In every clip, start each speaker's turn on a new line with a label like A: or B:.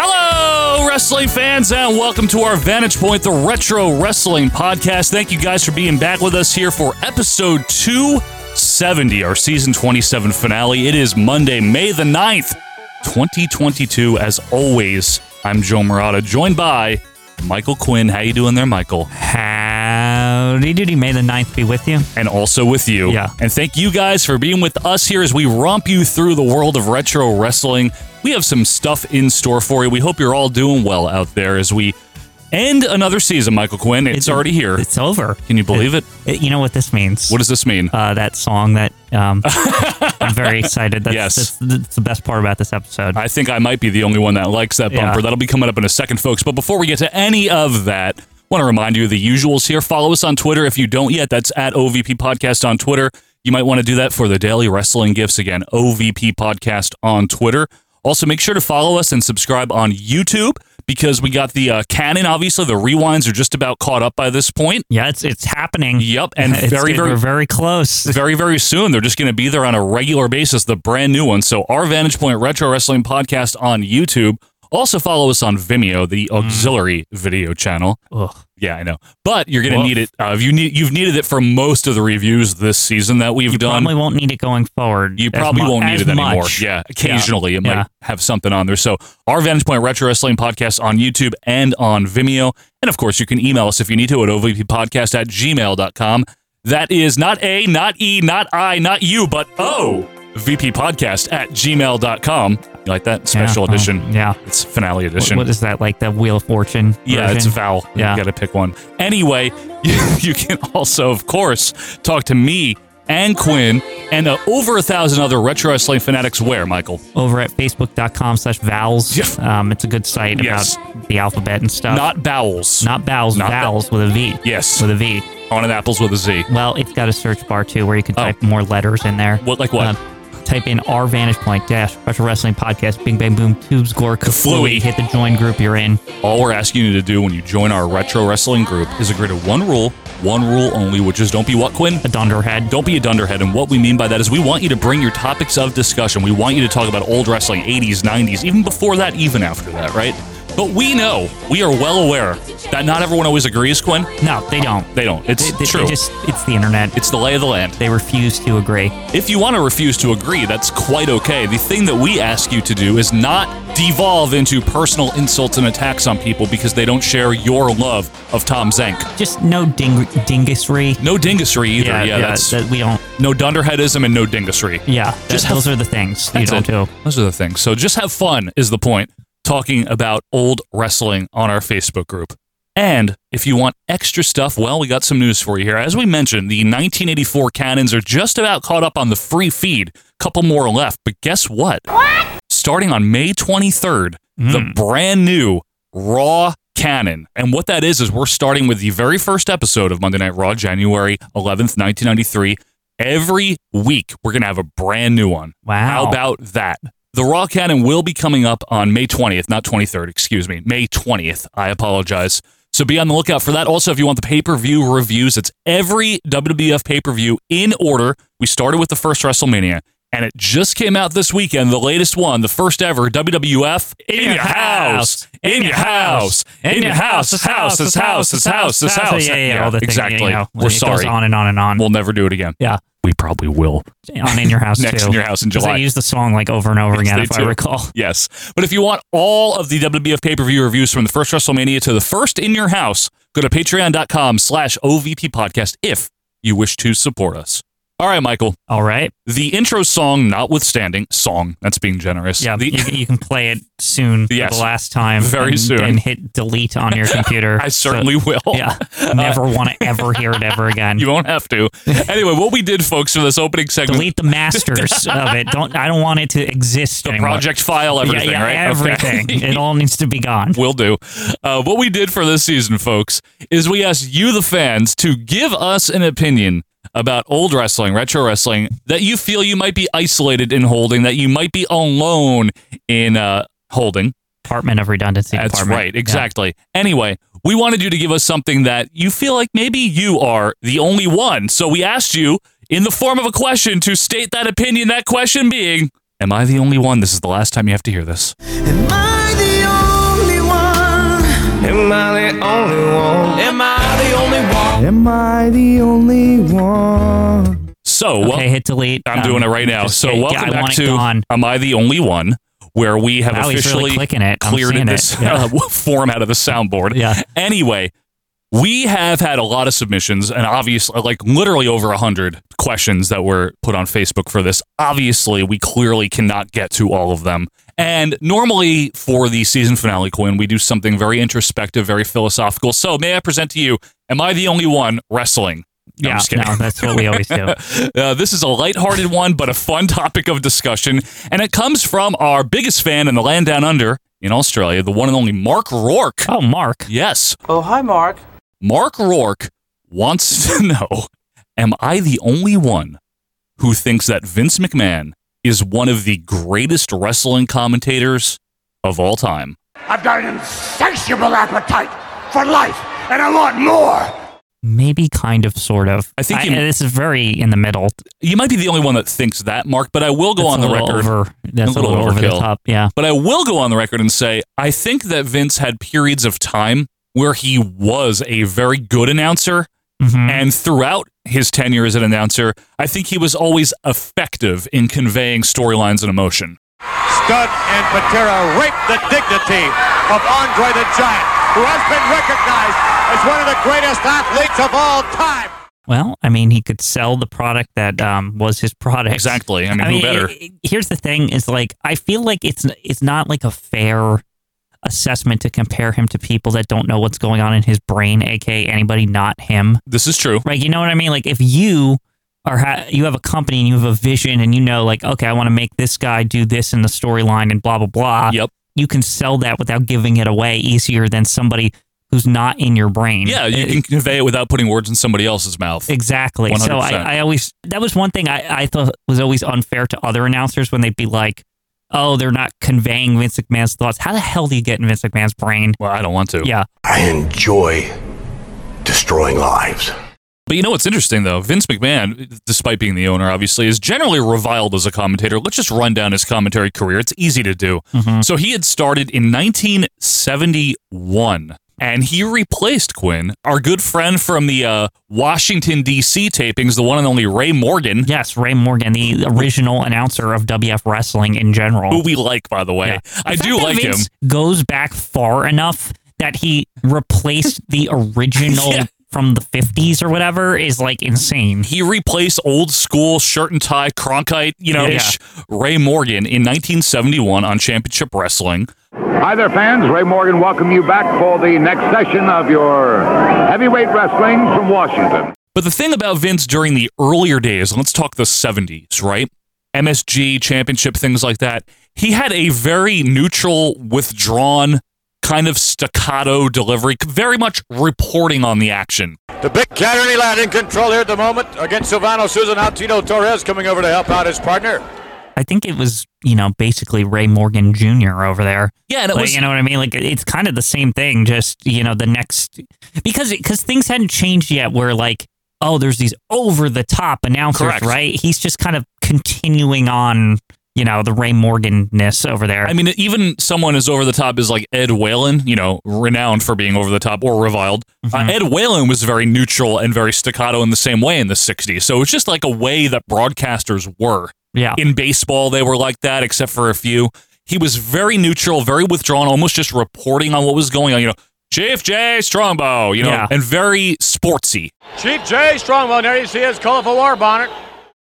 A: Hello, wrestling fans, and welcome to our Vantage Point, the Retro Wrestling Podcast. Thank you guys for being back with us here for episode 270, our season 27 finale. It is Monday, May the 9th, 2022. As always, I'm Joe Murata, joined by Michael Quinn. How you doing there, Michael?
B: Howdy doody. May the 9th be with you.
A: and also with you.
B: Yeah.
A: And thank you guys for being with us here as we romp you through the world of retro wrestling. We have some stuff in store for you. We hope you're all doing well out there as we end another season, Michael Quinn. It's, already here.
B: It's over.
A: Can you believe it?
B: You know what this means?
A: What does this mean?
B: uh, that song that um, I'm very excited. That's,
A: Yes.
B: that's, that's the best part about this episode.
A: I think I might be the only one that likes that
B: Yeah.
A: bumper. That'll be coming up in a second, folks. But before we get to any of that, want to remind you of the usuals here. Follow us on Twitter if you don't yet. That's at OVP Podcast on Twitter. You might want to do that for the daily wrestling gifts again. OVP Podcast on Twitter. Also, make sure to follow us and subscribe on YouTube because we got the uh, canon. Obviously, the rewinds are just about caught up by this point.
B: yeah, it's it's happening.
A: Yup, and
B: It's-
A: very, very-
B: we're very close.
A: very, very soon. They're just going to be there on a regular basis, the brand new one. So, our Vantage Point Retro Wrestling Podcast on YouTube. Also, follow us on Vimeo, the
B: Hmm.
A: auxiliary video channel.
B: Ugh.
A: Yeah, I know, but you're going to
B: Woof.
A: need it. Uh, if you need, you've needed it for most of the reviews this season that we've
B: You
A: done.
B: probably won't need it going forward.
A: You
B: as
A: probably
B: mu-
A: won't need
B: as
A: it anymore.
B: much.
A: Yeah, occasionally it might
B: Yeah.
A: have something on there. So, our Vantage Point Retro Wrestling Podcast on YouTube and on Vimeo. And of course, you can email us if you need to at ovppodcast at gmail.com. That is not A, not E, not I, not you, but O, vppodcast at gmail.com. You like that?
B: Yeah,
A: Special
B: well,
A: edition.
B: yeah.
A: It's finale
B: What,
A: edition.
B: what is that? Like the Wheel of Fortune?
A: Yeah, it's a
B: version?
A: vowel.
B: Yeah.
A: You got to pick one. Anyway, you, you can also, of course, talk to me and Quinn and uh, over a thousand other retro wrestling fanatics. Where, Michael?
B: over at facebook.com slash vowels.
A: Yep.
B: Um, it's a good site
A: Yes.
B: about the alphabet and stuff.
A: Not bowels.
B: not vowels,
A: Not that-
B: vowels with a V.
A: Yes.
B: With a V.
A: on an apples with a Z.
B: Well, it's got a search bar too where you can
A: Oh.
B: type more letters in there. Um,
A: What- like what?
B: type in our vantage point dash special wrestling podcast bing bang boom tubes gore
A: Kaflooey.
B: kaflooey hit the join group you're in
A: All we're asking you to do when you join our retro wrestling group is agree to one rule, one rule only, which is don't be what, Quinn?
B: a dunderhead
A: Don't be a dunderhead. And what we mean by that is we want you to bring your topics of discussion. We want you to talk about old wrestling, 80s, 90s, even before that, even after that, right? But we know, we are well aware that not everyone always agrees, Quinn.
B: no they don't
A: They don't. It's
B: They- they- they
A: true.
B: just it's the internet
A: it's the lay of the land.
B: they refuse to agree
A: If you want to refuse to agree, that's quite okay. The thing that we ask you to do is not devolve into personal insults and attacks on people because they don't share your love of Tom Zank.
B: just no ding- dingusry
A: No dingusry either. Yeah, that's
B: that we don't
A: no dunderheadism and no dingusry.
B: yeah that-
A: Just have-
B: those are the things you
A: That's
B: don't
A: it.
B: do
A: Those are the things. So just have fun is the point. Talking about old wrestling on our Facebook group. And if you want extra stuff, well, we got some news for you here. As we mentioned, the 1984 cannons are just about caught up on the free feed. Couple more left, but guess what? Starting on May 23rd,
B: Mm.
A: the brand new Raw canon. And what that is is we're starting with the very first episode of Monday Night Raw, January 11th, 1993. Every week, we're going to have a brand new one.
B: Wow.
A: How about that? The Raw Cannon will be coming up on May 20th, not 23rd, excuse me, May 20th. I apologize. So be on the lookout for that. Also, if you want the pay per view reviews, it's every WWF pay per view in order. We started with the first WrestleMania, and it just came out this weekend, the latest one, the first ever WWF in your house, in your house, in your house, this house, this house, this house, this house.
B: yeah yeah, yeah, all the things,
A: exactly.
B: you know,
A: We're
B: it goes
A: sorry.
B: on and on and on
A: We'll never do it again.
B: yeah
A: We probably will.
B: on in your house
A: Next
B: too
A: In Your House in
B: 'Cause
A: July.
B: they use the song like over and over
A: Yes,
B: again
A: they
B: if i
A: do.
B: recall
A: Yes. But if you want all of the WBF pay-per-view reviews from the first WrestleMania to the first in your house, go to patreon.com slash OVP podcast if you wish to support us. All right, Michael.
B: all right
A: The intro song notwithstanding, song, that's being generous.
B: Yeah,
A: The,
B: you, you can play it soon for
A: Yes.
B: the last time.
A: Very
B: and,
A: soon.
B: And hit delete on your computer.
A: I certainly will.
B: Yeah. Never want to ever hear it ever again.
A: You won't have to. Anyway, what we did, folks, for this opening segment,
B: delete the masters of it. Don't I don't want it to exist
A: the
B: anymore.
A: project file,
B: Yeah,
A: everything,
B: yeah,
A: right?
B: Everything.
A: Okay.
B: it all needs to be gone.
A: Will do. Uh, what we did for this season, folks, is we asked you, the fans, to give us an opinion about old wrestling, retro wrestling, that you feel you might be isolated in holding, that you might be alone in uh, holding.
B: Department of redundancy.
A: That's
B: department.
A: right,
B: Yeah.
A: exactly. Anyway, we wanted you to give us something that you feel like maybe you are the only one. So we asked you in the form of a question to state that opinion, that question being, Am I the only one? This is the last time you have to hear this.
C: Am I the only one? Am I the only one? Am I the only one? Am I the only one?
A: So, well,
B: Okay, hit delete.
A: I'm
B: Um,
A: doing it right now.
B: just
A: So
B: hit- yeah,
A: welcome
B: I
A: back
B: want
A: to
B: it gone.
A: Am I the Only One? Where we have
B: Wow, he's really
A: officially
B: clicking it. I'm
A: cleared
B: seeing
A: this
B: it. Yeah.
A: uh, form out of the soundboard.
B: Yeah.
A: Anyway, we have had a lot of submissions and obviously, like literally over 100 questions that were put on Facebook for this. Obviously, we clearly cannot get to all of them. And normally for the season finale, Quinn, we do something very introspective, very philosophical. So may I present to you, Am I the Only One Wrestling? No, I'm
B: Yeah,
A: just kidding.
B: no, that's what we always do.
A: Uh, this is a lighthearted one, but a fun topic of discussion, and it comes from our biggest fan in the land down under in Australia, the one and only Mark Rourke.
B: Oh, Mark.
A: Yes,
D: Oh, hi, Mark.
A: Mark Rourke wants to know: Am I the only one who thinks that Vince McMahon is one of the greatest wrestling commentators of all time?
E: I've got an insatiable appetite for life, and I want more.
B: Maybe, kind of, sort of.
A: I think
B: I, uh,
A: you-
B: this is very in the middle.
A: You might be the only one that thinks that, Mark, but I will go
B: That's
A: on
B: a
A: the
B: little
A: record.
B: Over, that's
A: A little
B: over the
A: overkill.
B: top. Yeah.
A: But I will go on the record and say I think that Vince had periods of time where he was a very good announcer.
B: Mhm.
A: And throughout his tenure as an announcer, I think he was always effective in conveying storylines and emotion.
F: Stud and Patera raped the dignity of Andre the Giant, who has been recognized as one of the greatest athletes of all time.
B: Well, I mean, he could sell the product that um, was his product.
A: Exactly. I mean, who better?
B: i- i- here's the thing: is like I feel like it's it's not like a fair assessment to compare him to people that don't know what's going on in his brain, aka anybody not him.
A: this is true.
B: Right? You know what I mean? Like if you are ha- you have a company and you have a vision and you know like okay, I want to make this guy do this in the storyline and blah blah blah.
A: Yep.
B: You can sell that without giving it away easier than somebody who's not in your brain.
A: Yeah, you
B: It-
A: can convey it without putting words in somebody else's mouth.
B: Exactly. So
A: 100%.
B: I, I always that was one thing I, I thought was always unfair to other announcers when they'd be like, "Oh, they're not conveying Vince McMahon's thoughts." How the hell do you get in Vince McMahon's brain?
A: Well, I don't want to.
B: Yeah,
E: I enjoy destroying lives.
A: But you know what's interesting, though? Vince McMahon, despite being the owner, obviously, is generally reviled as a commentator. Let's just run down his commentary career. It's easy to do.
B: Mm-hmm.
A: So he had started in 1971, and he replaced Quinn, our good friend from the uh, Washington, D.C. tapings, the one and only Ray Morgan.
B: yes, Ray Morgan, the original announcer of WF wrestling in
A: Who
B: general.
A: we like, by the way.
B: Yeah.
A: I
B: The
A: do
B: fact that
A: like him.
B: Vince Goes back far enough that he replaced the original
A: Yeah.
B: from the fifties or whatever is like insane.
A: He replaced old school shirt and tie Cronkite, you know,
B: Yeah.
A: ish Ray Morgan in 1971 on Championship Wrestling.
G: Hi there, fans. Ray Morgan welcome you back for the next session of your heavyweight wrestling from Washington.
A: But the thing about Vince during the earlier days, let's talk the 70s, right? MSG, championship, things like that. He had a very neutral, withdrawn, kind of staccato delivery, very much reporting on the action.
F: The big Gary lad in control here at the moment against Silvano Susan out. Tito Torres coming over to help out his partner.
B: I think it was you know basically Ray Morgan Jr. over there.
A: Yeah, and it
B: Like,
A: was-
B: you know what I mean. Like it's kind of the same thing, just you know the next because because things hadn't changed yet. Where like oh, there's these over the top announcers,
A: Correct.
B: right? He's just kind of continuing on, you know, the Ray Morgan ness over there.
A: I mean, even someone as over the top as like Ed Whalen, you know, renowned for being over the top or reviled.
B: Mm-hmm.
A: Uh, Ed Whalen was very neutral and very staccato in the same way in the 60s. So it's just like a way that broadcasters were.
B: yeah,
A: In baseball, they were like that, except for a few. He was very neutral, very withdrawn, almost just reporting on what was going on. You know, Chief J. Strombo, you know,
B: Yeah.
A: and very sportsy.
F: Chief Jay Strongbow, and there you see his colorful war bonnet.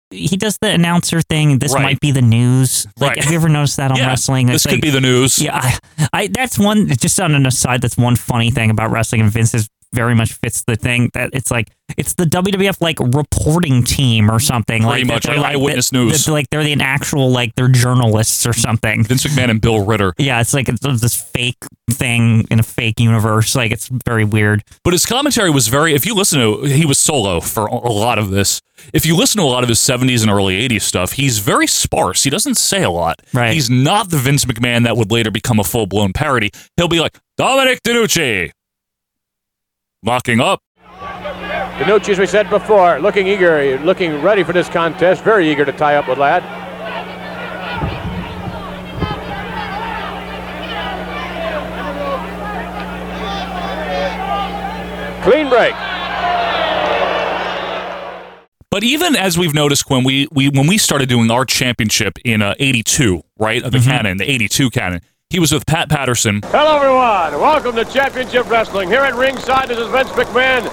B: he does the announcer thing. This
A: Right.
B: might be the news. Like,
A: Right.
B: have you ever noticed that on
A: Yeah,
B: wrestling?
A: This
B: It's
A: could
B: like-
A: be the news.
B: Yeah, I, I that's one. Just on an aside, that's one funny thing about wrestling, and Vince is very much fits the thing that it's like it's the WWF like reporting team or something.
A: Pretty
B: like that
A: much,
B: they're,
A: like Eyewitness News.
B: that- like they're the actual like they're journalists or something.
A: Vince McMahon and Bill Ritter.
B: yeah, it's like it's this fake thing in a fake universe. Like it's very weird.
A: But his commentary was very, if you listen to, he was solo for a lot of this. If you listen to a lot of his 70s and early 80s stuff, he's very sparse. He doesn't say a lot.
B: Right.
A: He's not the Vince McMahon that would later become a full blown parody. He'll be like, Dominic DiNucci, locking up.
F: Danucci, as we said before, looking eager, looking ready for this contest, very eager to tie up with Ladd. Clean break.
A: But even as we've noticed when we, we when we started doing our championship in uh, 82, right, of the
B: Mm-hmm.
A: canon, the 82 canon, he was with Pat Patterson.
F: Hello, everyone. Welcome to Championship Wrestling. Here at ringside, this is Vince McMahon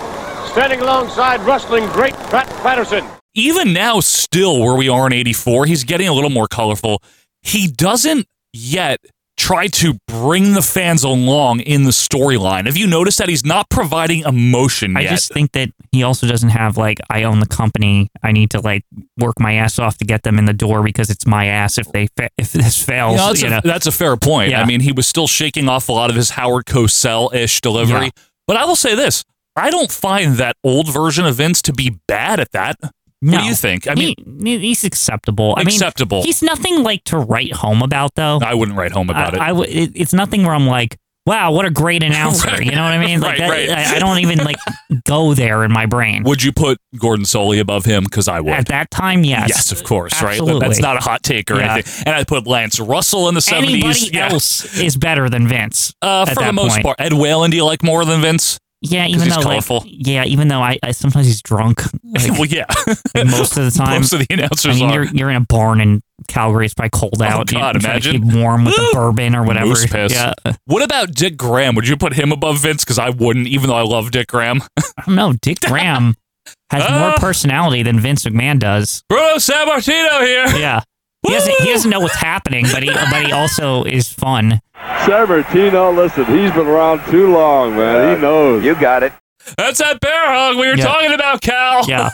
F: standing alongside wrestling great Pat Patterson.
A: even now, still where we are in 84, he's getting a little more colorful. He doesn't yet try to bring the fans along in the storyline. Have you noticed that he's not providing emotion
B: I
A: yet?
B: just think that he also doesn't have like I own the company. I need to like work my ass off to get them in the door because it's my ass if they fa- if this fails.
A: You know, that's,
B: Oh, you know?
A: a, that's a fair point.
B: Yeah.
A: I mean, he was still shaking off a lot of his Howard Cosell ish delivery.
B: Yeah.
A: But I will say this I don't find that old version of Vince to be bad at that.
B: No.
A: What do you think? I mean,
B: He- he's acceptable. I mean,
A: Acceptable.
B: he's nothing like to write home about, though.
A: I wouldn't write home about it.
B: I, I would- it- it's nothing where I'm like, wow, what a great announcer.
A: Right.
B: You know what I mean? Like
A: Right,
B: that,
A: right.
B: I, I don't even like go there in my brain.
A: would you put Gordon Soley above him? Because I would.
B: At that time, yes.
A: Yes, of course, right?
B: Absolutely.
A: But That's not a hot take or
B: Yeah.
A: anything. And I put Lance Russell in the 70s.
B: Anybody
A: Yeah.
B: else is better than Vince.
A: Uh,
B: at
A: for the
B: that
A: most
B: point.
A: part. Ed Whalen, do you like more than Vince?
B: Yeah, even
A: he's
B: though like,
A: colorful.
B: yeah, even though I, I sometimes he's drunk. Like,
A: well, yeah.
B: like, most of the time.
A: most of the
B: I
A: announcers
B: mean,
A: are. Oh,
B: you're, you're in a barn in Calgary. It's probably cold out. You-
A: God,
B: you try to
A: imagine.
B: keep warm with a bourbon or whatever.
A: Moose piss.
B: Yeah.
A: What about Dick Graham? Would you put him above Vince? Because I wouldn't, even though I love Dick Graham.
B: I don't know. Dick Graham has more
A: Ah.
B: personality than Vince McMahon does.
A: Bruno Sammartino here.
B: Yeah. He doesn't, he
A: Woo!
B: doesn't know what's happening, but he but he also is fun.
D: Severtino, listen, he's been around too long, man. He knows. Uh, You got it.
A: That's that bear hug we were
B: Yeah.
A: talking about, Cal.
B: Yeah,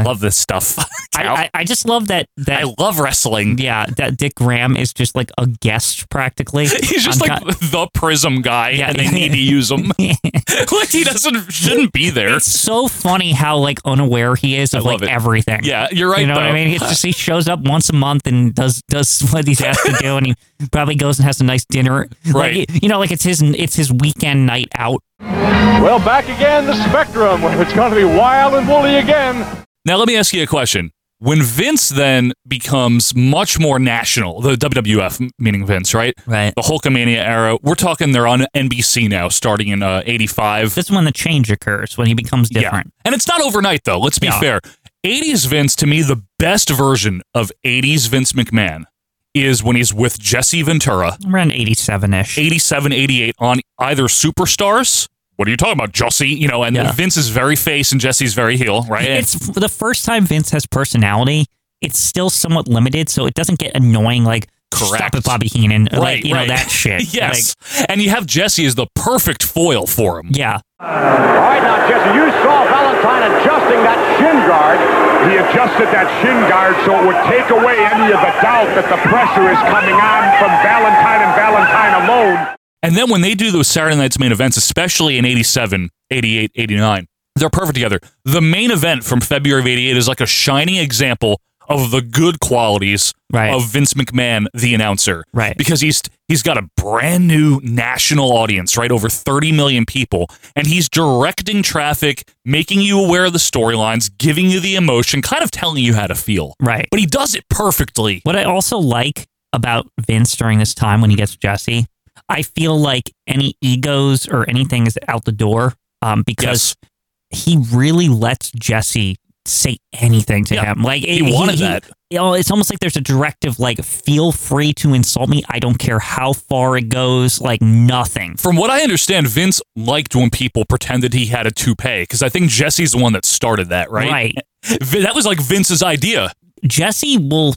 A: I love this stuff.
B: I,
A: Cal. I,
B: I, I just love that that
A: love wrestling.
B: yeah that Dick Graham is just like a guest practically.
A: He's just
B: on
A: like
B: co-
A: the Prism guy,
B: Yeah.
A: and they need to use him. like he doesn't shouldn't be there.
B: it's so funny how like unaware he is of
A: I
B: like
A: love it.
B: everything.
A: Yeah, you're right.
B: You know what
A: though.
B: I mean? It's just he shows up once a month and does does what he's asked to do, and he probably goes and has a nice dinner.
A: Right.
B: Like, you know, like it's his it's his weekend night out.
F: Well, back again, the spectrum, where it's going to be wild and woolly again.
A: Now, let me ask you a question. When Vince then becomes much more national, the WWF, m- meaning Vince, right?
B: Right.
A: The Hulkamania era, we're talking they're on NBC now, starting in uh, 85.
B: This is when the change occurs when he becomes different.
A: And it's not overnight, though. Let's be
B: Yeah.
A: fair. 80s Vince, to me, the best version of 80s Vince McMahon is when he's with Jesse Ventura,
B: Around eighty seven ish.
A: 87, 88 on either Superstars. What are you talking about, Jesse? You know, and
B: Yeah.
A: Vince is very face and Jesse's very heel, right? And-
B: It's for the first time Vince has personality. It's still somewhat limited, so it doesn't get annoying like
A: Correct.
B: stop it, Bobby Heenan, or, like you know that shit.
A: yes, and you have Jesse as the perfect foil for him.
B: Like, yeah.
F: All right, now, Jesse, you saw Valentine adjusting that shin guard.
D: He adjusted that shin guard so it would take away any of the doubt that the pressure is coming on from Valentine and Valentine alone.
A: And then when they do those Saturday night's main events, especially in 87, 88, 89, they're perfect together. The main event from February of 88 is like a shining example of the good qualities
B: Right.
A: of Vince McMahon, the announcer.
B: Right.
A: Because he's he's got a brand new national audience, right? Over 30 million people. And he's directing traffic, making you aware of the storylines, giving you the emotion, kind of telling you how to feel.
B: Right.
A: But he does it perfectly.
B: What I also like about Vince during this time when he gets Jesse, I feel like any egos or anything is out the door um, because he really lets Jesse say anything to
A: Yeah.
B: him. Like
A: He wanted that.
B: you know, it's almost like there's a directive like feel free to insult me. I don't care how far it goes. Like nothing.
A: From what I understand, Vince liked when people pretended he had a toupee because I think Jesse's the one that started that, right?
B: Right.
A: Vi- That was like Vince's idea.
B: Jesse will.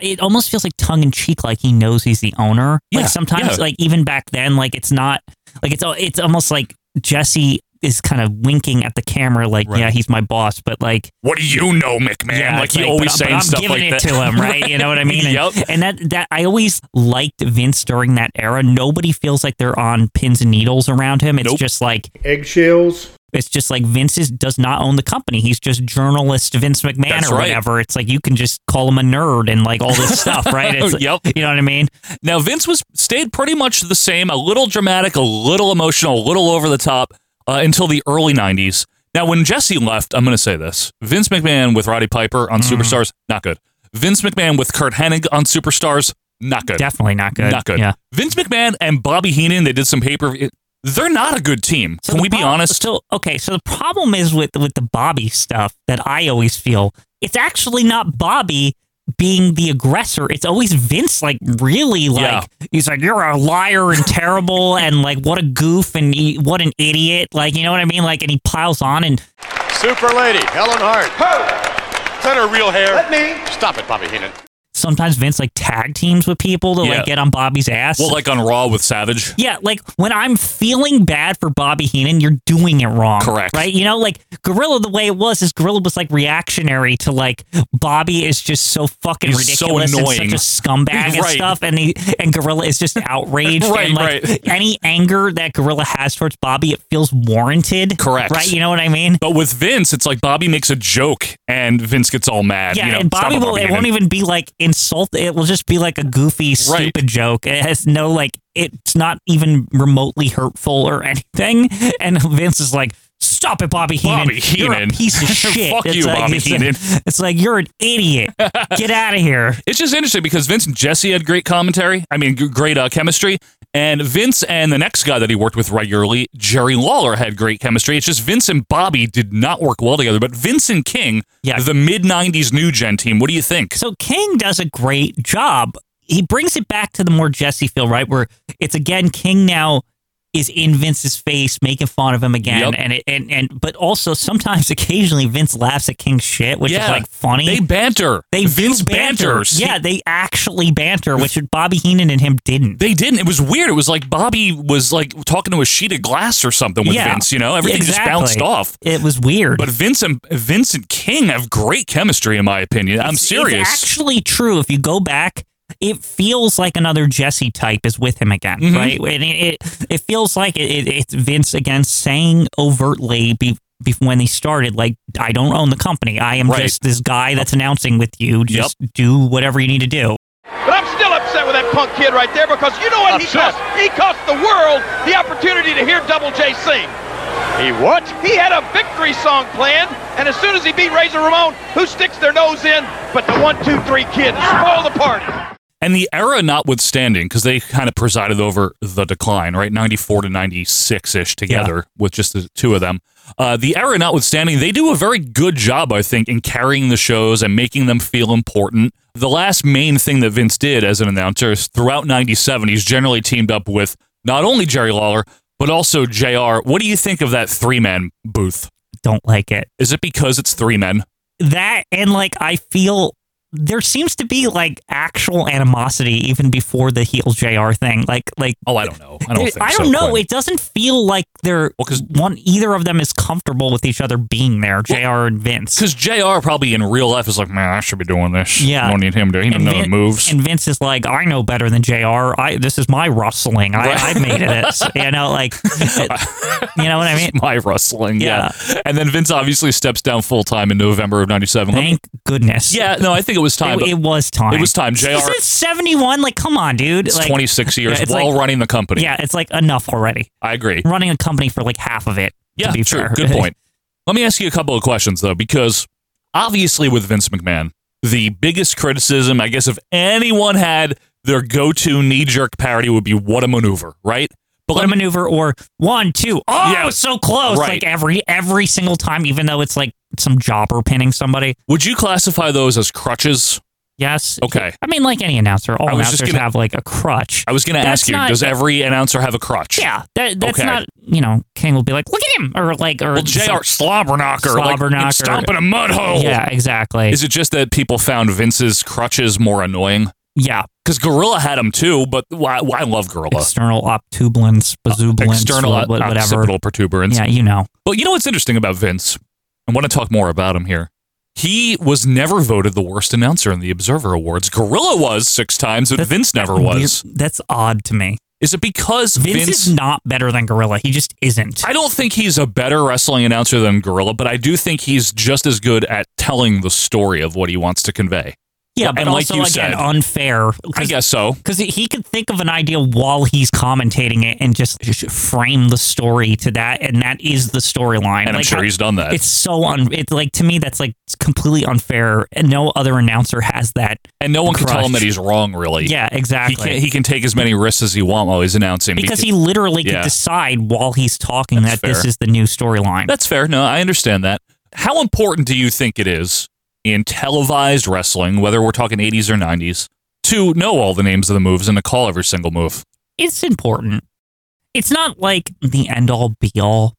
B: It almost feels like tongue in cheek, like he knows he's the owner.
A: Yeah,
B: like sometimes,
A: yeah.
B: like even back then, like it's not like it's al- it's almost like Jesse is kind of winking at the camera, like
A: Right.
B: yeah, he's my boss, but like
A: What do you know, McMahon?
B: yeah,
A: like
B: it's
A: he always
B: but,
A: saying
B: but I'm
A: stuff
B: giving
A: like
B: it
A: that
B: to him, right? You know what I mean? And,
A: Yep.
B: and that that I always liked Vince during that era. Nobody feels like they're on pins and needles around him. It's
A: Nope.
B: just like
H: Eggshells.
B: it's just like Vince is, does not own the company. He's just journalist Vince McMahon
A: That's
B: or
A: right.
B: whatever. It's like you can just call him a nerd and like all this stuff, right? It's,
A: Yep.
B: You know what I mean?
A: Now Vince was stayed pretty much the same, a little dramatic, a little emotional, a little over the top uh, until the early '90s. Now, when Jesse left, I'm going to say this: Vince McMahon with Roddy Piper on
B: Mm-hmm.
A: Superstars, not good. Vince McMahon with Kurt Hennig on Superstars, not good.
B: Definitely not good.
A: Not good.
B: Yeah.
A: Vince McMahon and Bobby Heenan, they did some paper. They're not a good team.
B: So
A: Can
B: the
A: we be
B: prob-
A: honest?
B: So okay, so the problem is with with the Bobby stuff that I always feel it's actually not Bobby being the aggressor. It's always Vince, like really, like he's like you're a liar and terrible, and like what a goof and he, what an idiot, like you know what I mean, like and he piles on and
F: Super Lady, Helen Hart. Is that her real hair?
H: Let me.
F: Stop it, Bobby Heenan.
B: sometimes Vince like tag teams with people to
A: Yeah.
B: like get on Bobby's ass.
A: Well, like on Raw with Savage.
B: Yeah, like when I'm feeling bad for Bobby Heenan, you're doing it wrong.
A: Correct.
B: Right? You know, like Gorilla, the way it was is Gorilla was like reactionary to like Bobby is just so fucking
A: He's so
B: ridiculous
A: annoying.
B: and such a scumbag and
A: Right.
B: stuff, and he and Gorilla is just outraged.
A: Right,
B: and like
A: right.
B: any anger that Gorilla has towards Bobby, it feels warranted.
A: Correct.
B: Right? You know what I mean?
A: But with Vince, it's like Bobby makes a joke and Vince gets all mad.
B: Yeah,
A: you know,
B: and
A: stop
B: Bobby will. It
A: Heenan.
B: won't even be like insult. It will just be like a goofy, stupid joke. It has no like. It's not even remotely hurtful or anything. And Vince is like, "Stop it, Bobby Heenan.
A: Bobby
B: You're
A: Heenan.
B: a piece of shit.
A: Fuck
B: It's
A: you,
B: like-
A: Bobby
B: it's
A: Heenan.
B: Like, it's like you're an idiot. Get out of here.
A: It's just interesting because Vince and Jesse had great commentary. I mean, g- great uh, chemistry. And Vince and the next guy that he worked with regularly, Jerry Lawler, had great chemistry. It's just Vince and Bobby did not work well together. But Vince and King,
B: Yeah.
A: the mid 90s new gen team, what do you think?
B: So King does a great job. He brings it back to the more Jesse feel, right? Where it's again King now is in Vince's face, making fun of him again,
A: Yep.
B: and it, and and but also sometimes occasionally Vince laughs at King's shit, which is like funny.
A: They banter.
B: They do
A: Vince
B: banter.
A: banters.
B: Yeah, they actually banter, which Bobby Heenan and him didn't.
A: They didn't. It was weird. It was like Bobby was like talking to a sheet of glass or something with
B: Yeah,
A: Vince, you know? Everything
B: exactly.
A: just bounced off.
B: It was weird.
A: But Vince and Vince and King have great chemistry, in my opinion. I'm
B: It's-
A: serious.
B: It's actually true. If you go back, it feels like another Jesse type is with him again,
A: Mhm.
B: right? And it, it it feels like it, it, it's Vince again saying overtly be, be, when they started, like I don't own the company. I am
A: Right.
B: just this guy that's announcing with you. Just do whatever you need to do.
I: But I'm still upset with that punk kid right there because you know what he
F: Upset?
I: cost? He cost the world the opportunity to hear Double J sing.
F: He what?
I: He had a victory song planned, and as soon as he beat Razor Ramon, who sticks their nose in but the one, two, three kid? Spoil the party.
A: And the era notwithstanding, because they kind of presided over the decline, right? 94 to 96 ish together with just the two of them. Uh, the era notwithstanding, they do a very good job, I think, in carrying the shows and making them feel important. The last main thing that Vince did as an announcer is throughout 97, he's generally teamed up with not only Jerry Lawler, but also JR. What do you think of that three man booth?
B: Don't like it.
A: Is it because it's three men?
B: that and like I feel there seems to be like actual animosity even before the heel JR thing. Like like
A: Oh, I don't know. I don't
B: it-
A: think
B: I
A: so,
B: don't know.
A: Quinn.
B: It doesn't feel like they're
A: Well, 'cause-
B: one either of them is comfortable with each other being there. JR and Vince.
A: Because JR probably in real life is like, man, I should be doing this.
B: Yeah.
A: I don't need him to. He doesn't
B: And
A: know the
B: Vin-
A: moves.
B: And Vince is like, I know better than JR. I this is my rustling. I,
A: Right.
B: I made this. You know, like you know what I mean?
A: my wrestling. Yeah. And then Vince obviously steps down full time in November of 97. Let me-
B: Thank goodness.
A: yeah, no, I think it was time.
B: It,
A: but
B: it was time.
A: It was time. JR
B: Is it 71? Like, come on, dude.
A: it's
B: like,
A: 26 years
B: Yeah, it's
A: while
B: like-
A: running the company.
B: Yeah, it's like enough already.
A: I agree.
B: running a company for like half of it.
A: Yeah,
B: to be
A: true.
B: fair.
A: Good point. Let me ask you a couple of questions, though, because obviously with Vince McMahon, the biggest criticism, I guess, if anyone had their go to knee jerk parody would be what a maneuver, right? But
B: What
A: let
B: a
A: me-
B: maneuver or one, two. Oh,
A: Yeah.
B: so close.
A: Right.
B: Like every every single time, even though it's like some jobber pinning somebody.
A: would you classify those as crutches?
B: Yes.
A: Okay.
B: I mean, like any announcer, all
A: I was just
B: announcers
A: gonna-
B: have like a crutch.
A: I was going to
B: That's
A: ask you,
B: not-
A: does every announcer have a crutch?
B: Yeah, that, that's
A: Okay.
B: not you know King will be like, look at him, or like or
A: Well, J.R. Slobberknocker, like,
B: slobberknocker,
A: and stomp in a mud hole.
B: Yeah, exactly.
A: Is it just that people found Vince's crutches more annoying?
B: yeah,
A: Because Gorilla had them too, but why why I love Gorilla.
B: external obtubulance, bazooblance,
A: External
B: wha-
A: o-
B: whatever.
A: occipital protuberance.
B: Yeah, you know.
A: But you know what's interesting about Vince? I want to talk more about him here. He was never voted the worst announcer in the Observer Awards. Gorilla was six times, but Vince never was.
B: Weird- That's odd to me.
A: Is it because
B: Vince,
A: Vince?
B: is not better than Gorilla. He just isn't.
A: I don't think he's a better wrestling announcer than Gorilla, but I do think he's just as good at telling the story of what he wants to convey.
B: yeah,
A: and
B: but
A: like
B: also
A: you
B: again
A: said-
B: unfair.
A: I guess so.
B: Because he could think of an idea while he's commentating it and just sh- frame the story to that, and that is the storyline.
A: And I'm
B: Like,
A: sure
B: I-
A: he's done that.
B: It's so un. It's like to me that's like it's completely unfair, and no other announcer has that.
A: And no one can tell him
B: crush.
A: that he's wrong, really.
B: Yeah,
A: He
B: exactly.
A: can, he can take as many risks as he wants while he's announcing.
B: because he literally
A: Yeah.
B: could decide while he's talking
A: That's
B: that this
A: fair.
B: is the new storyline.
A: That's fair. No, I understand that. How important do you think it is in televised wrestling, whether we're talking 80s or 90s, to know all the names of the moves and to call every single move?
B: It's important. It's not like the end all be all.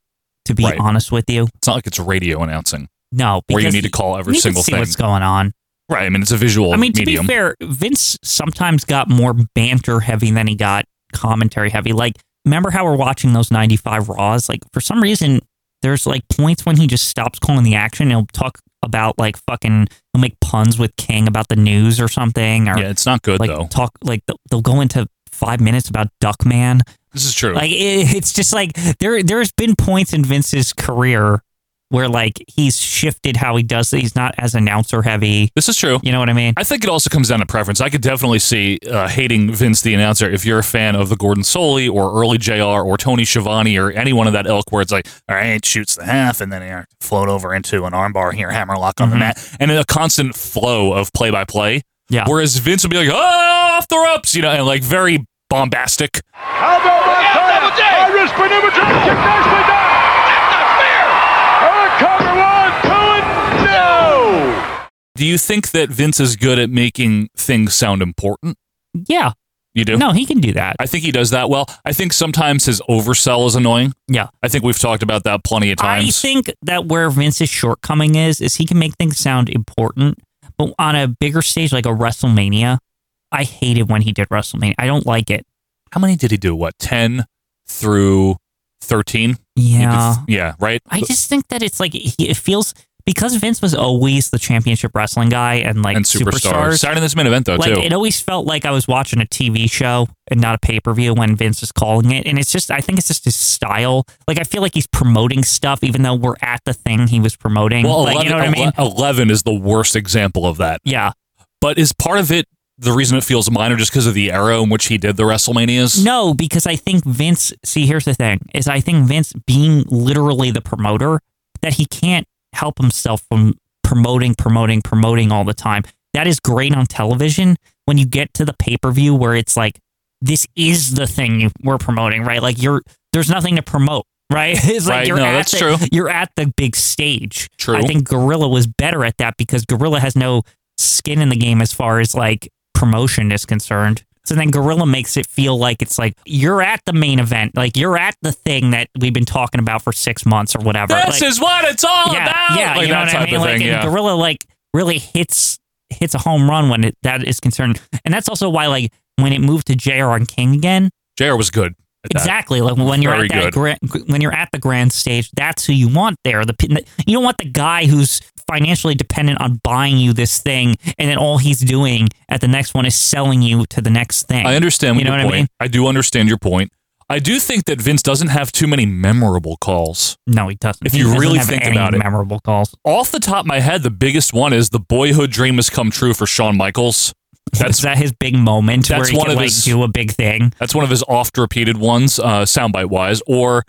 B: To be
A: Right.
B: honest with you,
A: It's not like it's radio announcing
B: no.
A: where you
B: because
A: need to call every
B: you can
A: single
B: see
A: thing.
B: What's going on?
A: Right. I mean, it's a visual
B: I mean, to
A: medium.
B: be fair, Vince sometimes got more banter heavy than he got commentary heavy. Like, remember how we're watching those 95 Raws? Like, for some reason, there's like points when he just stops calling the action. He'll talk about like fucking, he'll make puns with King about the news or something. Or
A: yeah, it's not good,
B: like
A: though.
B: talk, like they'll- they'll go into five minutes about Duckman.
A: This is true.
B: Like, it, it's just like there, there's been points in Vince's career where like he's shifted how he does it. He's not as announcer heavy.
A: this is true.
B: You know what I mean?
A: I think it also comes down to preference. I could definitely see uh, hating Vince the announcer if you're a fan of the Gordon Soley or early JR or Tony Schiavone or anyone of that ilk where it's like, all right, shoots the half and then air float over into an armbar here, hammerlock
B: Mm-hmm.
A: on the mat, and then a constant flow of play by play.
B: Yeah.
A: Whereas Vince would be like, oh, off the ropes, you know, and like very bombastic.
D: Elbow Montana.
I: Double J.
D: Irish Benimmer drop kick nicely done.
I: That's not fair.
D: Her cover one, two, and no.
A: Do you think that Vince is good at making things sound important?
B: Yeah.
A: You do?
B: No, he can do that.
A: I think he does that well. I think sometimes his oversell is annoying.
B: Yeah.
A: I think we've talked about that plenty of times.
B: I think that where Vince's shortcoming is, is he can make things sound important, but on a bigger stage like a WrestleMania, I hated when he did WrestleMania. I don't like it.
A: how many did he do? What, 10 through 13?
B: Yeah.
A: Yeah, right?
B: I just think that it's like, he, it feels, because Vince was always the championship wrestling guy and like
A: and superstars.
B: superstars.
A: Saturday Night's main event, though,
B: like
A: too.
B: it always felt like I was watching a TV show and not a pay per view when Vince is calling it, and it's just I think it's just his style. Like I feel like he's promoting stuff, even though we're at the thing he was promoting.
A: well, 11,
B: like, you know what I mean?
A: 11 is the worst example of that.
B: Yeah.
A: But is part of it the reason it feels minor just because of the era in which he did the WrestleManias?
B: No, because I think Vince. See, here's the thing: is I think Vince, being literally the promoter, that he can't help himself from promoting, promoting, promoting all the time. That is great on television. When you get to the pay per view where it's like, this is the thing you, we're promoting, right? Like you're there's nothing to promote, right? It's like
A: Right,
B: you're
A: no,
B: at
A: that's
B: the,
A: true.
B: You're at the big stage.
A: True.
B: I think Gorilla was better at that because Gorilla has no skin in the game as far as like promotion is concerned. So then Gorilla makes it feel like it's like you're at the main event, like you're at the thing that we've been talking about for six months or whatever.
A: This
B: Like,
A: is what it's all
B: yeah,
A: about.
B: yeah,
A: like
B: you know
A: that
B: what I
A: type
B: mean.
A: of
B: like
A: thing. yeah.
B: and Gorilla like really hits hits a home run when it, that is concerned, and that's also why like when it moved to Jr. and King again,
A: JR was good. at that.
B: Exactly. Like when you're
A: Very
B: at that
A: good.
B: gra- when you're at the grand stage, that's who you want there. The pe- you don't want the guy who's financially dependent on buying you this thing, and then all he's doing at the next one is selling you to the next thing.
A: I understand
B: You know
A: your
B: what
A: point.
B: I mean?
A: I do understand your point. I do think that Vince doesn't have too many memorable calls.
B: No, he doesn't.
A: If
B: He
A: you
B: doesn't
A: really
B: have
A: think
B: any
A: about it.
B: memorable calls.
A: off the top of my head, the biggest one is the boyhood dream has come true for Shawn Michaels.
B: That's
A: That's
B: that his big moment where
A: that's
B: he
A: one
B: can
A: of
B: like
A: his-
B: do a big thing.
A: that's one of his oft repeated ones, uh, soundbite wise. Or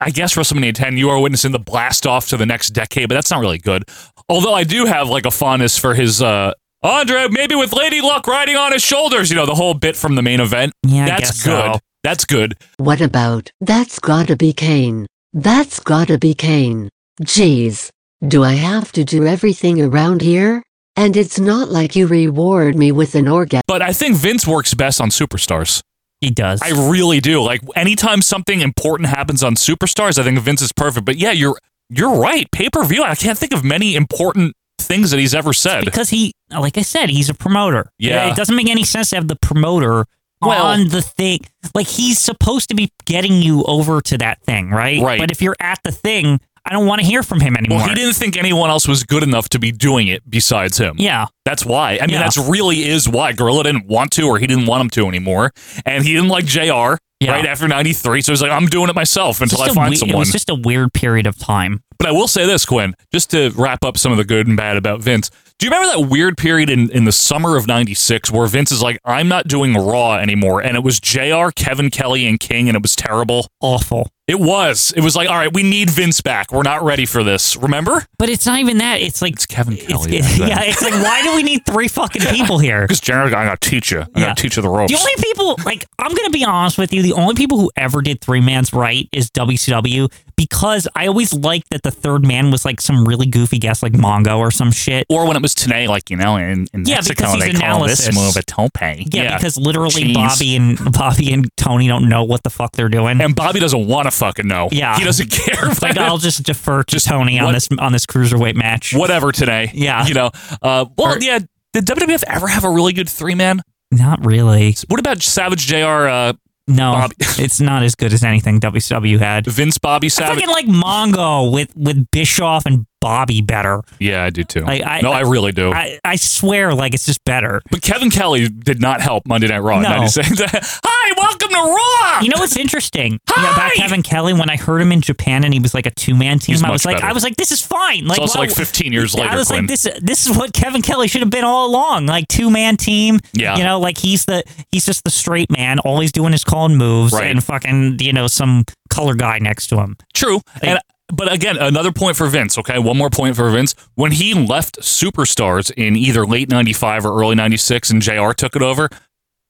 A: I guess WrestleMania 10, you are witnessing the blast off to the next decade, but that's not really good. Although I do have like a fondness for his uh, Andre, maybe with Lady Luck riding on his shoulders. You know the whole bit from the main event.
B: Yeah, I
A: that's
B: guess
A: good.
B: so.
A: That's good.
H: What about? That's gotta be Kane. That's gotta be Kane. Jeez. Do I have to do everything around here? And it's not like you reward me with an orgasm.
A: But I think Vince works best on superstars.
B: He does.
A: I really do. Like anytime something important happens on superstars, I think Vince is perfect. But yeah, you're you're right. Pay per view. I can't think of many important things that he's ever said.
B: because he, like I said, he's a promoter.
A: Yeah.
B: It doesn't make any sense to have the promoter
A: Well-
B: on the thing. Like he's supposed to be getting you over to that thing, right?
A: Right.
B: But if you're at the thing, I don't want to hear from him anymore.
A: well, he didn't think anyone else was good enough to be doing it besides him.
B: Yeah.
A: That's why. I mean,
B: Yeah.
A: that's really is why Gorilla didn't want to, or he didn't want him to anymore, and he didn't like Jr. Right after '93, so he's like, "I'm doing it myself
B: It's
A: until I
B: just a
A: find
B: we- It
A: someone."
B: was just a weird period of time.
A: But I will say this, Quinn, just to wrap up some of the good and bad about Vince. Do you remember that weird period in, in the summer of 96 where Vince is like, I'm not doing Raw anymore? And it was JR, Kevin Kelly, and King, and it was terrible.
B: Awful.
A: It was. It was like, all right, we need Vince back. We're not ready for this. Remember?
B: But it's not even that. It's like
A: It's Kevin Kelly.
B: it's- yeah, it's like why do we need three fucking people here?
A: Because JR, I got to teach you. I
B: Yeah.
A: got to teach you the ropes.
B: The only people, like, I'm going to be honest with you, the only people who ever did three man's right is WCW because I always liked that the third man was like some really goofy guest, like Mongo or some shit.
A: or when it was today, like, you know, in, in
B: Yeah,
A: Mexico,
B: because he's
A: they call this
B: analysis.
A: move a tope. Yeah,
B: Yeah, because literally
A: Cheese.
B: Bobby and Bobby and Tony don't know what the fuck they're doing.
A: And Bobby doesn't want to fucking know.
B: Yeah.
A: He doesn't care.
B: It's like
A: about it.
B: I'll just defer to Tony on
A: what-
B: this on this cruiserweight match.
A: whatever today.
B: Yeah.
A: You know, uh, well,
B: Or-
A: yeah. Did WWF ever have a really good three man?
B: Not really.
A: What about Savage JR, uh,
B: No,
A: Bobby-
B: it's not as good as anything WCW had.
A: Vince Bobby
B: I
A: Savage?
B: fucking like Mongo with with Bischoff and Bobby better.
A: yeah, I do too.
B: I- I-
A: no, I really do.
B: I, I swear, like it's just better.
A: but Kevin Kelly did not help Monday Night Raw. in
B: No.
A: 96. Hi, welcome to Raw.
B: You know what's interesting yeah, about
A: Hi!
B: Kevin Kelly? When I heard him in Japan and he was like a two man team,
A: He's
B: I was
A: much
B: like,
A: better.
B: I was like, this is fine. Like,
A: it's also
B: why-
A: like 15 years later.
B: I was
A: Quinn.
B: like, this this is what Kevin Kelly should have been all along, like two man team.
A: Yeah.
B: you know, like he's the he's just the straight man, always doing his calling moves,
A: Right.
B: and fucking you know some color guy next to him.
A: True. And but again, another point for Vince, okay? One more point for Vince. When he left Superstars in either late 95 or early 96 and JR took it over,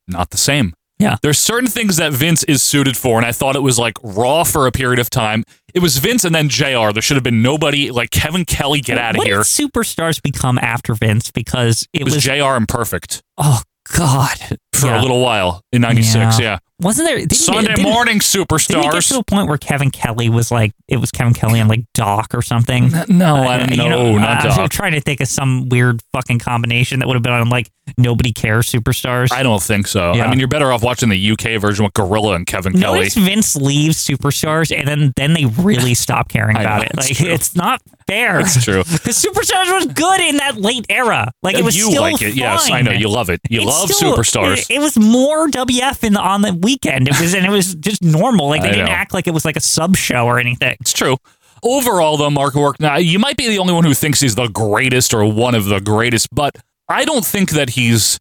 A: not the same.
B: Yeah.
A: There's certain things that Vince is suited for and I thought it was like Raw for a period of time. It was Vince and then JR. There should have been nobody like Kevin Kelly get out of
B: what
A: here.
B: Did superstars become after Vince because it,
A: It was, JR imperfect
B: oh god
A: for a
B: Yeah.
A: little while in 96, yeah.
B: Wasn't there didn't it-
A: Sunday
B: didn't-
A: morning
B: Didn't it get
A: superstars.
B: to a point where Kevin Kelly was like, it was Kevin Kelly and like Doc or something?
A: no, I don't
B: you
A: know, Oh, not
B: I,
A: Doc.
B: I'm trying to think of some weird fucking combination that would have been on like Nobody Cares Superstars.
A: I don't think so.
B: Yeah.
A: I mean, you're better off watching the UK version with Gorilla and Kevin Kelly.
B: Notice Vince leaves Superstars and then then they really stop caring
A: I know,
B: about it.
A: it's
B: Like
A: true.
B: it's not fair.
A: It's true.
B: Because Superstars was good in that late era. Like it was
A: you
B: still
A: like it, yes. I
B: fine.
A: know you love it. You
B: It's
A: love
B: still-
A: superstars.
B: It, it was more WF in the on the weekend. It was and it was just normal. Like they
A: I
B: didn't
A: know.
B: act like it was like a sub show or anything.
A: it's true. Overall, though, Mark Work. Now, you might be the only one who thinks he's the greatest or one of the greatest, but I don't think that he's.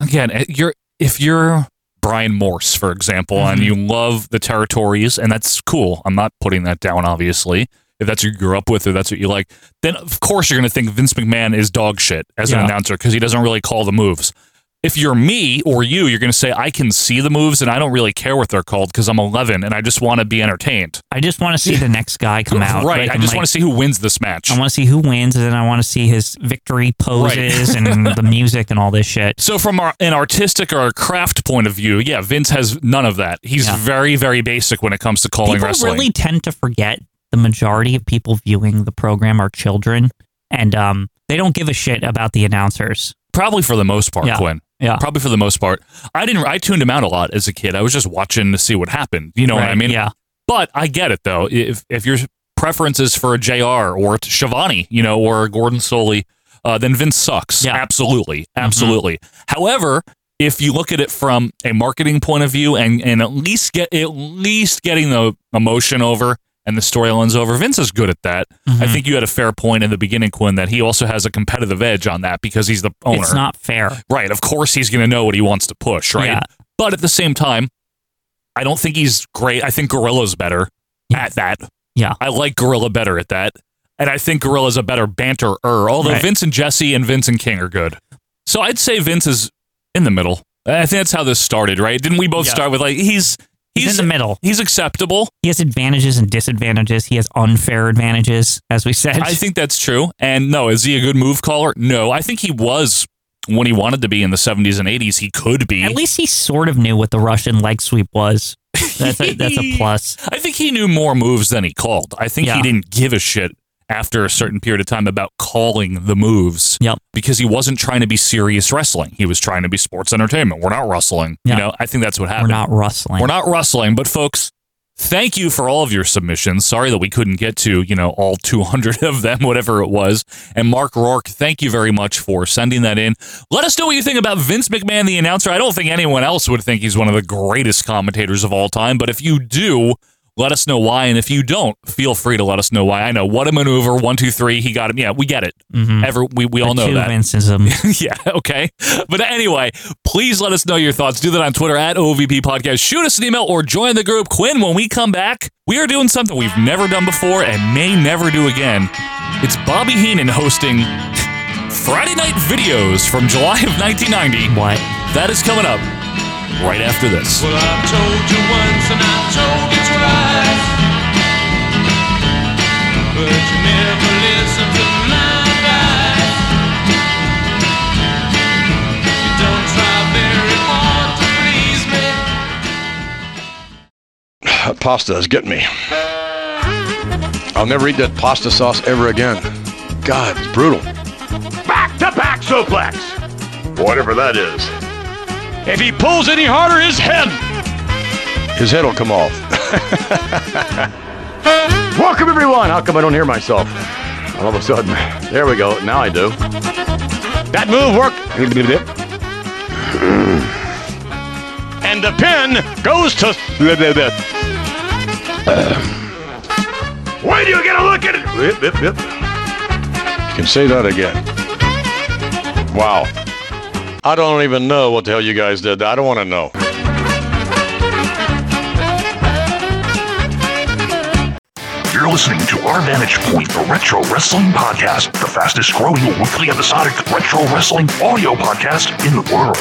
A: Again, eh, you're if you're Brian Morse, for example, and you love the territories, and that's cool. I'm not putting that down, obviously. If that's what you grew up with or that's what you like, then of course you're going to think Vince McMahon is dog shit as an
B: Yeah.
A: announcer because he doesn't really call the moves. if you're me or you, you're going to say, I can see the moves and I don't really care what they're called because I'm 11 and I just want to be entertained.
B: I just want to see the next guy come out.
A: right.
B: Like,
A: I
B: I'm
A: just
B: like,
A: want to see who wins this match.
B: I want to see who wins, and then I want to see his victory poses and the music and all this shit.
A: so, from our, an artistic or a craft point of view, yeah, Vince has none of that. He's
B: Yeah.
A: very, very basic when it comes to calling
B: People
A: wrestling.
B: really tend to forget the majority of people viewing the program are children, and um, they don't give a shit about the announcers.
A: Probably for the most part,
B: Yeah.
A: Quinn.
B: Yeah.
A: Probably for the most part. I didn't, I tuned him out a lot as a kid. I was just watching to see what happened. You know what I
B: Right,
A: mean?
B: Yeah.
A: But I get it though. If if your preference is for a JR or a Shivani, you know, or a Gordon Soley, uh, then Vince sucks.
B: Yeah. Mm-hmm.
A: Absolutely. Absolutely. However, if you look at it from a marketing point of view and, and at least get at least getting the emotion over and the storylines over, Vince is good at that. I
B: Mm-hmm.
A: think you had a fair point in the beginning, Quinn, that he also has a competitive edge on that because he's the owner.
B: It's not fair.
A: Right. Of course, he's going to know what he wants to push, right?
B: Yeah.
A: But at the same time, I don't think he's great. I think Gorilla's better
B: Yeah.
A: at that.
B: Yeah.
A: I like Gorilla better at that. And I think Gorilla's a better banterer, although
B: Right.
A: Vince and Jesse and Vince and King are good. So I'd say Vince is in the middle. I think that's how this started, right? Didn't we both
B: Yeah.
A: start with like he's
B: He's, in the middle.
A: He's acceptable.
B: He has advantages and disadvantages. He has unfair advantages, as we said.
A: I think that's true. And no, is he a good move caller? No. I think he was when he wanted to be in the 70s and 80s. He could be.
B: At least he sort of knew what the Russian leg sweep was. That's a, that's a plus.
A: I think he knew more moves than he called. I think
B: Yeah.
A: he didn't give a shit after a certain period of time about calling the moves.
B: Yep.
A: Because he wasn't trying to be serious wrestling. He was trying to be sports entertainment. We're not wrestling.
B: Yeah.
A: You know, I think that's what
B: We're
A: happened.
B: not rustling.
A: Uh, We're not rustling, but folks, thank you for all of your submissions. Sorry that we couldn't get to, you know, all 200 of them, whatever it was. And Mark Rourke, thank you very much for sending that in. Let us know what you think about Vince McMahon, the announcer. I don't think anyone else would think he's one of the greatest commentators of all time, but if you do, let us know why. And if you don't, feel free to let us know why. I know what a maneuver. One, two, three. He got him. Yeah, we get it.
B: Mhm.
A: Every, we we all
B: The
A: know
B: two
A: that
B: Vinceism.
A: yeah, okay. But anyway, please let us know your thoughts. Do that on Twitter at OVP Podcast. Shoot us an email or join the group. Quinn, when we come back, we are doing something we've never done before and may never do again. It's Bobby Heenan hosting Friday Night Videos from July of 1990.
B: What?
A: That is coming up right after this.
C: Well, I told you once and I told you twice. But you never listen to my advice. You don't try very hard to please me.
J: That pasta is getting me. I'll never eat that pasta sauce ever again. God, it's brutal.
D: Back to back suplex. Whatever that is. If he pulls any harder, his head.
J: His head will come off.
K: Welcome, everyone. How come I don't hear myself? All of a sudden, there we go. Now I do.
F: That move worked. And the pin goes to.
J: uh,
F: Wait do you get a look at it?
J: Yep, yep, yep. You can say that again. Wow. I don't even know what the hell you guys did. I don't want to know.
L: You're listening to Our Vantage Point, the Retro Wrestling Podcast, the fastest growing weekly episodic retro wrestling audio podcast in the world.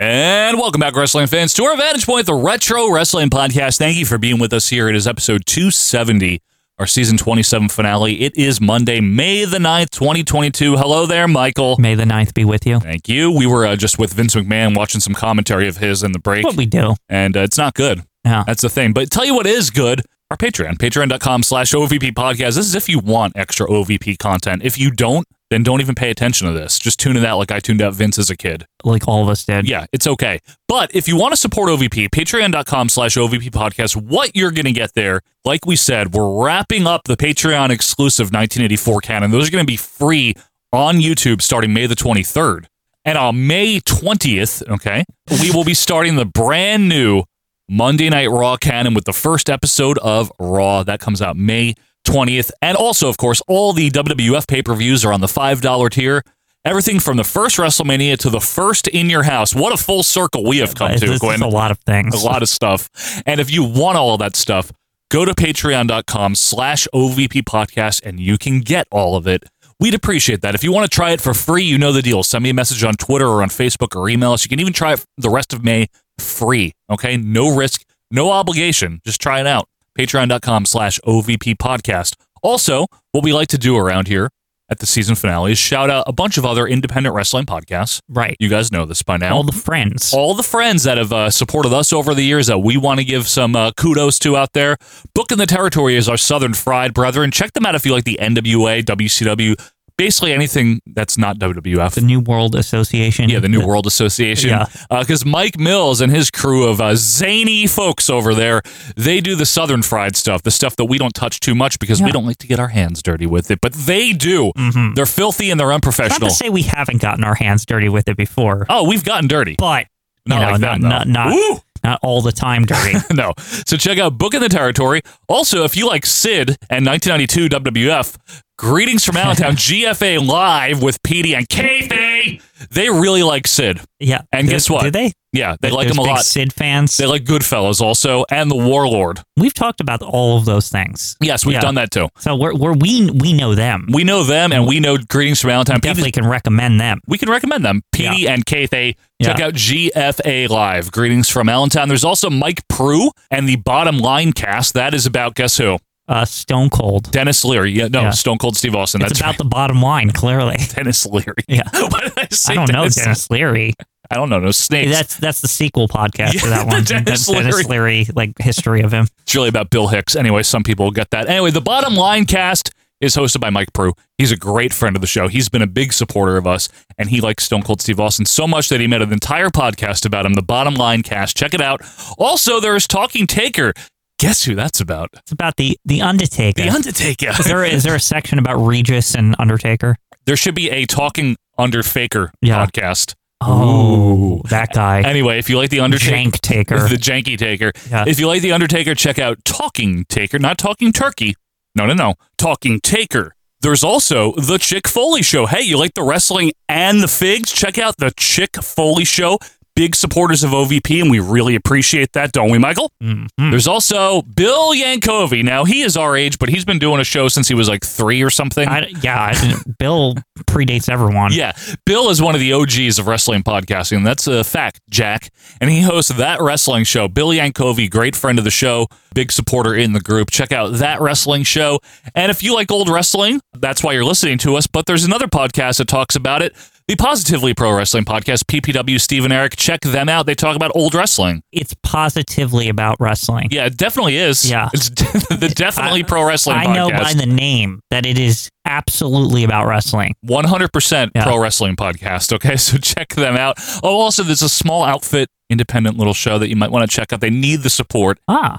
A: And welcome back, wrestling fans, to our Vantage Point, the Retro Wrestling Podcast. Thank you for being with us here. It is episode 270, our season 27 finale. It is Monday, May the 9th, 2022. Hello there, Michael.
B: May the 9th be with you.
A: Thank you. We were uh, just with Vince McMahon watching some commentary of his in the break.
B: What we do.
A: And uh, it's not good.
B: Yeah.
A: That's the thing. But tell you what is good our Patreon, patreon.com slash OVP podcast. This is if you want extra OVP content. If you don't, then don't even pay attention to this. Just tune it out like I tuned out Vince as a kid.
B: Like all of us did.
A: Yeah, it's okay. But if you want to support OVP, patreon.com slash OVP podcast, what you're going to get there, like we said, we're wrapping up the Patreon exclusive 1984 canon. Those are going to be free on YouTube starting May the 23rd. And on May 20th, okay, we will be starting the brand new Monday Night Raw canon with the first episode of Raw. That comes out May 20th. And also, of course, all the WWF pay per views are on the $5 tier. Everything from the first WrestleMania to the first in your house. What a full circle we have come
B: This
A: to,
B: is
A: Gwen.
B: a lot of things.
A: A lot of stuff. And if you want all of that stuff, go to patreon.com slash OVP podcast and you can get all of it. We'd appreciate that. If you want to try it for free, you know the deal. Send me a message on Twitter or on Facebook or email us. You can even try it the rest of May free. Okay? No risk, no obligation. Just try it out. Patreon.com slash OVP podcast. Also, what we like to do around here at the season finale is shout out a bunch of other independent wrestling podcasts.
B: Right.
A: You guys know this by now.
B: All the friends.
A: All the friends that have uh, supported us over the years that we want to give some uh, kudos to out there. Book in the Territory is our Southern Fried brethren. Check them out if you like the NWA, WCW, basically anything that's not WWF.
B: The New World Association.
A: Yeah, the New World Association.
B: Yeah.
A: Because Mike Mills and his crew of uh, zany folks over there, they do the Southern fried stuff, the stuff that we don't touch too much because we
B: Yeah.
A: don't like to get our hands dirty with it. But they do.
B: Mhm.
A: They're filthy and they're
B: Not
A: unprofessional.
B: to say we haven't gotten our hands dirty with it before.
A: oh, we've gotten dirty.
B: But
A: Not
B: you know,
A: like them,
B: not,
A: though.
B: not, not, not all the time dirty.
A: no. So check out Book in the Territory. Also, if you like Sid and 1992 WWF, greetings from Allentown GFA live with PD and Kayfabe. They they really like Sid.
B: Yeah.
A: And
B: Do-
A: guess what?
B: do they?
A: Yeah, they
B: Th-
A: like him a
B: there's big
A: lot.
B: Sid fans.
A: They like Goodfellas also, and the Warlord.
B: We've talked about all of those things.
A: Yes, we've
B: Yeah.
A: done that too.
B: So we're, we're we we know them.
A: We know them, and we know Greetings from Valentine.
B: Definitely can recommend them.
A: We can recommend them. Petey and Kate, they check
B: Yeah.
A: out GFA Live. Greetings from Allentown. There's also Mike Prue and the Bottom Line cast. That is about guess who?
B: Uh, Stone Cold.
A: Dennis Leary. Yeah, no,
B: Yeah.
A: Stone Cold Steve Austin.
B: it's
A: That's
B: about
A: right.
B: the bottom line, clearly.
A: Dennis Leary.
B: Yeah.
A: Why did I say
B: I don't
A: Dennis?
B: know Dennis Leary.
A: I don't know. No snakes.
B: That's that's the sequel podcast
A: Yeah,
B: to that
A: the
B: one.
A: Dennis Leary.
B: Leary, like history of him.
A: It's really about Bill Hicks. Anyway, some people will get that. Anyway, the bottom line cast is hosted by Mike Prue. He's a great friend of the show. He's been a big supporter of us, and he likes Stone Cold Steve Austin so much that he made an entire podcast about him, the bottom line cast. Check it out. Also, there is Talking Taker. Guess who that's about?
B: It's about the the Undertaker.
A: The Undertaker.
B: Is there is there a section about Regis and Undertaker?
A: There should be a Talking Under Faker
B: Yeah.
A: podcast.
B: Oh, that guy.
A: Anyway, if you like the Undertaker,
B: Jank Taker.
A: the Janky Taker.
B: Yeah.
A: If you like the Undertaker, check out Talking Taker, not Talking Turkey. No, no, no, Talking Taker. There's also the Chick Foley Show. Hey, you like the wrestling and the figs? Check out the Chick Foley Show. Big supporters of OVP, and we really appreciate that, don't we, Michael?
B: Mm-hmm. Hmm.
A: There's also Bill Yankovi. Now he is our age, but he's been doing a show since he was like three or something.
B: I, yeah, I didn't- Bill predates everyone.
A: Yeah, Bill is one of the OGs of wrestling podcasting. That's a fact, Jack. And he hosts that wrestling show. Bill Yankovi, great friend of the show, big supporter in the group. Check out that wrestling show. And if you like old wrestling, that's why you're listening to us. But there's another podcast that talks about it. The Positively Pro Wrestling Podcast, PPW Steve and Eric. Check them out. They talk about old wrestling.
B: It's positively about wrestling.
A: Yeah, it definitely is.
B: Yeah.
A: It's the Definitely Pro Wrestling
B: I
A: Podcast.
B: know by the name that it is absolutely about wrestling.
A: 100% pro wrestling podcast. Okay, so check them out. Oh, also, there's a small outfit, independent little show that you might want to check out. They need the support.
B: Ah.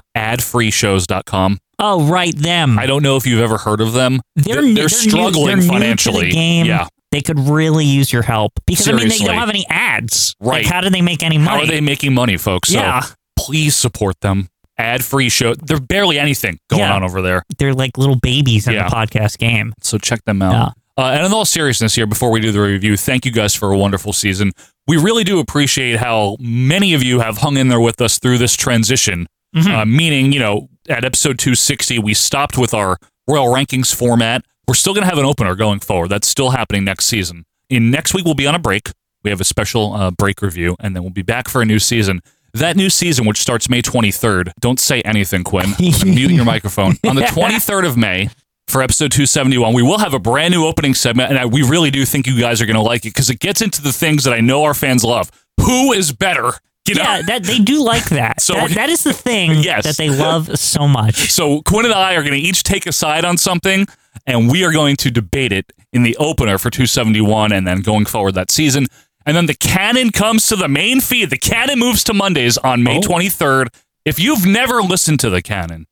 A: Adfreeshows.com.
B: Oh, right, them.
A: I don't know if you've ever heard of them. They're, they're,
B: new- new-
A: struggling
B: they're new to the
A: financially.
B: game.
A: Yeah.
B: They could really use your help because I mean they
A: Seriously.
B: don't have any ads.
A: Right.
B: Like, how do they make any
A: How
B: money?
A: are they making money, folks? So
B: Yeah.
A: please support them. Ad free show. There's barely anything going
B: Yeah.
A: on over there.
B: They're like little babies in
A: Yeah.
B: the podcast game.
A: So check them out. Uh, and in all seriousness, here before we do the review, thank you guys for a wonderful season. We really do appreciate how many of you have hung in there with us through this transition. Uh, meaning, you know, at episode 260, we stopped with our Royal Rankings format. We're still going to have an opener going forward. That's still happening next season. In next week, we'll be on a break. We have a special uh, break review, and then we'll be back for a new season. That new season, which starts May 23rd, don't say anything, Quinn. I'm gonna mute your microphone. On the 23rd of May, for episode 271. We will have a brand new opening segment, and I, we really do think you guys are going to like it because it gets into the things that I know our fans love. Who is better? You know?
B: Yeah, that they do like that.
A: So-
B: that, that is the thing
A: Yes.
B: that they love so much.
A: So Quinn and I are going to each take a side on something, and we are going to debate it in the opener for 271, and then going forward that season. And then the cannon comes to the main feed. The cannon moves to Mondays on May 23rd. If you've never listened to the cannon,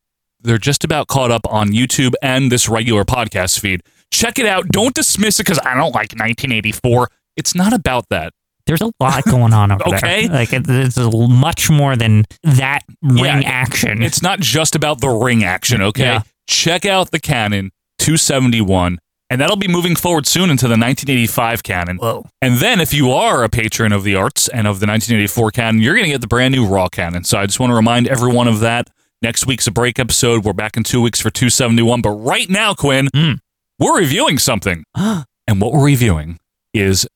A: they're just about caught up on YouTube and this regular podcast feed. Check it out. Don't dismiss it because I don't like 1984. It's not about that.
B: There's a lot going on over
A: Okay.
B: there. Like it, it's a l- much more than that ring
A: Yeah,
B: action.
A: It's not just about the ring action, okay?
B: Yeah.
A: Check out the Canon 271, and that'll be moving forward soon into the 1985 Canon.
B: Whoa.
A: And then if you are a patron of the arts and of the 1984 Canon, you're going to get the brand new Raw Canon. So I just want to remind everyone of that. Next week's a break episode. We're back in two weeks for 271. But right now, Quinn,
B: Hmm.
A: we're reviewing something. and what we're reviewing is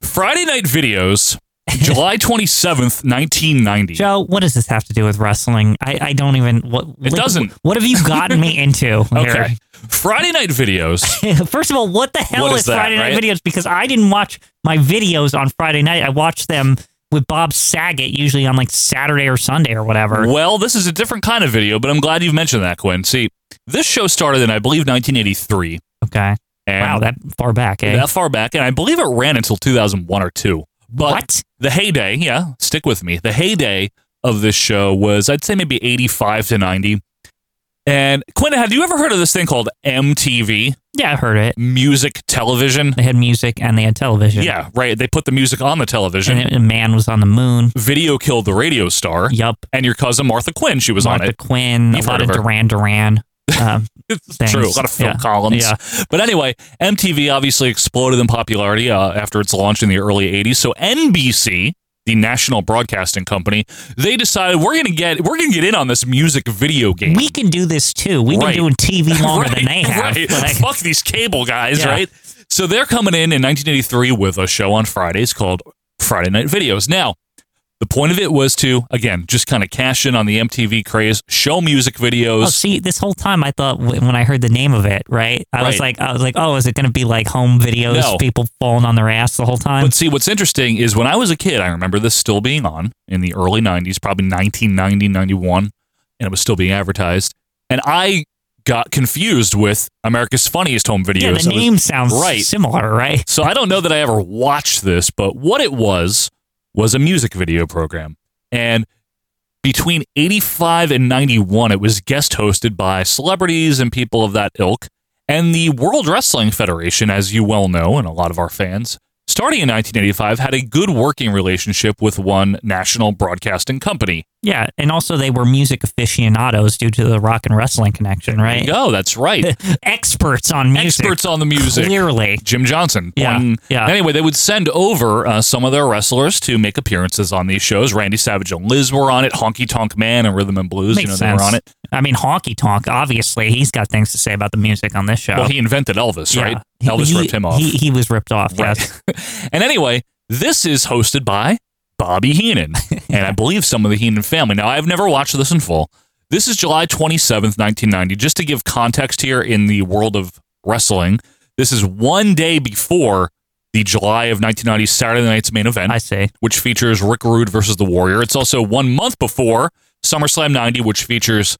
A: Friday Night Videos, July 27th, 1990.
B: Joe, what does this have to do with wrestling? I, I don't even. What
A: It doesn't.
B: What have you gotten me into?
A: Okay. Friday night videos.
B: here? First of all, what the hell
A: What
B: is
A: is that,
B: Friday night
A: right?
B: videos? Because I didn't watch my videos on Friday night. I watched them with Bob Saget usually on like Saturday or Sunday or whatever.
A: Well, this is a different kind of video, but I'm glad you've mentioned that, Quinn. See, this show started in, I believe, 1983.
B: Okay.
A: And
B: wow, that far back, eh?
A: That far back, and I believe it ran until 2001 or two. But
B: What?
A: the heyday, yeah, stick with me. The heyday of this show was, I'd say, maybe 85 to 90. And Quinn, have you ever heard of this thing called MTV?
B: yeah, I heard it.
A: Music television.
B: They had music and they had television.
A: Yeah, right. They put the music on the television.
B: And it- and man was on the moon.
A: Video killed the radio star.
B: Yup.
A: And your cousin Martha Quinn, she was
B: Martha
A: on it.
B: Quinn,
A: You've
B: a lot
A: heard
B: of
A: of her.
B: Duran Duran. Um, things.
A: True, a lot of Phil
B: Yeah.
A: Collins.
B: Yeah.
A: But anyway, MTV obviously exploded in popularity uh, after its launch in the early 80s. So NBC, the national broadcasting company, they decided we're going to get we're going to get in on this music video game.
B: We can do this too. We've
A: Right.
B: been doing TV longer than they
A: Right,
B: have.
A: right.
B: Like,
A: Fuck these cable guys,
B: Yeah.
A: right? So they're coming in in 1983 with a show on Fridays called Friday Night Videos. Now, the point of it was to again just kind of cash in on the MTV craze, show music videos.
B: oh, see, this whole time I thought w- when I heard the name of it, right? I was
A: Right.
B: like, I was like, oh, is it going to be like home videos,
A: No.
B: people falling on their ass the whole time?
A: But see, what's interesting is when I was a kid, I remember this still being on in the early 90s, probably 1990, 91, and it was still being advertised. And I got confused with America's Funniest Home Videos.
B: yeah, the
A: I was-
B: name sounds
A: right.
B: similar, right?
A: So I don't know that I ever watched this, but what it was was a music video program. And between 85 and 91, it was guest hosted by celebrities and people of that ilk. And the World Wrestling Federation, as you well know, and a lot of our fans, starting in 1985, had a good working relationship with one national broadcasting company.
B: Yeah, and also they were music aficionados due to the rock and wrestling connection, right?
A: Oh, that's right.
B: Experts on music.
A: Experts on the music.
B: Clearly.
A: Jim Johnson.
B: Yeah,
A: One-
B: yeah.
A: Anyway, they would send over uh, some of their wrestlers to make appearances on these shows. Randy Savage and Liz were on it. Honky Tonk Man and Rhythm and Blues,
B: Makes
A: you know,
B: sense.
A: they were on it.
B: I mean, Honky Tonk, obviously, he's got things to say about the music on this show.
A: Well, he invented Elvis,
B: Yeah.
A: right?
B: He-
A: Elvis
B: he-
A: ripped him off.
B: He, he was ripped off, yes.
A: and anyway, this is hosted by Bobby Heenan and I believe some of the Heenan family. Now, I've never watched this in full. This is July 27th, 1990. Just to give context here in the world of wrestling, this is one day before the July of 1990 Saturday Night's main event. I
B: see.
A: Which features Rick Rude versus The Warrior. It's also one month before SummerSlam 90, which features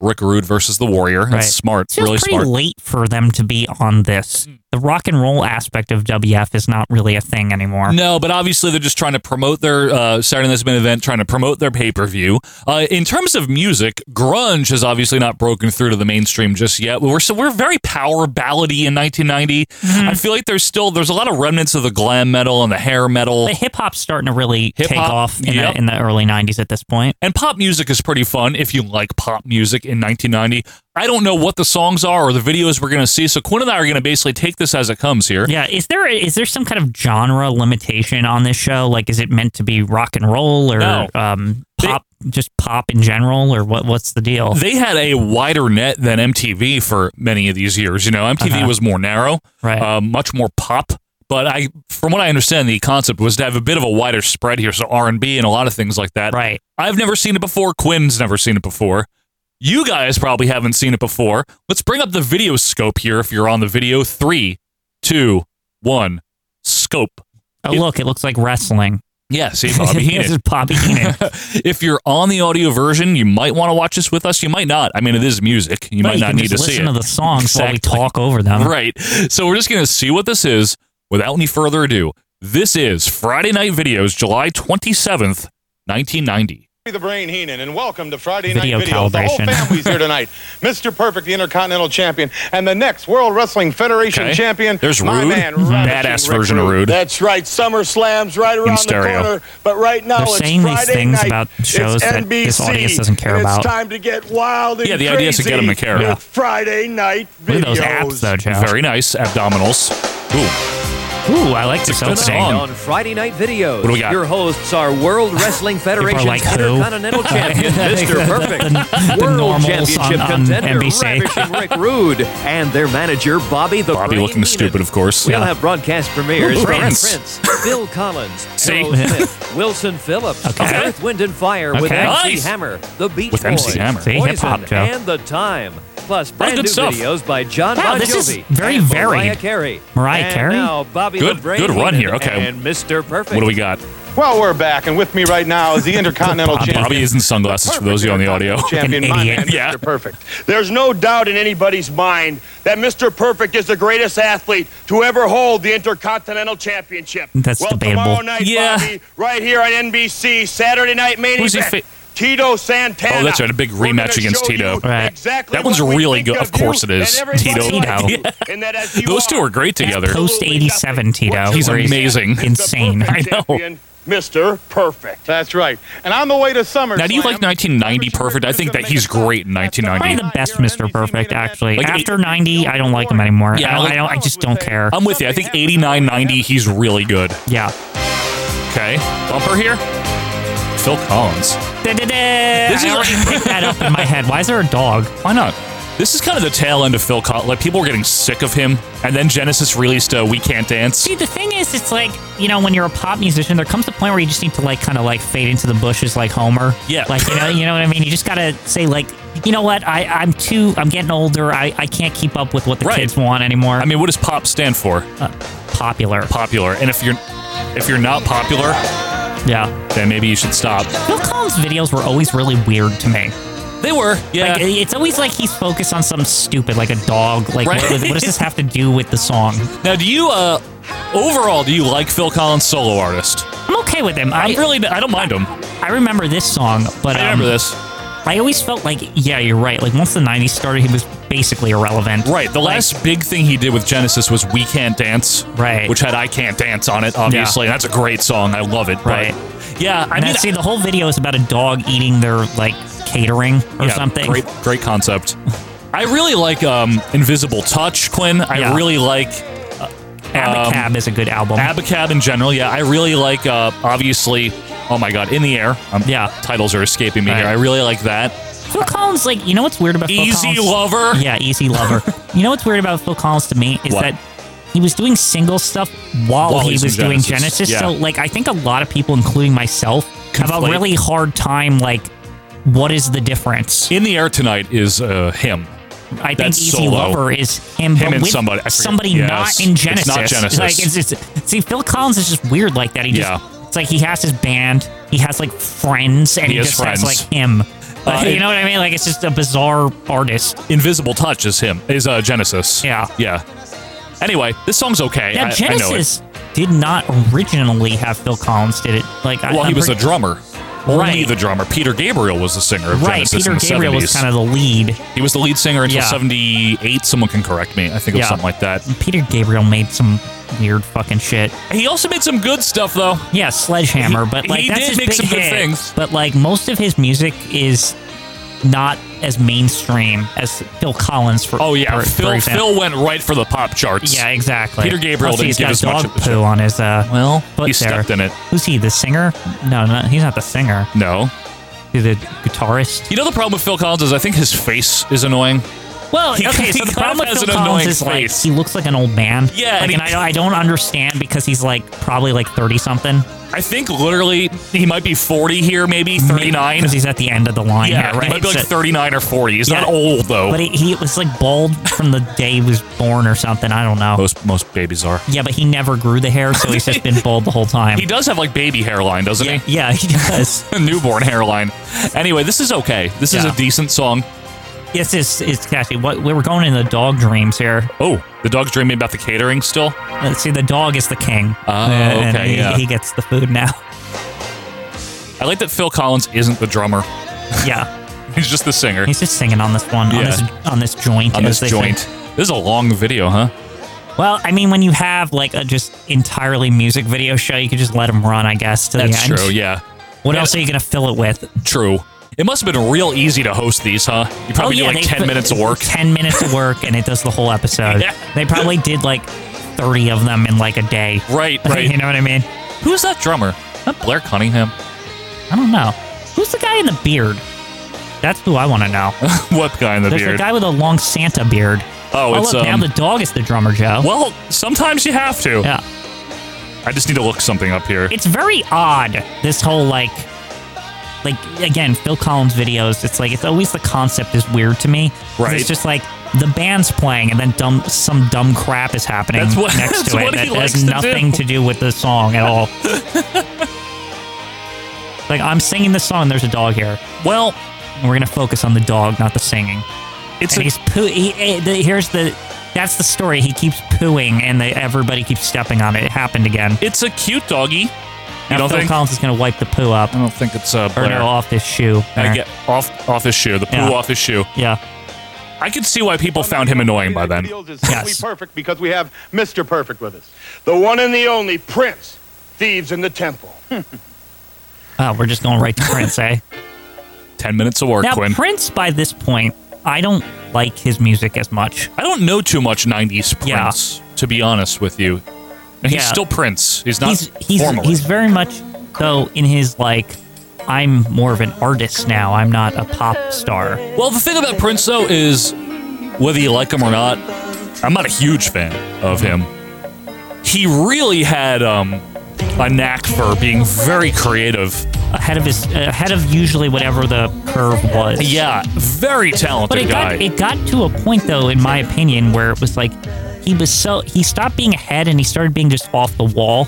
A: Rick Rude versus The Warrior. That's
B: Right.
A: smart.
B: Seems
A: really
B: pretty
A: smart. Mm-hmm.
B: late for them to be on this. The rock and roll aspect of WF is not really a thing anymore.
A: No, but obviously they're just trying to promote their uh, Saturday Night's main event, trying to promote their pay per view. Uh, in terms of music, grunge has obviously not broken through to the mainstream just yet. We're so we're very power ballady in 1990.
B: Mm-hmm.
A: I feel like there's still there's a lot of remnants of the glam metal and the hair metal.
B: The hip hop's starting to really take
A: Hip-hop,
B: off in,
A: yep.
B: the, in the early 90s at this point.
A: And pop music is pretty fun if you like pop music in 1990. I don't know what the songs are or the videos we're going to see, so Quinn and I are going to basically take this as it comes here.
B: Yeah, is there is there some kind of genre limitation on this show? Like, is it meant to be rock and roll or
A: No.
B: um, pop, just pop in general, or what? What's the deal?
A: They had a wider net than MTV for many of these years. You know, MTV
B: Uh-huh.
A: was more narrow,
B: Right.
A: uh, much more pop. But I, from what I understand, the concept was to have a bit of a wider spread here, so R and B and a lot of things like that.
B: Right.
A: I've never seen it before. Quinn's never seen it before. You guys probably haven't seen it before. Let's bring up the video scope here. If you're on the video, three, two, one, scope.
B: oh, look, it looks like wrestling.
A: Yeah, see, Bobby Heenan.
B: this is Bobby Heenan.
A: if you're on the audio version, you might want to watch this with us. You might not. I mean, it is music. You
B: Right,
A: might
B: you
A: not
B: can
A: need
B: just
A: to see
B: listen
A: it.
B: to the songs
A: Exactly.
B: while we talk over them.
A: Right. So we're just going to see what this is without any further ado. This is Friday Night Videos, July 27th, 1990.
M: The Brain Heenan, and welcome to Friday
A: Video
M: Night Videos. The whole
A: calibration.
M: family's here tonight. Mr. Perfect, the Intercontinental Champion, and the next World Wrestling Federation
A: Okay.
M: Champion.
A: There's
M: my
A: Rude.
M: man,
A: Mhm.
M: Ravishing
A: Badass
M: Rick
A: version of Rude.
N: That's right. SummerSlam's right around the
A: stereo.
N: corner. But right now,
B: They're
N: it's
B: saying these
N: Friday
B: things
N: night.
B: about
N: It's
B: shows that this
N: NBC,
B: audience doesn't care
N: and
B: about.
N: It's time to get wild and
A: Yeah, the idea is to get 'em to
N: crazy
A: care.
N: with
A: Yeah.
N: Friday night
B: Look
N: videos.
B: at those abs, though, Joe.
A: Very nice. Abdominals. Ooh.
B: Ooh, I like this
A: good
B: opening.
A: song.
O: on Friday Night Videos.
A: What do we got?
O: Your hosts are World Wrestling Federation's
B: like, who?
O: Intercontinental Champion, Mr. Perfect,
B: The- the
O: World
B: normals
O: Championship
B: on- on
O: contender,
B: NBC.
O: Ravishing Rick Rude, and their manager, Bobby the
A: Bobby
O: Brain
A: looking stupid, of course.
O: We'll have broadcast premieres
A: Ooh,
O: from
A: Prince.
O: Prince, Phil Collins,
A: See?
O: Errol Smith, Wilson Phillips, Earth, Wind, and Fire with
A: Okay.
O: MC
A: Nice.
O: Hammer, The Beach
A: With
O: Boys,
A: MC Hammer. See,
O: Poison,
A: hip-hop, Joe.
O: and The Time. Plus, brand
A: good
O: new
A: stuff.
O: videos by John
B: Wow,
O: Bon
B: this is
O: Jovi
B: very
O: and Mariah
B: varied.
O: Carey.
B: Mariah
O: And
B: Carey?
O: Now, Bobby
A: Good-
O: the Brain
A: good
O: Heenan
A: run here. Okay.
O: And Mr. Perfect.
A: What do we got?
M: Well, we're back, and with me right now is the Intercontinental
A: Bobby,
M: Champion.
A: Bobby is in sunglasses for those of you on the audio.
M: Champion, my man,
A: Yeah.
M: Mr. Perfect.
N: There's no doubt in anybody's mind that Mr. Perfect is the greatest athlete to ever hold the Intercontinental Championship.
B: That's
N: well,
B: debatable.
N: tomorrow night,
B: Yeah.
N: Bobby, right here on NBC, Saturday Night Main
A: Who's he
N: Event.
A: fa-
N: Tito Santana.
A: Oh, that's right. A big
N: We're
A: rematch
N: gonna
A: against
N: show
A: Tito.
N: you Exactly
A: That one's
N: what we
A: really
N: think
A: good. Of course it
N: you
A: is.
N: and everybody
A: Tito.
N: likes you.
A: Yeah.
N: And that as you
A: Those two are great together.
B: Post 87 Tito.
A: He's
B: where
A: amazing.
B: Insane.
A: I know.
N: champion, Mr. Perfect.
M: That's right. And on the way to summer.
A: Now, do you like 1990 Perfect? I think that he's great in 1990.
B: the best Mr. Perfect, actually. After 90, I don't like him anymore.
A: Yeah,
B: I, don't,
A: like-
B: I, don't, I just don't care.
A: I'm with you. I think 89, 90, he's really good.
B: Yeah.
A: Okay. Bumper here. Phil Collins.
B: This I already picked that up in my head. Why is there a dog?
A: Why not? This is kind of the tail end of Phil Collins. Like, people were getting sick of him. And then Genesis released uh, We Can't Dance.
B: See, the thing is, it's like, you know, when you're a pop musician, there comes a point where you just need to, like, kind of, like, fade into the bushes like Homer.
A: Yeah.
B: Like, you know, you know what I mean? You just got to say, like, you know what? I, I'm too, I'm getting older. I, I can't keep up with what the
A: Right.
B: kids want anymore. Uh,
A: I mean, what does pop stand for? Uh,
B: popular.
A: Popular. And if you're if you're not popular,
B: yeah,
A: then maybe you should stop.
B: Phil Collins' videos were always really weird to me.
A: They were, yeah.
B: Like, it's always like he's focused on something stupid, like a dog. Like,
A: Right.
B: what, what does this have to do with the song?
A: Now, do you uh overall do you like Phil Collins solo artist?
B: I'm okay with him. I
A: I'm really I don't mind him.
B: I remember this song, but
A: I remember
B: um,
A: this.
B: I always felt like, yeah, you're right. Like once the '90s started, he was basically irrelevant.
A: Right. The last big thing he did with Genesis was "We Can't Dance,"
B: right?
A: Which had "I Can't Dance" on it, obviously.
B: Yeah.
A: And that's a great song. I love it. but-
B: Right.
A: yeah, I
B: And
A: mean,
B: see, the whole video is about a dog eating their like catering or
A: yeah,
B: something.
A: Great, great concept. I really like um, "Invisible Touch," Quinn. I
B: Yeah.
A: really like. Uh,
B: Abacab is a good album.
A: Abacab in general, yeah. I really like, uh, obviously, oh my god, In the Air. Um, yeah. Titles are escaping me here. I really like that.
B: Phil Collins, like, you know what's weird about Phil
A: Easy
B: Collins?
A: Lover?
B: Yeah, easy lover. you know what's weird about Phil Collins to me is
A: What?
B: that he was doing single stuff while,
A: While
B: he
A: he's
B: was
A: in
B: doing
A: Genesis,
B: Genesis.
A: yeah.
B: So, like, I think a lot of people, including myself, have a
A: Conflate.
B: really hard time. Like, what is the difference?
A: In the Air tonight is uh, him.
B: I think
A: That's
B: Easy
A: solo.
B: Lover is him,
A: Him
B: but
A: and
B: with
A: somebody- I forget-
B: somebody
A: yes.
B: not in
A: It's not
B: Genesis.
A: Genesis.
B: Like, it's just, see, Phil Collins is just weird like that. He just,
A: Yeah.
B: it's like he has his band, he has like friends, and
A: He
B: he,
A: has
B: just
A: friends.
B: has like him. Like,
A: Uh,
B: you know what I mean? Like, it's just a bizarre artist.
A: Invisible Touch is him. Is uh, Genesis.
B: Yeah.
A: Yeah. Anyway, this song's okay. I-
B: Now,
A: I, know
B: Genesis
A: it.
B: did not originally have Phil Collins, did it? Like, I-
A: Well, he
B: I'm
A: was a
B: pretty-
A: drummer. Only
B: uh, Right.
A: the drummer. Peter Gabriel was the singer of
B: Right,
A: Genesis
B: Peter
A: in the
B: Gabriel
A: 70s.
B: was kind of the lead.
A: He was the lead singer until
B: Yeah.
A: 78. Someone can correct me. I think it was
B: Yeah.
A: something like that.
B: Peter Gabriel made some weird fucking shit.
A: He also made some good stuff, though.
B: Yeah, Sledgehammer,
A: He-
B: but like
A: he
B: that's
A: did
B: his
A: make
B: big
A: some good
B: hit.
A: things.
B: But like most of his music is not as mainstream as Phil Collins for.
A: Oh, yeah.
B: for, for
A: Phil,
B: example.
A: Phil went right for the pop charts.
B: Yeah, exactly.
A: Peter Gabriel
B: Plus,
A: didn't
B: he's
A: give
B: got
A: us much
B: dog
A: of the
B: poo on his uh.
A: Well,
B: foot
A: he
B: there.
A: stepped in it.
B: Who's he? The singer? No, no, he's not the singer.
A: No.
B: He's the guitarist.
A: You know the problem with Phil Collins is I think his face is annoying.
B: Well,
A: He-
B: Oh, okay.
A: he
B: So
A: kind
B: the
A: of
B: problem with
A: has
B: Phil
A: an
B: Collins
A: annoying
B: is like
A: face.
B: he looks like an old man.
A: Yeah,
B: like,
A: and
B: and,
A: he-
B: I, don't- I don't understand because he's like probably like thirty something.
A: I think literally he might be 40 here, maybe 39.
B: because he's at the end of the line.
A: yeah,
B: here, right.
A: he might be like
B: So-
A: 39 or 40. He's not
B: Yeah.
A: old though.
B: But he, he was like bald from the day he was born or something. I don't know.
A: most most babies are.
B: Yeah, but he never grew the hair, so he's just been bald the whole time.
A: He does have like baby hairline, doesn't he?
B: yeah, he does.
A: Newborn hairline. Anyway, this is okay. This is
B: Yeah.
A: a decent song.
B: Yes, it's it's actually what we were going in the dog dreams here.
A: Oh, the dog's dreaming about the catering still.
B: Let's see, the dog is the king. Oh, and
A: okay,
B: he,
A: yeah.
B: he gets the food now.
A: I like that Phil Collins isn't the drummer.
B: Yeah,
A: He's just the singer
B: he's just singing on this one, on
A: Yeah.
B: this on this joint,
A: on
B: as
A: this
B: they say.
A: joint. This is a long video, huh?
B: Well, I mean, when you have like a just entirely music video show, you could just let him run, I guess, to
A: That's
B: the end.
A: true. Yeah.
B: What
A: Yeah.
B: else are you gonna fill it with?
A: True. It must have been real easy to host these, huh? You probably
B: oh, yeah,
A: do like
B: they
A: 10
B: put
A: minutes of work.
B: 10 minutes of work, and it does the whole episode.
A: Yeah.
B: They probably did like 30 of them in like a day.
A: Right, right.
B: you know what I mean?
A: Who's that drummer? Not Blair Cunningham.
B: I don't know. Who's the guy in the beard? That's who I want to know.
A: what guy in the
B: There's
A: beard?
B: a guy with a long Santa beard.
A: Oh, it's,
B: look,
A: um,
B: now the dog is the drummer, Joe.
A: Well, sometimes you have to.
B: Yeah.
A: I just need to look something up here.
B: It's very odd, this whole like. Like again, Phil Collins videos. It's like it's always the concept is weird to me. 'Cause
A: Right.
B: It's just like the band's playing, and then dumb some dumb crap is happening
A: That's what-
B: next
A: that's
B: to it
A: what
B: that
A: he likes
B: has
A: to
B: nothing
A: do.
B: to do with the song at all. like I'm singing the song. There's a dog here.
A: well,
B: And We're gonna focus on the dog, not the singing.
A: It's
B: and
A: a-
B: he's poo. He, eh, the, here's the. That's the story. He keeps pooing, and they, everybody keeps stepping on it. It happened again.
A: it's a cute doggy.
B: Now
A: You don't
B: Phil
A: think?
B: Collins is gonna wipe the poo up.
A: I don't think it's uh,
B: Or
A: Blair.
B: no, off his shoe.
A: I
B: There.
A: get off off his shoe. The poo
B: Yeah.
A: off his shoe.
B: yeah.
A: I could see why people found him annoying by then.
N: Fields is
B: Yes.
N: simply perfect because we have Mr. Perfect with us. The one and the only Prince. thieves in the temple.
B: Oh, we're just going right to Prince, eh?
A: Ten minutes of work,
B: now,
A: Quinn.
B: Prince, by this point, I don't like his music as much.
A: I don't know too much '90s Prince, to be honest with you. And he's
B: Yeah.
A: still Prince. He's not
B: he's he's,
A: formally.
B: he's very much though in his like I'm more of an artist now. I'm not a pop star.
A: well, the thing about Prince though is whether you like him or not, I'm not a huge fan of him. He really had um, a knack for being very creative.
B: Ahead of his ahead of usually whatever the curve was.
A: Yeah, very talented
B: But it
A: guy.
B: got it got to a point though, in my opinion, where it was like he was so he stopped being ahead and he started being just off the wall.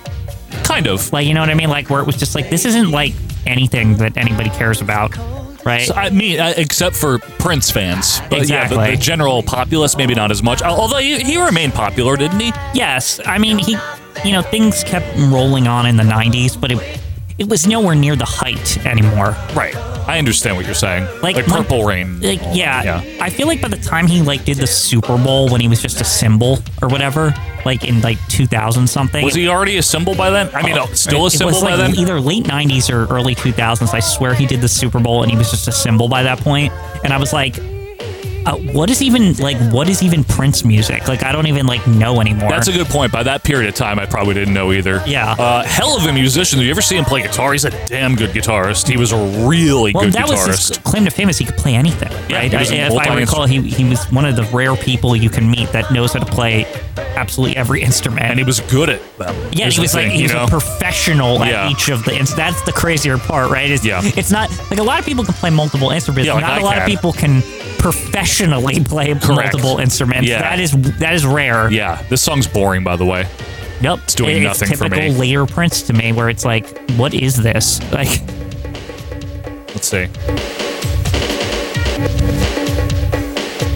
A: Kind of.
B: Like you know what I mean? Like where it was just like this isn't like anything that anybody cares about. Right?
A: So, I mean, uh, except for Prince fans, but yeah, the,
B: Exactly.
A: the general populace maybe not as much. Al- Although he, he remained popular, didn't he?
B: Yes, I mean he, you know, things kept rolling on in the '90s, but it it was nowhere near the height anymore.
A: Right. I understand what you're saying. Like,
B: one-
A: Purple Rain.
B: Like, yeah,
A: Yeah.
B: I feel like by the time he like did the Super Bowl when he was just a symbol or whatever, like in like 2000 something.
A: Was he already a symbol by then? I mean, uh, still a
B: Oh, It
A: symbol
B: was
A: by
B: like
A: then?
B: either late 90s or early 2000s. I swear he did the Super Bowl and he was just a symbol by that point. And I was like, uh, what is even like what is even Prince music? Like I don't even like know anymore.
A: That's a good point. By that period of time, I probably didn't know either.
B: Yeah.
A: Uh, hell of a musician. Did you ever see him play guitar? He's a damn good guitarist. He was a really
B: well,
A: good
B: that
A: guitarist.
B: was his claim to fame is he could play anything,
A: Yeah,
B: right?
A: he was
B: I-
A: a
B: if I
A: multi-instru-
B: recall, he, he was one of the rare people you can meet that knows how to play absolutely every instrument. And
A: he was good at them.
B: Yeah,
A: is
B: he
A: the
B: was like
A: thing,
B: he
A: you
B: was
A: know?
B: a professional at
A: Yeah.
B: each of the. ins that's the crazier part, right? Is yeah. it's not like a lot of people can play multiple instruments.
A: Yeah, like
B: not
A: I
B: a lot
A: can.
B: of people can professionally play
A: Correct.
B: multiple instruments.
A: Yeah.
B: That is that is rare.
A: Yeah. This song's boring, by the way.
B: Yep.
A: It's doing
B: It-
A: nothing
B: it's
A: for
B: typical
A: me.
B: layer Prince to me, where it's like, what is this? Like,
A: Let's see.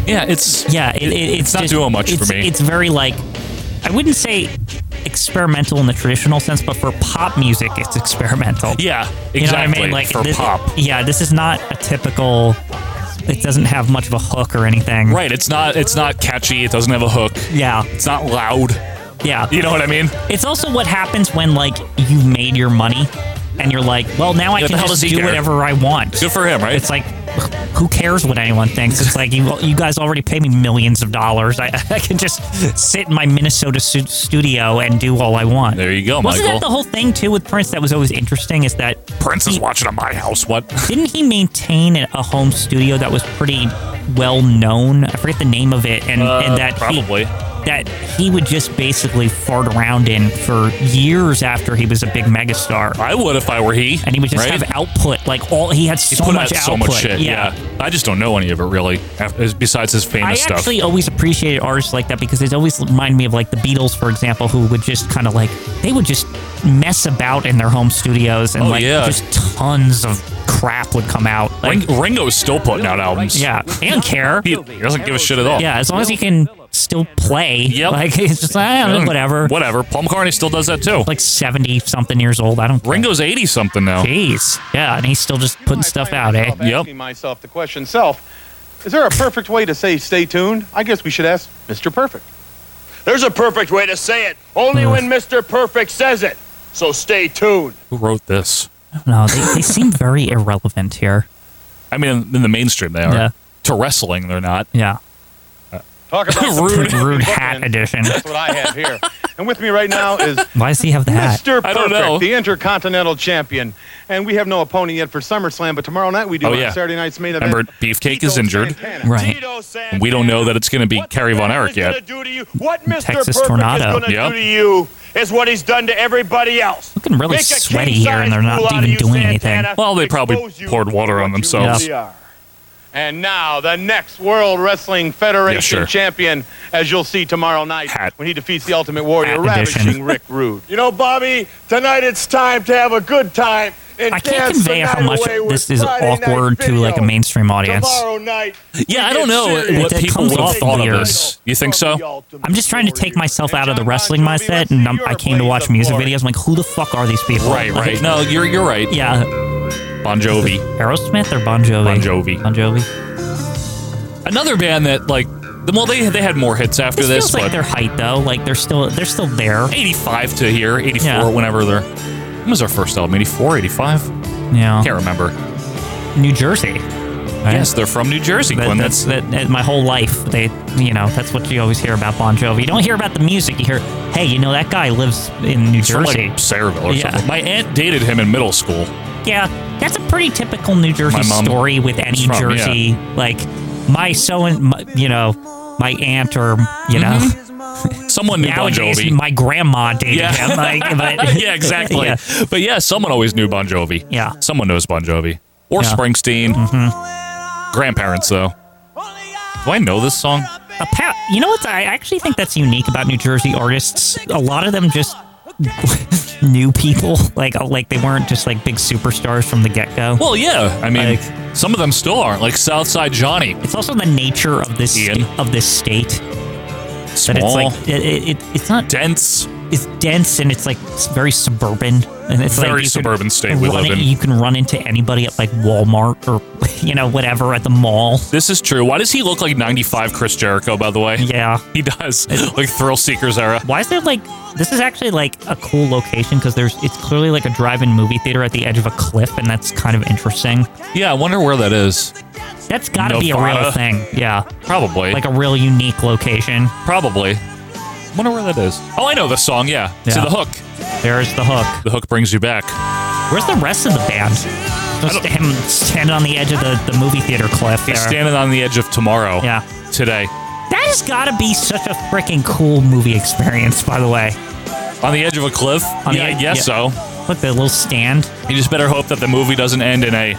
A: Yeah, it's
B: yeah, it, it- it's,
A: it's not
B: just-
A: doing much for
B: it's-
A: me.
B: It's very like, I wouldn't say experimental in the traditional sense, but for pop music, it's experimental.
A: Yeah,
B: You know what I
A: exactly,
B: mean? Like
A: for
B: this-
A: pop.
B: Yeah, this is not a typical. It doesn't have much of a hook or anything.
A: Right. It's not. It's not catchy. It doesn't have a hook.
B: Yeah.
A: It's not loud.
B: Yeah.
A: You know what I mean?
B: It's also what happens when like you've made your money and you're like, well, now I
A: Yeah, the
B: can
A: hell does
B: just
A: he
B: do
A: care?
B: whatever I want.
A: Good for him, right?
B: It's like, who cares what anyone thinks? It's like you you guys already pay me millions of dollars. I, I can just sit in my Minnesota stu- studio and do all I want.
A: There you go,
B: Wasn't
A: Michael.
B: that the whole thing too with Prince? That was always interesting. Is that
A: Prince is watching at my house. What?
B: didn't he maintain a home studio that was pretty well known? I forget the name of it, and,
A: Uh,
B: and that
A: probably.
B: he, that he would just basically fart around in for years after he was a big megastar,
A: I would if I were he.
B: and he would just
A: right?
B: have output like all he had
A: He
B: so
A: put
B: much
A: out so
B: output.
A: much shit. Yeah. I just don't know any of it really. af- Besides his
B: I
A: famous stuff.
B: actually always appreciated artists like that because they always remind me of like the Beatles, for example, who would just kind of like they would just mess about in their home studios and
A: Oh,
B: like
A: yeah.
B: just tons of crap would come out. Like,
A: Ring- Ringo's still putting out albums.
B: yeah, he don't care.
A: He, he doesn't give a shit at all.
B: Yeah, as long as he can still play.
A: Yep.
B: Like it's just like, I don't know, whatever.
A: Whatever. Paul McCartney still does that too.
B: Like seventy something years old. I don't.
A: Ringo's eighty something now.
B: Jeez. Yeah, and he's still just putting stuff out, eh?
M: Yep. Asking myself the question self, is there a perfect way to say stay tuned? I guess we should ask Mr. Perfect.
N: There's a perfect way to say it.
A: Hmm.
N: Only when Mr. Perfect says it. So stay tuned.
A: Who wrote this?
B: No, they, they seem very irrelevant here.
A: I mean, in the mainstream they are.
B: Yeah.
A: To wrestling, they're not.
B: Yeah.
M: Talk about
B: Rude, rude hat edition.
M: That's what I have here. And with me right now is
B: Why does he have the hat?
M: Mr. Perfect, the Intercontinental Champion. And we have no opponent yet for SummerSlam, but tomorrow night we do
A: Oh,
M: on
A: yeah.
M: Saturday night's main event.
A: Remember, Beefcake is injured.
B: Right.
A: And we don't know that it's going to be Kerry Von Erich yet.
N: What Mr.
B: Texas
N: Perfect
B: tornado.
N: is going to
A: Yep.
N: do to you is what he's done to everybody else.
B: Looking really
N: Make a
B: sweaty
N: king-size
B: here, and they're
N: fool out
B: not
N: of
B: even
N: you,
B: doing anything.
N: Santana.
A: Well, they probably poured water on themselves.
M: really are. And now the next World Wrestling Federation
A: Yeah, sure.
M: champion, as you'll see tomorrow night when he defeats the Ultimate Warrior,
N: Hat
M: ravishing
N: edition.
M: Rick Rude.
N: You know, Bobby, tonight it's time to have a good time. And
B: I can't
N: dance
B: convey
N: the
B: how
N: night
B: much
N: away with
B: this is
N: Friday Night
B: awkward to like a
N: Video.
B: mainstream audience.
N: Tomorrow night.
A: Yeah, I don't know
B: serious.
A: what
B: It
A: people would have
B: comes
A: thought
B: off
A: of
B: weird.
A: this. You think so?
B: I'm just trying to take myself out of the wrestling mindset, and I'm, I came to watch music videos. I'm like, who the fuck are these people?
A: Right,
B: Like,
A: right. No, you're you're right.
B: Yeah.
A: Bon Jovi.
B: Aerosmith or Bon Jovi?
A: Bon Jovi.
B: Bon Jovi.
A: Another band that like Well, they they had more hits after
B: This
A: this,
B: feels like
A: but
B: their height though. Like they're still they're still there.
A: 85 to here, 84,
B: Yeah.
A: whenever they're. When was our first album? 84, 85?
B: Yeah.
A: Can't remember.
B: New Jersey.
A: Yes, they're from New Jersey,
B: That,
A: Quinn.
B: that's that, that- My whole life, they, you know, that's what you always hear about Bon Jovi. You don't hear about the music. You hear, hey, you know, that guy lives in New
A: It's from, like,
B: Jersey.
A: Sayreville or
B: Yeah.
A: something. My aunt dated him in middle school.
B: Yeah, that's a pretty typical New Jersey
A: My mom
B: story with any
A: is from-
B: Jersey. Like my so and my, you know, my aunt or you know.
A: Someone knew Mm-hmm. Bon
B: Nowadays,
A: Jovi.
B: My grandma dated him. Like, but,
A: yeah, exactly.
B: Yeah.
A: But yeah, someone always knew Bon Jovi.
B: Yeah.
A: Someone knows Bon Jovi. Or
B: Yeah. Mm-hmm.
A: Springsteen. Grandparents, though. Do I know this song?
B: Appa- you know what? I actually think that's unique about New Jersey artists. A lot of them just knew people. Like, uh, like they weren't just like big superstars from the get go.
A: Well, yeah. I mean, some of them still aren't, like Southside Johnny.
B: It's also the nature of this
A: Ian.
B: of this state.
A: Small.
B: That it's like it, it, it- it's not
A: dense.
B: It's dense and it's like s- very suburban and it's
A: Very
B: like you can
A: suburban state we
B: run
A: live
B: it-
A: in.
B: You can run into anybody at like Walmart or you know whatever at the mall.
A: This is true. Why does he look like 95 Chris Jericho, by the way?
B: Yeah.
A: He does. like Thrill Seekers era.
B: Why is there like this is actually like a cool location because there's it's clearly like a drive-in movie theater at the edge of a cliff and that's kind of interesting.
A: Yeah, I wonder where that is.
B: That's got to be a real
A: Nevada?
B: thing. Yeah,
A: Probably.
B: like a real unique location.
A: Probably. wonder where that is. Oh, I know this song, yeah. To
B: Yeah.
A: the hook.
B: There's the hook.
A: The hook brings you back.
B: Where's the rest of the band? Just him standing on the edge of the, the movie theater cliff.
A: He's
B: there.
A: standing on the edge of tomorrow.
B: Yeah.
A: Today.
B: That has got to be such a freaking cool movie experience, by the way.
A: On the edge of a cliff?
B: On the
A: yeah, I
B: edge-
A: guess
B: yeah.
A: so.
B: Look, the little stand.
A: You just better hope that the movie doesn't end in a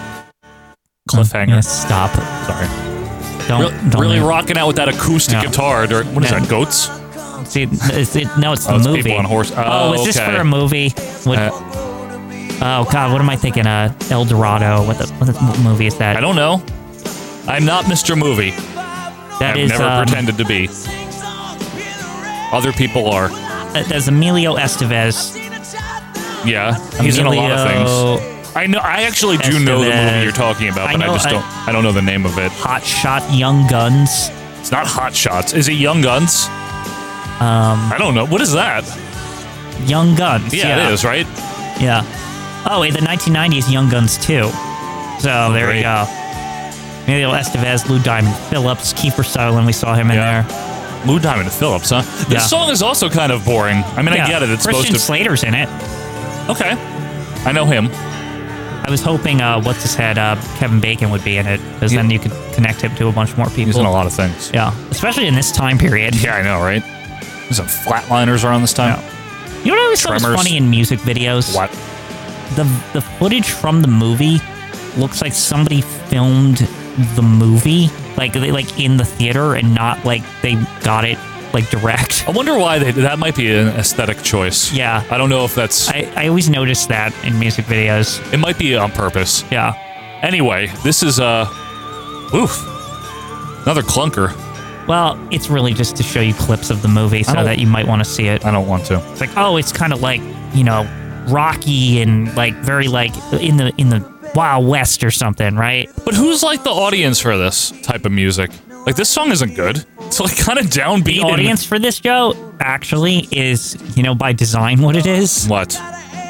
A: cliffhanger.
B: Yeah, stop.
A: Sorry.
B: Don't,
A: Re-
B: don't
A: really
B: let-
A: rocking out with that acoustic guitar. Or, what is
B: Yeah.
A: that, goats?
B: See, it's, it, no, it's the
A: Oh, it's
B: movie.
A: people on horse-
B: Oh,
A: oh,
B: is this
A: okay. Uh,
B: for a movie? What, oh God, what am I thinking? Uh, El Dorado. What the what the movie is that?
A: I don't know. I'm not Mr. Movie.
B: That
A: I've
B: is,
A: never
B: um,
A: pretended to be. Other people are.
B: Uh, That's Emilio Estevez.
A: Yeah, he's in a lot of
B: Emilio-
A: things. I know. I actually do know the
B: Estevez.
A: movie you're talking about,
B: I
A: but I,
B: know-
A: just
B: I-
A: don't. I don't know the name of it.
B: Hot Shot, Young Guns.
A: It's not Hot Shots. Is it Young Guns?
B: Um,
A: I don't know. What is that?
B: Young Guns.
A: Yeah, it is right.
B: Yeah. Oh, in the 1990s, Young Guns 2. So there you go. Emilio Estevez, Lou Diamond Phillips, Kiefer Sutherland. We saw him in
A: there. Lou Diamond Phillips, huh? This
B: Yeah.
A: song is also kind of boring. I mean, I
B: Yeah,
A: get it. It's
B: Christian
A: supposed to.
B: Slater's in it.
A: Okay. I know him.
B: I was hoping, uh, what's his head, uh, Kevin Bacon would be in it, because then you could connect him to a bunch more people.
A: He's in a lot of things.
B: Yeah, especially in this time period.
A: Yeah, I know, right? There's some flatliners around this time.
B: You know what I always thought was
A: Tremors.
B: funny in music videos?
A: What?
B: The the footage from the movie looks like somebody filmed the movie, like they, like in the theater, and not like they got it like direct.
A: I wonder why they, that might be an aesthetic choice.
B: Yeah.
A: I don't know if that's.
B: I, I always notice that in music videos.
A: It might be on purpose.
B: Yeah.
A: Anyway, this is uh, oof, another clunker.
B: Well, it's really just to show you clips of the movie so
A: don't-
B: that you might want to see it.
A: I don't want to.
B: It's like, oh, it's kind of like you know, rocky and like very like in the in the Wild West or something, right?
A: But who's like the audience for this type of music? Like this song isn't good. It's like kind of downbeat.
B: The
A: and-
B: audience for this show actually is, you know, by design what it is.
A: What?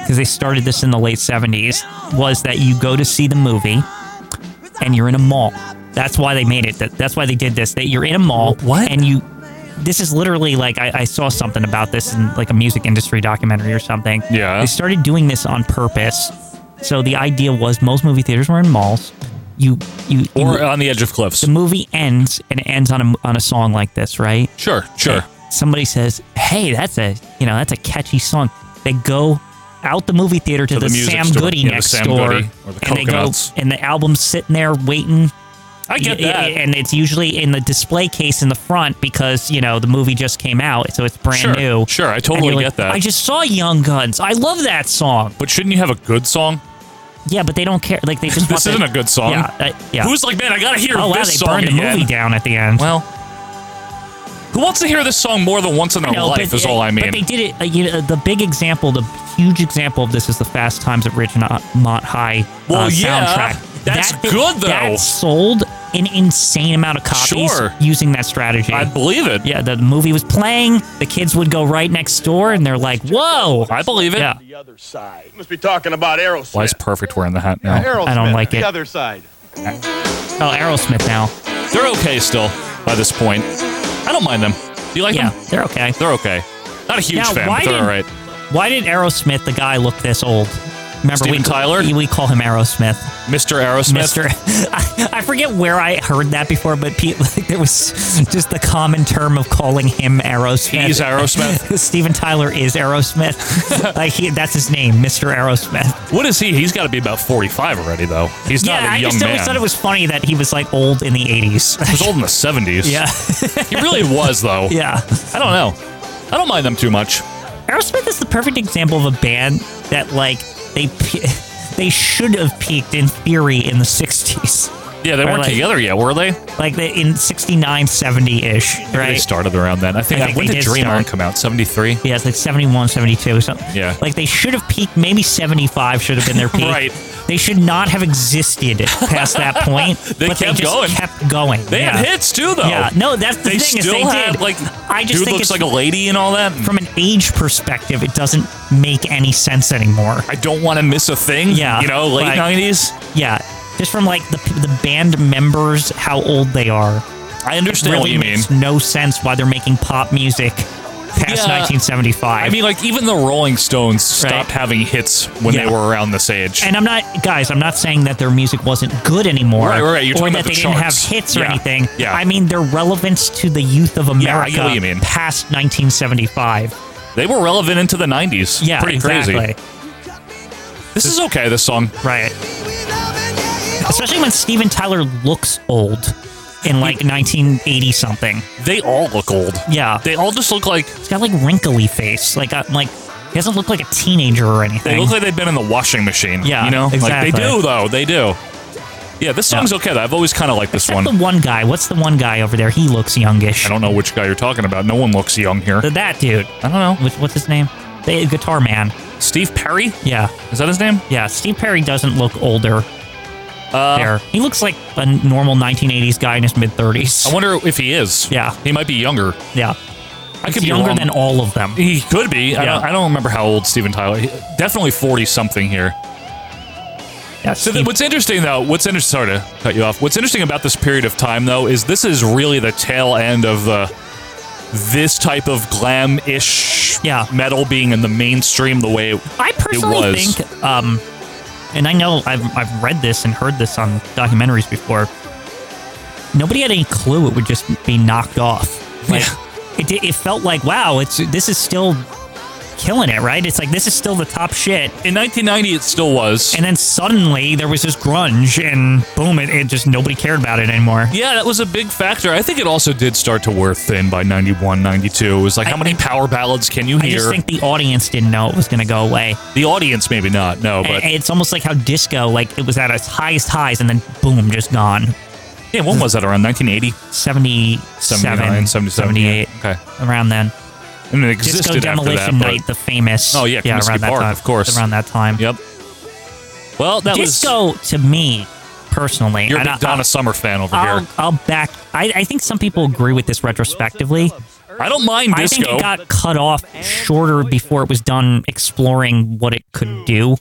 B: Because they started this in the late 70s, was that you go to see the movie and you're in a mall. That's why they made it. That, that's why they did this. That you're in a mall. What? And you. This is literally like I, I saw something about this in like a music industry documentary or something.
A: Yeah.
B: They started doing this on purpose. So the idea was most movie theaters were in malls. You you
A: or
B: you-
A: on the edge of cliffs.
B: Mm. the movie ends and it ends on a, on a song like this, right?
A: Sure, sure.
B: Somebody says, "Hey, that's a you know that's a catchy song." They go out the movie theater to,
A: To
B: the,
A: the music
B: Sam
A: store.
B: Goody
A: Yeah, the
B: next
A: Sam
B: door,
A: Goody or the
B: and they go
A: Coconuts.
B: and the album's sitting there waiting.
A: I get
B: Y- y-
A: that.
B: and it's usually in the display case in the front because you know the movie just came out, so it's brand
A: sure,
B: new.
A: Sure, I
B: And
A: totally
B: you're like,
A: get that.
B: I just saw Young Guns. I love that song.
A: But shouldn't you have a good song?
B: Yeah, but they don't care. Like they just want
A: This
B: the-
A: isn't a good song.
B: Yeah, uh, yeah.
A: Who's like, man, I gotta hear
B: oh wow,
A: this
B: they
A: song
B: burned the
A: again."
B: movie down at the end.
A: Well, Who wants to hear this song more than once in their
B: No,
A: life?
B: but-
A: is all I mean.
B: But they did it. Uh, you know, the big example, the huge example of this is the Fast Times at Ridgemont High uh,
A: Well, yeah,
B: soundtrack.
A: that's
B: thi-
A: good, though.
B: That sold an insane amount of copies
A: Sure.
B: using that strategy. I
A: believe it.
B: Yeah, the movie was playing. The kids would go right next door, and they're like, "Whoa!" I
A: believe it.
B: Yeah,
N: The other side. Must be talking about Aerosmith.
A: Why is Perfect wearing the hat now?
B: I don't like it.
N: other side.
B: Oh, Aerosmith now.
A: They're okay still by this point. I don't mind them. Do you like
B: Yeah,
A: them?
B: they're okay.
A: They're okay. Not a huge
B: Now,
A: fan,
B: why
A: but they're
B: did-
A: all right.
B: Why did Aerosmith, the guy, look this old? Remember,
A: Steven
B: we
A: Tyler?
B: We, we call him Aerosmith.
A: Mr. Aerosmith.
B: Mister, I, I forget where I heard that before, but Pete, like, there was just the common term of calling him Aerosmith.
A: He's Aerosmith?
B: Steven Tyler is Aerosmith. like he, that's his name, Mister Aerosmith.
A: What is he? He's got to be about 45 already, though. He's
B: yeah,
A: not a
B: I
A: young
B: just always
A: man.
B: thought it was funny that he was like old in the eighties.
A: He was old in the 70s.
B: Yeah.
A: he really was, though.
B: Yeah.
A: I don't know. I don't mind them too much.
B: Aerosmith is the perfect example of a band that like they pe- they should have peaked in theory in the 60s.
A: Yeah, they
B: Or,
A: weren't
B: like-
A: together yet, were they?
B: Like they, in 69, 70 ish,
A: They
B: right?
A: started around then. I think,
B: I think
A: when
B: they
A: did
B: did
A: Dream On
B: start.
A: come out? 73?
B: Yeah, it's like 71, 72, something.
A: Yeah.
B: Like they should have peaked, maybe 75 should have been their peak.
A: Right.
B: They should not have existed past that point.
A: They
B: but
A: kept
B: they just
A: going.
B: kept going.
A: They
B: yeah.
A: had hits, too, though.
B: Yeah, no, that's the
A: They
B: thing is
A: still
B: they
A: had,
B: did.
A: like,
B: I just
A: Dude
B: think
A: looks
B: it's,
A: like a lady and all that.
B: from an age perspective, it doesn't make any sense anymore.
A: I don't want to miss a thing.
B: Yeah,
A: You know, late
B: like-
A: 90s.
B: Yeah, just from like the the band members, how old they are.
A: I understand
B: it really
A: what you
B: makes No sense why they're making pop music past
A: Yeah.
B: 1975.
A: I mean, like, even the Rolling Stones stopped having hits when they were around this age.
B: and I'm not, guys. I'm not saying that their music wasn't good anymore,
A: Right, right, right. You're
B: or
A: talking
B: that
A: about
B: they
A: the
B: didn't have
A: charts.
B: hits or
A: Yeah,
B: anything.
A: yeah.
B: I mean, their relevance to the youth of America
A: I get what you mean.
B: past 1975.
A: They were relevant into the 90s.
B: Yeah,
A: Pretty
B: exactly.
A: crazy. This is okay, this song.
B: Right. Especially when Steven Tyler looks old in like 1980 something.
A: They all look old.
B: Yeah.
A: They all just look like
B: He's got like wrinkly face. Like uh, like he doesn't look like a teenager or anything.
A: They look like they've been in the washing machine.
B: Yeah,
A: you know, like
B: exactly.
A: they do though. They do. Yeah, this song's okay. Though. I've always kind of liked this
B: Except
A: one.
B: the one guy. What's the one guy over there? He looks youngish.
A: I don't know which guy you're talking about. No one looks young here.
B: Th- That dude. I
A: don't know.
B: what's his name? The guitar man.
A: Steve Perry.
B: Yeah.
A: Is that his name?
B: Yeah. Steve Perry doesn't look older.
A: Uh,
B: there. He looks like a normal 1980s guy in his mid 30s.
A: I wonder if he is.
B: Yeah.
A: He might be younger.
B: Yeah.
A: I
B: He's
A: could be
B: younger
A: wrong.
B: than all of them.
A: He could be. I,
B: Yeah.
A: don't, I don't remember how old Steven Tyler. he- definitely forty something here.
B: Yeah,
A: So th- what's interesting though, what's interesting, sorry to cut you off. What's interesting about this period of time though is this is really the tail end of the this type of glam-ish
B: Yeah.
A: metal being in the mainstream the way
B: I
A: it
B: personally
A: was.
B: think, um, and I know I've, I've read this and heard this on documentaries before. Nobody had any clue it would just be knocked off. Like, it, di- it felt like wow, it's this is still killing it, right? It's like this is still the top shit.
A: In 1990, it still was.
B: And then suddenly there was this grunge, and boom, it, it just nobody cared about it anymore.
A: Yeah, that was a big factor. I think it also did start to wear thin by 91, 92. It was like, how many power ballads can you
B: I
A: hear?
B: just think the audience didn't know it was going to go away.
A: the audience maybe not, no, but
B: A- it's almost like how disco, like it was at its highest highs, and then boom, just gone.
A: yeah, when was that around 1980?
B: 77,
A: 79, 77, yeah.
B: 78,
A: Okay.
B: okay. around then.
A: And it existed
B: Disco
A: after that,
B: Demolition
A: but-
B: Night, the famous.
A: Oh, yeah, Comiskey
B: around that
A: Park,
B: time,
A: of course.
B: Around that time.
A: Yep. Well, that was.
B: Disco, to me, personally.
A: You're a
B: and uh,
A: big Donna Summer fan over
B: I'll,
A: here.
B: I'll back. I, I think some people agree with this retrospectively.
A: I don't mind
B: I
A: disco.
B: think it got cut off shorter before it was done exploring what it could do.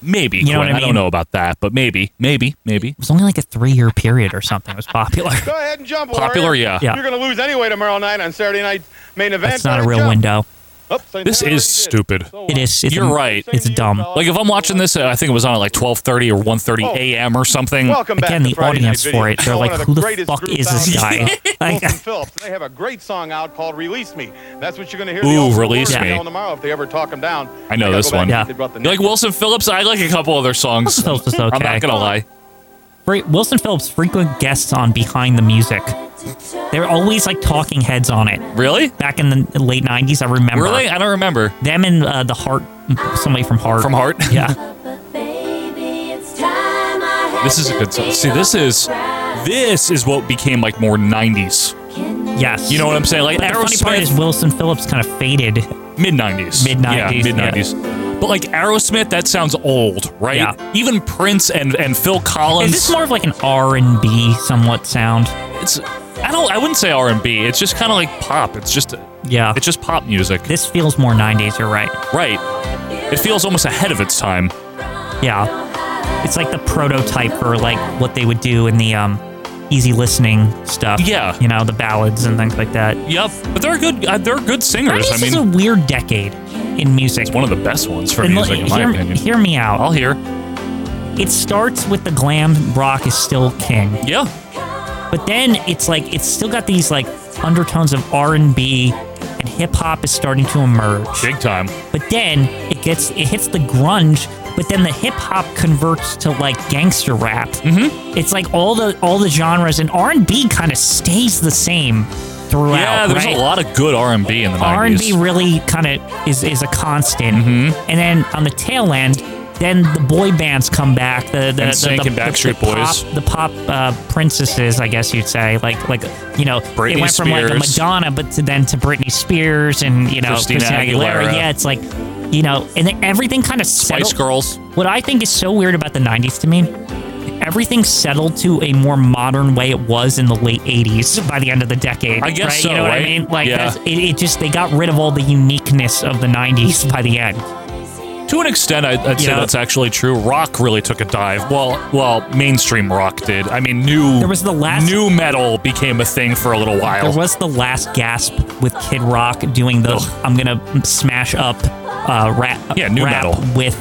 A: maybe.
B: you know what
A: Quinn.
B: I
A: don't
B: mean?
A: know about that, but maybe, maybe, maybe.
B: It was only like a three year period or something. It was popular.
D: Go ahead and jump.
A: Popular,
D: Warrior.
A: yeah.
B: Yeah.
D: You're going to lose anyway tomorrow night on Saturday night main event.
B: That's not a
D: Better
B: real
D: jump.
B: window.
D: Oops, I
A: This
D: never
A: is stupid.
B: It is. It's
A: You're
B: a-
A: right.
B: It's dumb.
A: Like if I'm watching this, uh, I think it was on at like 12:30 or 1:30
D: Oh.
A: a.m. or something.
D: Welcome back
B: Hmm. Again,
D: to
B: the
D: Friday Night
B: audience
D: Video.
B: for it. They're
D: One
B: like,
D: of
B: "Who the
D: greatest
B: fuck
D: groups
B: is this
D: out
B: guy?"
D: there.
B: Like-
D: Wilson Phillips. They have a great song out called "Release Me." That's what you're going to hear.
A: Ooh,
D: the Ultimate
A: Release
D: Warrior
A: Me.
D: yell tomorrow if they ever talk him down.
A: I know
D: gotta
A: this
D: go back
A: one.
D: and
A: Yeah.
D: they brought the
A: You like Wilson Phillips? I like a couple other songs.
B: Wilson Phillips is
A: I'm
B: okay.
A: not gonna lie.
B: Fre- Wilson Phillips frequent guests on Behind the Music. They're always like talking heads on it.
A: Really?
B: Back in the late '90s, I remember.
A: Really? I don't remember.
B: Them and uh, the Heart, somebody from Heart.
A: From Heart?
B: Yeah.
A: This is a good song. See, this is this is what became like more 90s,
B: yes.
A: You know what I'm saying? Like
B: But the funny part
A: Aerosmith-
B: is Wilson Phillips kind of faded.
A: mid 90s,
B: Mid-nineties,
A: yeah, mid
B: yeah.
A: 90s. But like Aerosmith, that sounds old, right? Even Prince and, and Phil Collins.
B: Is this more of like an R and B somewhat sound?
A: It's I don't I wouldn't say R and B. It's just kind of like pop. It's just
B: yeah.
A: It's just pop music.
B: This feels more '90s. You're right.
A: Right. It feels almost ahead of its time.
B: Yeah. It's like the prototype for like what they would do in the um, easy listening stuff.
A: Yeah.
B: You know the ballads and things like that.
A: Yep. But they're good. Uh, they're good singers. I
B: This
A: mean,
B: is a weird decade in music.
A: one of the best ones for
B: And look,
A: music, in my
B: hear,
A: opinion.
B: hear me out.
A: I'll hear.
B: It starts with the glam rock is still king.
A: Yeah.
B: But then it's like it's still got these like undertones of R and B and hip hop is starting to emerge.
A: Big time.
B: But then it gets it hits the grunge, but then the hip hop converts to like gangster rap. Mm-hmm. It's like all the all the genres and R and B kind of stays the same throughout.
A: Yeah, there's
B: right?
A: a lot of good R and B in the
B: R and
A: nineties.
B: B
A: Mm-hmm.
B: really kind of is is a constant. And then on the tail end, then the boy bands come back. The the, the,
A: NSYNC
B: the,
A: and Backstreet
B: the
A: Boys.
B: pop, the pop uh, princesses, I guess you'd say. Like like you know,
A: Britney
B: it went from like a
A: Spears.
B: Madonna, but to, then to Britney Spears and you know
A: Christina Aguilera.
B: Yeah, it's like you know, and then everything kind of settled.
A: Girls.
B: What I think is so weird about the '90s to me. Everything settled to a more modern way it was in the late '80s. By the end of the decade,
A: I guess
B: right?
A: so,
B: You know what
A: right?
B: I mean? Like,
A: Yeah.
B: that's- it, it just they got rid of all the uniqueness of the '90s by the end.
A: To an extent, I'd, I'd say
B: Yeah.
A: that's actually true. Rock really took a dive. Well, well, mainstream rock did. I mean, new
B: There was the last-
A: new metal became a thing for a little while.
B: There was the last gasp with Kid Rock doing the "I'm gonna smash up" uh, rap.
A: Yeah, new
B: rap
A: metal.
B: with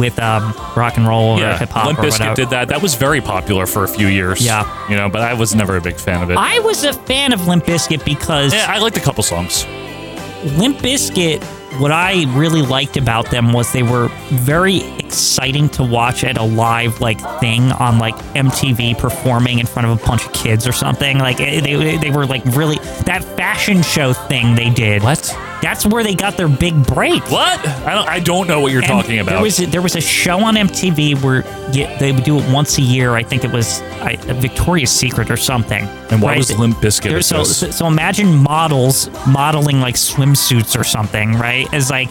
B: with um, rock and roll or
A: yeah,
B: hip hop
A: Limp
B: or whatever.
A: Bizkit did that. That was very popular for a few years.
B: Yeah.
A: you know, but I was never a big fan of it.
B: I was a fan of Limp Bizkit because
A: yeah, I liked a couple songs.
B: Limp Bizkit, what I really liked about them was they were very exciting to watch at a live like thing on like MTV performing in front of a bunch of kids or something. Like eh, they they were like really that fashion show thing they did. What? That's where they got their big break.
A: What? I don't. I don't know what you're
B: And
A: talking about.
B: There was a, there was a show on MTV where you, they would do it once a year. I think it was I, Victoria's Secret or something.
A: And why was Limp Bizkit
B: There-
A: at
B: So,
A: this?
B: so so imagine models modeling like swimsuits or something, right? As like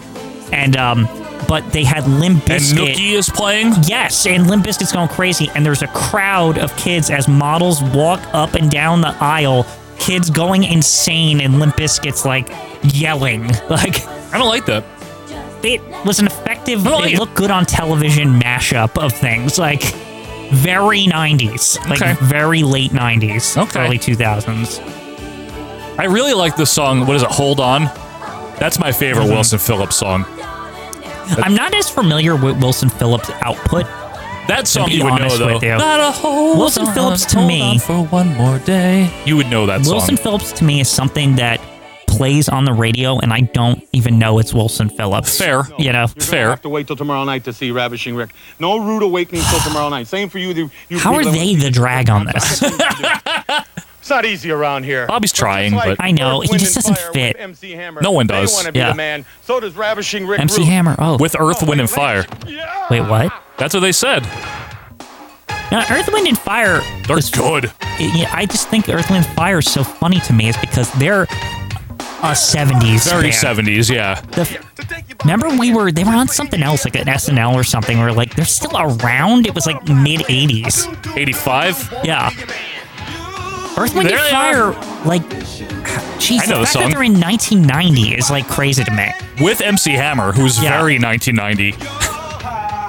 B: and um. But they had Limp
A: and
B: Bizkit.
A: Nookie is playing.
B: Yes, and Limp Bizkit's going crazy, and there's a crowd of kids as models walk up and down the aisle, kids going insane, and Limp Bizkit's like yelling. Like
A: I don't like that.
B: it was an effective,
A: don't like
B: it
A: it.
B: looked good on television mashup of things like very 90s, like
A: Okay.
B: very late 90s,
A: Okay.
B: early 2000s.
A: I really like the song. What is it? Hold on. That's my favorite
B: Mm-hmm.
A: Wilson Phillips song.
B: I'm not as familiar with Wilson Phillips' output.
A: That song
B: be
A: you would know
B: honest
A: though.
B: with you.
A: Not a hold
B: Wilson
A: on,
B: Phillips to
A: hold
B: me-
A: on for one more day. You would know that
B: Wilson
A: song.
B: Phillips to me is something that plays on the radio, and I don't even know it's Wilson Phillips.
A: Fair.
B: You know,
M: You're gonna Have to wait till tomorrow night to see Ravishing Rick. No rude awakening till tomorrow night. Same for you. the- you
B: How are
M: people that-
B: they the drag on this?
M: It's not easy around here.
A: Bobby's
M: But
A: trying,
M: just like
A: but-
B: I know,
M: Earth,
B: he
M: Wind
B: just
M: and
B: doesn't
M: Fire
B: fit.
M: with MC Hammer.
A: No one
M: They
A: does.
M: wanna be
B: Yeah.
M: the man. So does Ravishing Rick.
B: MC
M: Rude.
B: Hammer. Oh,
A: With Earth, Wind, and Fire.
B: wait, what?
A: That's what they said.
B: Now, Earth, Wind, and Fire.
A: They're good.
B: It- yeah, I just think Earth, Wind, and Fire is so funny to me is because they're a 70s
A: Very
B: band.
A: 70s, yeah.
B: The f- remember we were they were on something else like an SNL or something. We are like they're still around. It was like mid '80s.
A: 85?
B: Yeah. Earth, Wind,
A: There
B: and
A: they
B: Fire. Like, jeez,
A: I know
B: the
A: the
B: fact
A: song.
B: that they're in 1990 is like crazy to me.
A: With MC Hammer, who's
B: Yeah.
A: very 1990.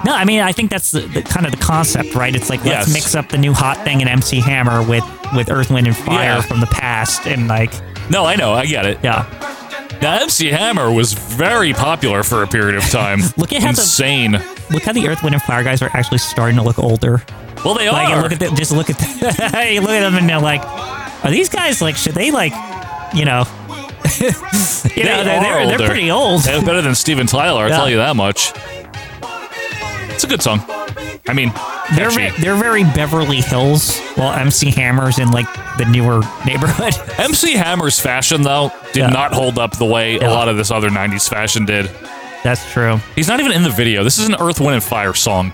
B: No, I mean I think that's the, the kind of the concept, right? It's like let's
A: Yes.
B: mix up the new hot thing in MC Hammer with with Earth, Wind, and Fire
A: Yeah.
B: from the past, and like
A: No, I know. I get it.
B: yeah,
A: Now, MC Hammer was very popular for a period of time.
B: Look at how the-
A: Insane.
B: look how the Earth, Wind, and Fire guys are actually starting to look older.
A: Well, they
B: Like,
A: are.
B: and look at the, just look at the, you look at them and they're like, are these guys like should they like, you know, you know
A: They
B: they're,
A: are
B: they're,
A: older.
B: they're pretty old.
A: They're better than Steven Tyler, I'll
B: Yeah.
A: tell you that much. It's a good song. I mean,
B: They're
A: catchy.
B: ve- they're very Beverly Hills, while MC Hammer's in like the newer neighborhood.
A: MC Hammer's fashion, though, did
B: Yeah.
A: not hold up the way a lot of this other 90s fashion did.
B: That's true.
A: He's not even in the video. This is an Earth, Wind, and Fire song.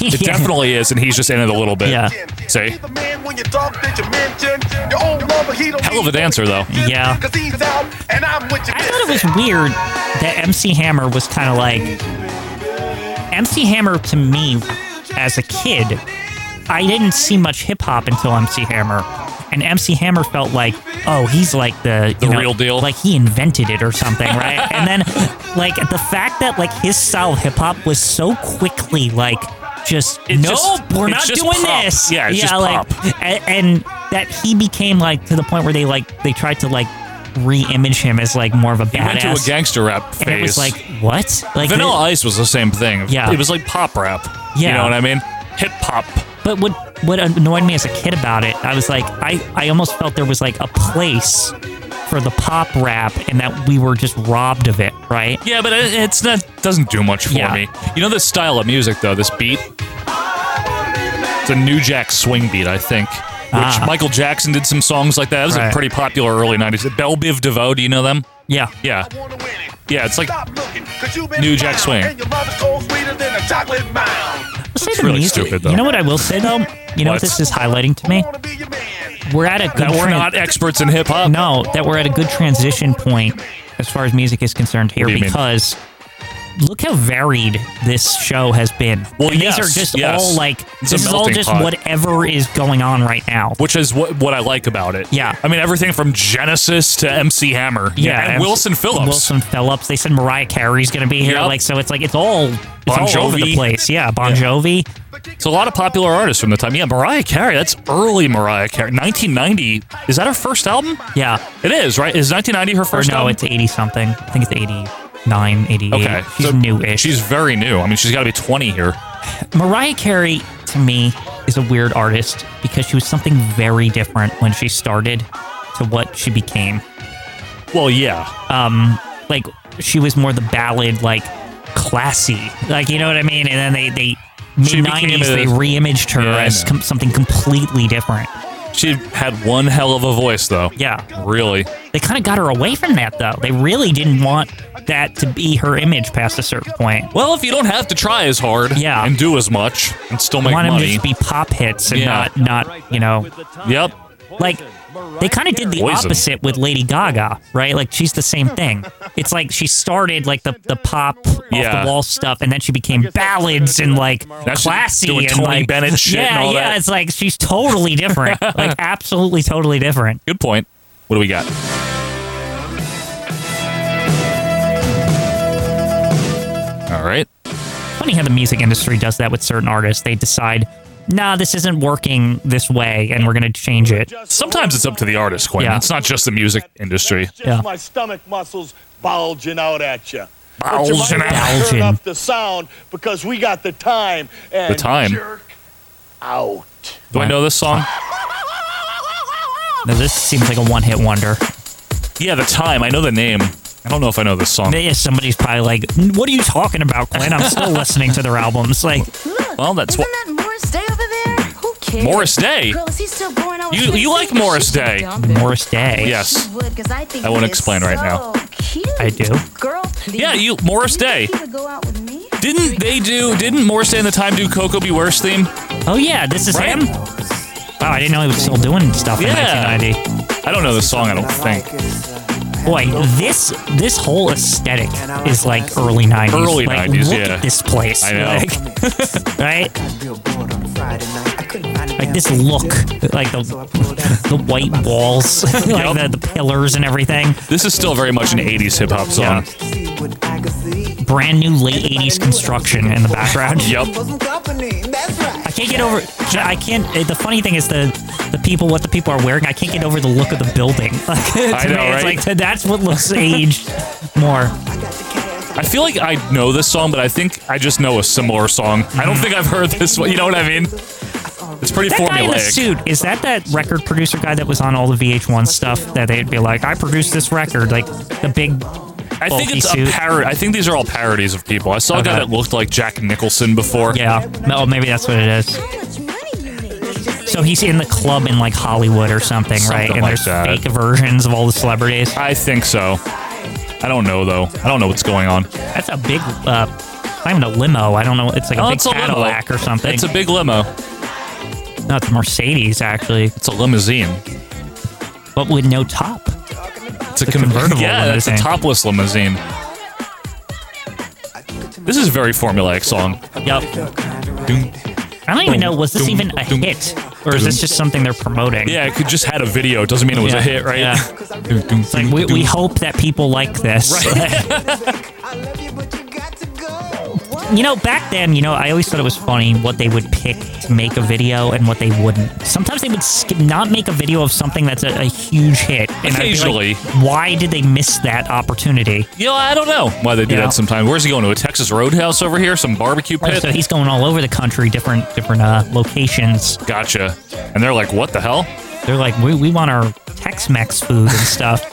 A: It
B: Yeah.
A: definitely is, and he's just in it a little bit.
B: Yeah.
A: See?
C: Man, when your dog that you mentioned, your own lover, he don't
A: Hell of a dancer, though.
B: Yeah.
C: Cause he's out, and I'm with you.
B: I thought it was weird that MC Hammer was kind of like MC Hammer to me as a kid, I didn't see much hip hop until MC Hammer. And MC Hammer felt like, oh, he's like the
A: The
B: you know,
A: real deal.
B: like he invented it or something, right? and then like the fact that like his style of hip hop was so quickly like just
A: It's
B: nope,
A: just-
B: we're
A: it's
B: not
A: just
B: doing
A: pop.
B: this.
A: Yeah, it's just
B: like, And, and that he became like to the point where they like they tried to like re-image him as like more of a
A: He went
B: badass.
A: to a gangster rap phase.
B: And it was like, what? Like
A: Vanilla
B: the-
A: Ice was the same thing.
B: Yeah.
A: It was like pop rap. You
B: Yeah.
A: know what I mean? Hip hop.
B: But what what annoyed me as a kid about it, I was like, I, I almost felt there was like a place for the pop rap and that we were just robbed of it, right?
A: Yeah, but it, it's not doesn't do much for
B: Yeah.
A: me. You know this style of music though, this beat. It's a New Jack swing beat, I think. Which
B: Ah.
A: Michael Jackson did some songs like that. It was a
B: Right.
A: pretty popular early '90s. Bell Biv DeVoe, do you know them?
B: Yeah.
A: Yeah. Yeah, it's like New Jack Swing.
B: Say
A: It's
B: the
A: really
B: music-
A: stupid, though.
B: You know what I will say though? You know
A: What?
B: what this is highlighting to me? We're at a good
A: That we're
B: tran-
A: not experts in hip hop.
B: No, that we're at a good transition point as far as music is concerned here
A: What do you mean?
B: because look how varied this show has been.
A: Well,
B: And
A: yes,
B: these are just
A: yes.
B: all like
A: It's a
B: this is all
A: melting
B: just
A: pot.
B: whatever is going on right now.
A: Which is what what I like about it.
B: Yeah.
A: I mean everything from Genesis to MC Hammer.
B: Yeah,
A: And
B: and
A: Wilson Phillips.
B: Wilson Phillips. They said Mariah Carey's going to be here.
A: Yep.
B: Like, so it's like it's all it's
A: Bon
B: all over
A: Jovi.
B: the place. Yeah, Bon Jovi.
A: It's a lot of popular artists from the time. Yeah, Mariah Carey. That's early Mariah Carey. 1990. Is that her first album?
B: Yeah,
A: It is, right? Is 1990 her
B: or
A: first
B: no,
A: album?
B: it's eighty something. I think it's 89, 88.
A: Okay.
B: she's new-ish.
A: She's very new. I mean, she's got to be 20 here.
B: Mariah Carey to me is a weird artist because she was something very different when she started to what she became.
A: Well, yeah.
B: Um, like she was more the ballad, like classy, like you know what I mean. And then they they
A: She
B: mid
A: became
B: nineties
A: a-
B: they reimaged her
A: Yeah, I
B: as
A: know.
B: com- something completely different.
A: She had one hell of a voice, though.
B: Yeah.
A: Really.
B: They kind of got her away from that though. They really didn't want that to be her image past a certain point.
A: Well, if you don't have to try as hard
B: Yeah.
A: and do as much and still make
B: want
A: money.
B: them to just be pop hits and
A: Yeah.
B: not not you know
A: yep
B: like they kind of did the
A: Poison.
B: opposite with lady gaga right like she's the same thing it's like she started like the, the pop off
A: Yeah.
B: the wall stuff and then she became ballads and like
A: she's
B: classy
A: doing
B: and
A: Tony
B: like
A: Bennett shit and
B: yeah
A: all
B: yeah
A: that.
B: it's like she's totally different like absolutely totally different
A: Good point. What do we got? All right.
B: funny how the music industry does that with certain artists they decide nah this isn't working this way and we're gonna change it
A: Sometimes it's up to the artist, Quinn.
B: Yeah.
A: It's not just the music industry.
N: Just my stomach muscles bulging out at you.
A: Bulging out.
N: Turn
A: Bulging.
N: up the sound because we got the time and
A: The time.
N: jerk out.
A: Do I know this song?
B: now this seems like a one-hit wonder
A: Yeah, the time. I know the name. I don't know if I know this song.
B: Yeah, somebody's probably like, "What are you talking about, Glenn? I'm still listening to their albums." Like,
A: Well, that's what.
P: That Morris Day over there? Who cares?
A: Morris Day?
P: Girl, is he still boring? I was
A: You
P: gonna
A: you
P: say
A: like
P: that
A: Morris
P: she's so
A: Day?
P: dumb, Bill.
B: Day.
A: Yes.
P: She would, 'cause I, think
A: I
P: he
A: won't
P: is
A: explain right now.
P: so Cute.
A: I do.
P: Girl, please.
A: Yeah, you Morris Day.
P: You go out with me?
A: Didn't they do? Didn't Morris Day and the Time do Coco Be Worse theme?
B: Oh yeah, this is
A: Right?
B: him. Wow, I didn't know he was still doing stuff
A: Yeah.
B: in 1990.
A: I don't know this song. I don't think.
B: Boy, this this whole aesthetic is like early 90s.
A: Early
B: Like,
A: 90s,
B: look
A: yeah.
B: at this place.
A: I know.
B: Like, right? Like this look, like the the white walls, like the, the pillars and everything.
A: This is still very much an '80s hip hop song.
B: Brand new late 80s construction in the background.
A: Yep.
B: I can't get over. I can't. eh, The funny thing is the the people, what the people are wearing. I can't get over the look of the building. Like, to
A: I know,
B: me, it's
A: right?
B: like that's what looks aged more.
A: I feel like I know this song, but I think I just know a similar song. I don't think I've heard this one. You know what I mean? It's pretty
B: Mm-hmm. That guy in the
A: formulaic.
B: suit is that that record producer guy that was on all the VH1 stuff that they'd be like, I produced this record, like the big.
A: I think
B: bulky
A: it's a
B: suit.
A: parody. I think these are all parodies of people. I saw a guy
B: Okay.
A: that looked like Jack Nicholson before.
B: Yeah. Oh, maybe that's what it is. So he's in the club in like Hollywood or something, right?
A: Something
B: And
A: like
B: there's
A: that.
B: fake versions of all the celebrities.
A: I think so. I don't know though. I don't know what's going on.
B: That's a big. Uh, not even a limo. I don't know. It's like a
A: Oh,
B: big
A: it's a limo.
B: Cadillac or something.
A: It's a big limo.
B: No, it's a Mercedes, actually. It's
A: a limousine.
B: But with no top.
A: It's a
B: The
A: con-
B: convertible
A: Yeah, it's a
B: limousine.
A: topless limousine. This is a very formulaic song. Yep.
B: I don't even know, was this even a hit? Or is this just something they're promoting?
A: Yeah, it could just had a video. It doesn't mean it was a
B: Yeah,
A: hit, right?
B: yeah.
A: it's
B: like We, we hope that people like this. you know, back then, you know, I always thought it was funny what they would pick to make a video and what they wouldn't. Sometimes they would skip, not make a video of something that's a, a huge hit. And I'd be like,
A: Occasionally.
B: why did they miss that opportunity?
A: You know, I don't know why they do
B: Yeah.
A: that sometimes. Where's he going to a Texas Roadhouse over here? Some barbecue
B: Right,
A: pit?
B: so he's going all over the country, different different uh, locations.
A: Gotcha. And they're like, what the hell?
B: They're like, we, we want our Tex-Mex food and stuff.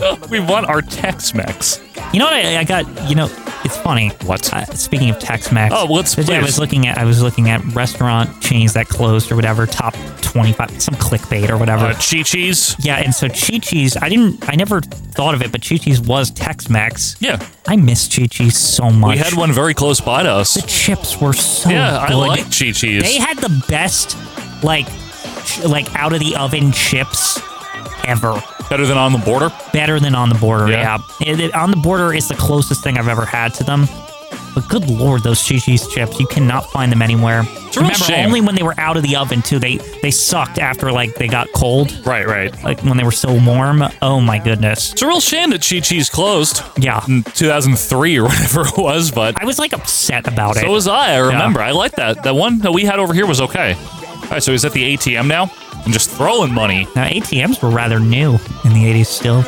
A: Oh, we want our Tex-Mex.
B: You know what? I, I got. You know, it's funny.
A: What?
B: Uh, speaking of Tex-Mex.
A: Oh, well, let's-
B: the day I
A: please.
B: was looking at. I was looking at restaurant chains that closed or whatever. Top twenty-five, some clickbait or whatever.
A: Uh, Chi-Chi's?
B: yeah, and so Chi-Chi's. I didn't. I never thought of it, but Chi-Chi's was Tex-Mex.
A: Yeah.
B: I miss Chi-Chi's so much.
A: We had one very close by to us. The
B: chips were so
A: Yeah, I
B: good.
A: like Chi-Chi's.
B: They had the best, like, ch- like out of the oven chips ever.
A: Better than on the border.
B: Better than on the border.
A: Yeah.
B: Yeah, It- it- on the border is the closest thing I've ever had to them. But good lord, those Chi-Chi's chips, you cannot find them anywhere.
A: a real
B: Remember,
A: shame.
B: only when they were out of the oven too. They they sucked after like they got cold.
A: Right, right.
B: Like when they were still warm. Oh my goodness.
A: It's a real shame that Chi-Chi's closed.
B: Yeah.
A: In 2003 or whatever it was, but...
B: I was, like, upset about it.
A: So was I. I
B: Yeah.
A: remember. I liked that. That one that we had over here was okay. All right, so he's at the ATM now and just throwing money.
B: Now ATMs were rather new in the '80s still.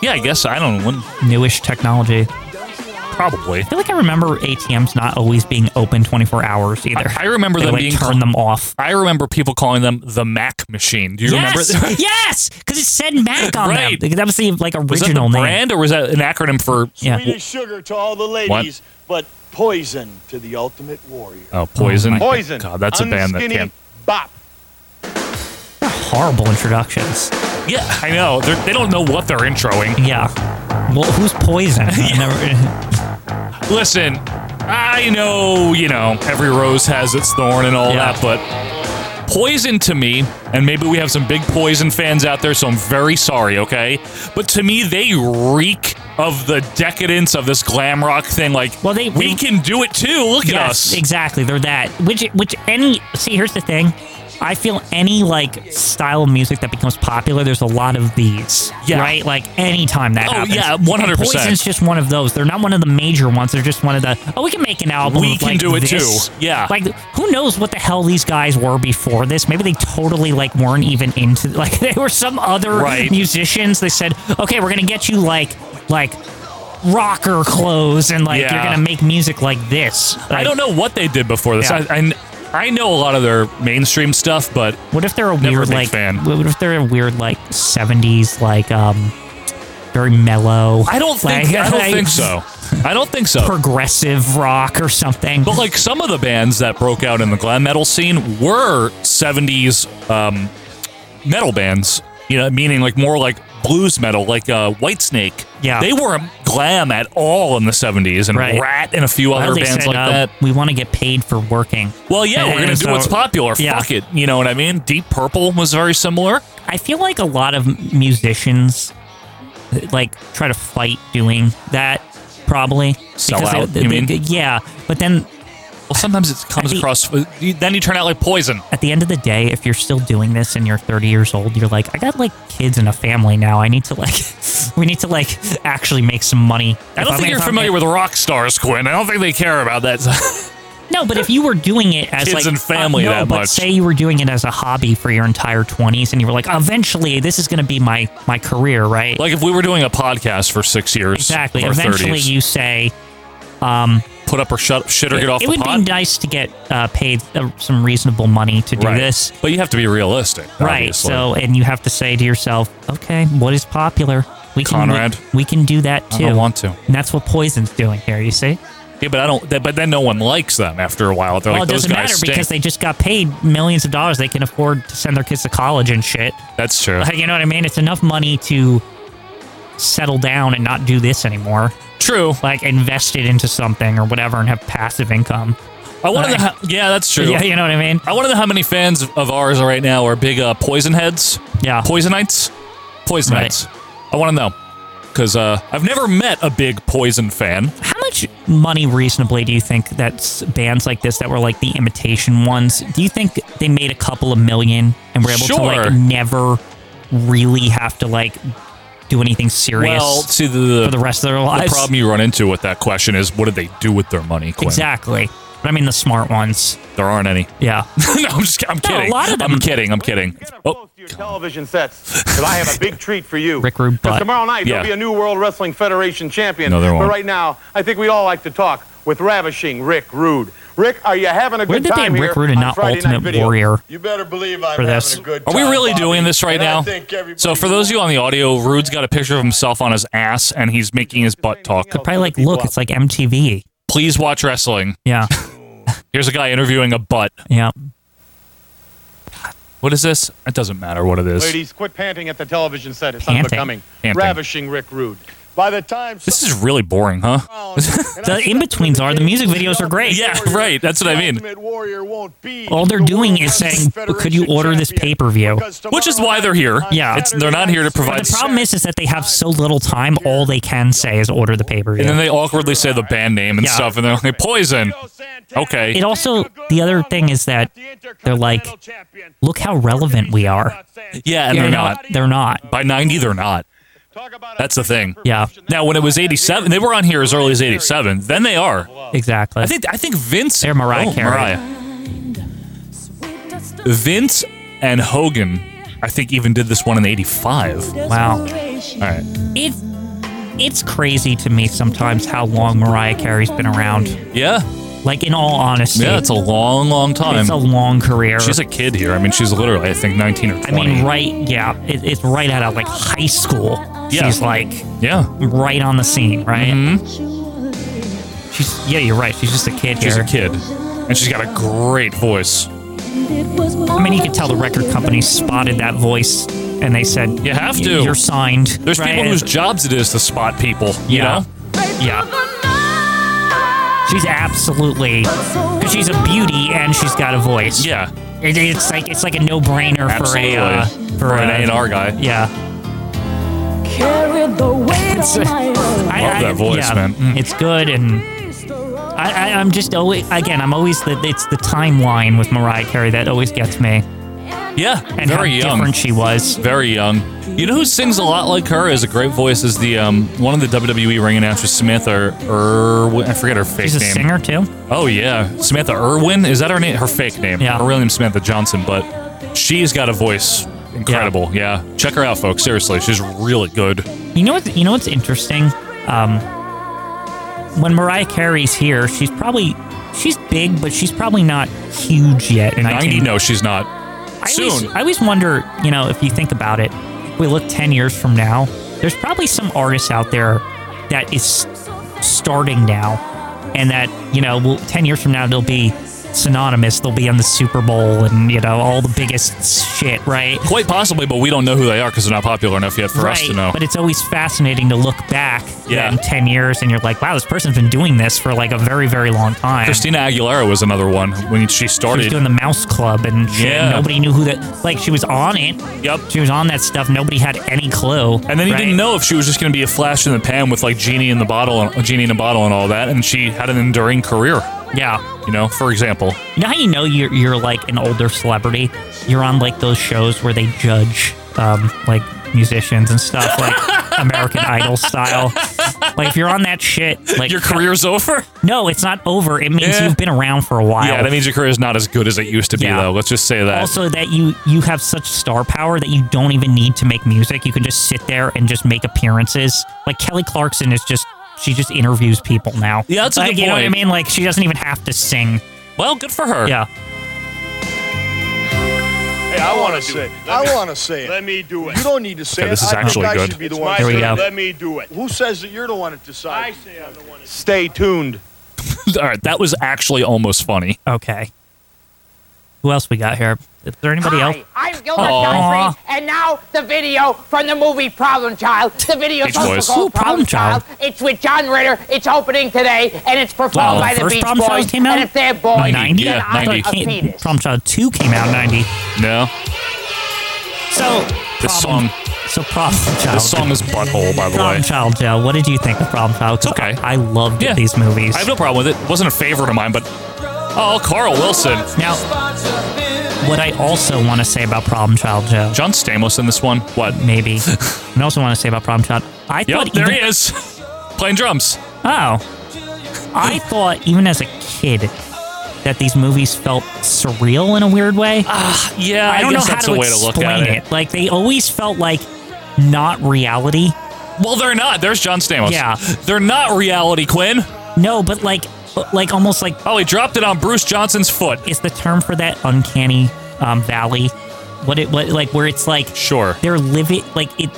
A: Yeah, I guess. I don't know. When,
B: newish technology.
A: Probably. I
B: feel like I remember ATMs not always being open 24 hours either.
A: I remember
B: They
A: them
B: would
A: being
B: turn them off.
A: I remember people calling them the Mac machine. Do you
B: yes!
A: remember?
B: yes, because it said Mac on
A: Right.
B: them. That was the like original
A: was that the
B: name.
A: brand or was that an acronym for?
B: Yeah.
N: Sweetest sugar to all the ladies, but poison to the ultimate warrior.
A: Oh, poison.
N: Oh, my Poison.
A: God, that's a band that
N: Unskinny
A: can't.
N: Bop.
B: Horrible introductions.
A: Yeah, I know. They're, they don't know what they're introing.
B: Yeah. Well, who's poison? I never-
A: Listen, I know you know every rose has its thorn and all that, but poison to me, and maybe we have some big poison fans out there, so I'm very sorry. Okay, but to me, they reek of the decadence of this glam rock thing. Like, well, they we can do it too. Look at
B: yes,
A: us.
B: exactly. They're that. Which which any see here's the thing. I feel any like style of music that becomes popular, there's a lot of these.
A: Yeah.
B: Right? Like anytime that
A: Oh,
B: happens.
A: yeah, 100%.
B: And Poison's just one of those. They're not one of the major ones. They're just one of the oh we can make an album.
A: We
B: of,
A: can
B: like,
A: do it,
B: this.
A: too. Yeah.
B: Like who knows what the hell these guys were before this? Maybe they totally like weren't even into like they were some other
A: Right.
B: musicians. They said, Okay, we're gonna get you like like rocker clothes and like
A: Yeah.
B: you're gonna make music like this.
A: I
B: Like,
A: don't know what they did before this.
B: Yeah.
A: I, I I know a lot of their mainstream stuff, but
B: What if they're a
A: never a
B: weird
A: big
B: like
A: fan.
B: What if they're a weird like seventies like um very mellow?
A: I don't think
B: like,
A: I don't
B: like,
A: think so. I don't think so.
B: Progressive rock or something.
A: But like some of the bands that broke out in the glam metal scene were 70s um, metal bands, you know, meaning like more like blues metal, like uh, Whitesnake.
B: Yeah.
A: They weren't glam at all in the 70s, and
B: Right.
A: Rat and a few
B: Well,
A: other
B: they
A: bands
B: said,
A: like
B: uh,
A: that.
B: We want to get paid for working.
A: Well, yeah, we're
B: And
A: gonna do
B: so-
A: what's popular.
B: yeah.
A: Fuck it, you know what I mean? Deep Purple was very similar.
B: I feel like a lot of musicians like try to fight doing that probably
A: Sell
B: Because they-
A: out,
B: they-
A: you
B: they-
A: mean?
B: yeah but then
A: Well, sometimes it comes
B: the-
A: across. Then you turn out like poison.
B: at the end of the day, if you're still doing this and you're 30 years old, you're like, I got like kids and a family now. I need to like, we need to like actually make some money.
A: I don't think you're familiar with rock stars, Quinn. I don't think they care about that.
B: No, but if you were doing it as
A: Kids
B: like
A: and family
B: uh, no,
A: that
B: but
A: much.
B: say you were doing it as a hobby for your entire 20s, and you were like, eventually this is going to be my my career, right?
A: like if we were doing a podcast for six years,
B: exactly.
A: or
B: Eventually,
A: 30s.
B: you say, um,
A: put up or shut shit or get off
B: it
A: the
B: would
A: pot.
B: be nice to get uh, paid uh, some reasonable money to do
A: Right.
B: this.
A: But you have to be realistic,
B: Right.
A: obviously.
B: So, and you have to say to yourself, okay, what is popular? We can
A: Conrad.
B: We, we can do that
A: I
B: too.
A: don't want to.
B: And that's what Poison's doing here. You see?
A: yeah, but I don't. That, but then no one likes them after a while. They're
B: well,
A: like
B: it
A: those
B: doesn't
A: guys
B: matter
A: stink.
B: because they just got paid millions of dollars. They can afford to send their kids to college and shit.
A: That's true.
B: Like, you know what I mean? It's enough money to settle down and not do this anymore.
A: True.
B: Like invest it into something or whatever and have passive income.
A: I want to know.
B: Like-
A: How, yeah, that's true.
B: Yeah, you know what I mean.
A: I want to know how many fans of- of ours right now are big uh, poison heads.
B: Yeah.
A: Poisonites. Poisonites. I want to know. because uh, I've never met a big Poison fan.
B: How much money reasonably do you think that s- bands like this that were like the imitation ones? Do you think they made a couple of million and were able to
A: Sure.
B: like never really have to like do anything serious?
A: Well, see the
B: for the rest of their lives.
A: The problem you run into with that question is, what did they do with their money? Quinn?
B: exactly. But I mean the smart ones.
A: There aren't any.
B: Yeah.
A: no, I'm just. I'm kidding.
B: lot of
A: I'm kidding. I'm kidding. Oh,
M: television sets. 'cause I have a big treat for you.
B: Rick Rude
M: 'Cause
B: butt.
M: tomorrow night
A: Yeah.
M: there'll be a new World Wrestling Federation champion.
A: No, there
M: But
A: won't.
M: right now, I think we'd all like to talk with ravishing Rick Rude. Rick, are you having a
B: Where
M: good
B: did they
M: time
B: have
M: here
B: Rick Rude and
M: on
B: not
M: Friday Night
B: Ultimate
M: Video?
B: Warrior?
M: You
J: better believe I'm
B: for this.
A: Are we really doing this right now? So for those of you on the audio, Rude's got a picture of himself on his ass, and he's making his butt talk.
B: Could probably like look, it's like MTV.
A: Please watch wrestling.
B: Yeah.
A: Here's a guy interviewing a butt.
B: Yeah.
A: What is this? It doesn't matter what it is.
M: Ladies, quit panting at the television set. It's
A: Panting.
M: unbecoming.
A: Panting.
M: Ravishing Rick Rude. By the time
A: This is really boring, huh?
B: the in betweens are the music videos are great.
A: Yeah, right. That's what I mean.
B: All they're doing is saying, "Could you order this pay per view?"
A: Which is why they're here.
B: Yeah,
A: It's, they're not here to
B: But
A: provide.
B: the problem is, is that they have so little time. All they can say is order the pay per
A: and then
B: view.
A: they awkwardly say the band name and
B: Yeah.
A: stuff, and they're like, "Poison." Okay.
B: It also the other thing is that they're like, "Look how relevant we are."
A: Yeah, and
B: They're
A: they're
B: not-
A: not.
B: They're not.
A: By 90, they're not. That's the thing.
B: Yeah,
A: Now, when it was 87, they were on here as early as 87. Then they are.
B: exactly.
A: I think I think Vince.
B: They're Mariah
A: oh,
B: Carey.
A: Mariah. Vince and Hogan, I think, even did this one in 85.
B: Wow. All
A: right.
B: It it's crazy to me sometimes how long Mariah Carey's been around.
A: Yeah.
B: Like in all honesty,
A: Yeah, it's a long, long time.
B: It's a long career.
A: She's a kid here. I mean, she's literally, I think, 19 or 20.
B: I mean, right? Yeah, it, it's right out of like high school.
A: Yeah. Mm-hmm.
B: She's like,
A: yeah,
B: right on the scene, right? She's yeah, you're right. She's just a kid
A: She's
B: here.
A: a kid. And she's got a great voice.
B: I mean, you could tell the record company spotted that voice and they said,
A: You have
B: "Y-
A: to.
B: You're signed."
A: There's
B: right?
A: people whose jobs it is to spot people, you
B: Yeah.
A: know?
B: Yeah. She's absolutely. 'cause She's a beauty and she's got a voice.
A: Yeah.
B: It, it's like it's like a no-brainer for
A: Absolutely.
B: a uh,
A: For an
B: a-
A: A&R guy.
B: Yeah.
C: Carry the weight
B: It's-
C: of my own.
B: I-
A: Love
B: I-
A: that voice,
B: yeah,
A: man. Mm.
B: It's good and. I, I, I'm just always again. I'm always the it's the timeline with Mariah Carey that always gets me.
A: Yeah,
B: And
A: very
B: how
A: young.
B: different she was.
A: Very young. You know who sings a lot like her? Has a great voice. Is the um one of the WWE ring announcers, Samantha Irwin. I forget her fake
B: She's a
A: name.
B: singer too.
A: Oh yeah, Samantha Irwin. Is that her name? Her fake name?
B: Yeah.
A: Her real name's Samantha Johnson, but she's got a voice incredible. Yeah. Check her out, folks. Seriously, she's really good.
B: You know what? You know what's interesting? Um, when Mariah Carey's here, she's probably she's big, but she's probably not huge yet. And I
A: Ninety?
B: think-
A: No, she's not.
B: I
A: Soon.
B: Always, I always wonder, you know, if you think about it, if we look ten years from now, there's probably some artist out there that is starting now, and that you know, well, ten years from now they'll be synonymous. They'll be on the Super Bowl and you know all the biggest shit, right?
A: Quite possibly, but we don't know who they are because they're not popular enough yet for
B: right,
A: us to know.
B: But it's always fascinating to look back
A: Yeah.
B: in 10 years and you're like, wow, this person's been doing this for like a very, very long time.
A: Christina Aguilera was another one when she
B: She was
A: started.
B: doing the Mouse Club and shit.
A: Yeah.
B: Nobody knew who that. Like she was on it.
A: Yep.
B: She was on that stuff. Nobody had any clue.
A: And then you
B: right?
A: didn't know if she was just going to be a flash in the pan with like genie in the bottle, and, genie in a bottle, and all that. And she had an enduring career.
B: Yeah.
A: You know, for example,
B: You know how you know you're you're like an older celebrity? You're on like those shows where they judge um, like musicians and stuff, like American Idol style. Like if you're on that shit, like
A: your career's over.
B: No, it's not over. It means
A: Yeah.
B: you've been around for a while.
A: Yeah, that means your career is not as good as it used to be,
B: Yeah.
A: though. Let's just say that.
B: also that you you have such star power that you don't even need to make music. You can just sit there and just make appearances. Like Kelly Clarkson is just she just interviews people now.
A: Yeah, that's a
B: like,
A: good
B: you know what I
A: point.
B: mean. Like she doesn't even have to sing.
A: well, good for her.
B: Yeah,
N: Hey, I want to do it. Let
F: I want to say it.
N: Let me do it.
F: You don't need to say
A: Okay, this
F: it.
A: is
F: I think
A: actually
F: I
A: good.
F: should be the
N: It's
F: one.
N: my
B: Here we
N: turn.
B: go.
N: Let me do it.
F: Who says that you're the one that decides?
M: Stay tuned.
A: All right, that was actually almost funny.
B: okay. Who else we got here? Is there anybody
Q: Hi,
B: else?
Q: I'm Gilbert
B: Aw.
Q: Gottfried, and now the video from the movie Problem Child. The video is
B: Beach
Q: also
B: Boys.
Q: called
B: Ooh, Problem Child.
Q: It's with John Ritter. It's opening today, and it's performed
B: Wow,
Q: by
B: the
Q: the
B: first
Q: Beach
B: Problem Child
Q: Boys.
B: came out?
Q: And if they're
A: Oh,
Q: boys,
B: 90?
Q: then
A: Yeah,
Q: I'm
A: 90.
Q: a penis.
B: Prom Child 2 came out in 90.
A: No,
B: So,
A: this
B: problem,
A: song.
B: So problem child.
A: This song is butthole, by the
B: problem
A: way.
B: child Joe. What did you think of problem child? 'Cause
A: okay.
B: I, I loved these movies.
A: I have no problem with it. Wasn't a favorite of mine, but oh, Carl Wilson.
B: Now, what I also want to say about problem child Joe.
A: John Stamos in this one. What?
B: Maybe. and I also want to say about problem child. I
A: Yep,
B: thought
A: there
B: even,
A: he is, playing drums.
B: Oh. I thought even as a kid that these movies felt surreal in a weird way.
A: yeah, I
B: I don't
A: guess
B: know
A: that's a
B: how to
A: way to
B: explain
A: look at
B: it.
A: it.
B: Like they always felt like not reality.
A: Well, they're not. There's John Stamos.
B: Yeah.
A: they're not reality, Quinn.
B: No, but like, but, like almost like
A: oh, he dropped it on Bruce Johnson's foot.
B: Is the term for that uncanny um, valley? What it what like where it's like
A: sure
B: they're living like it.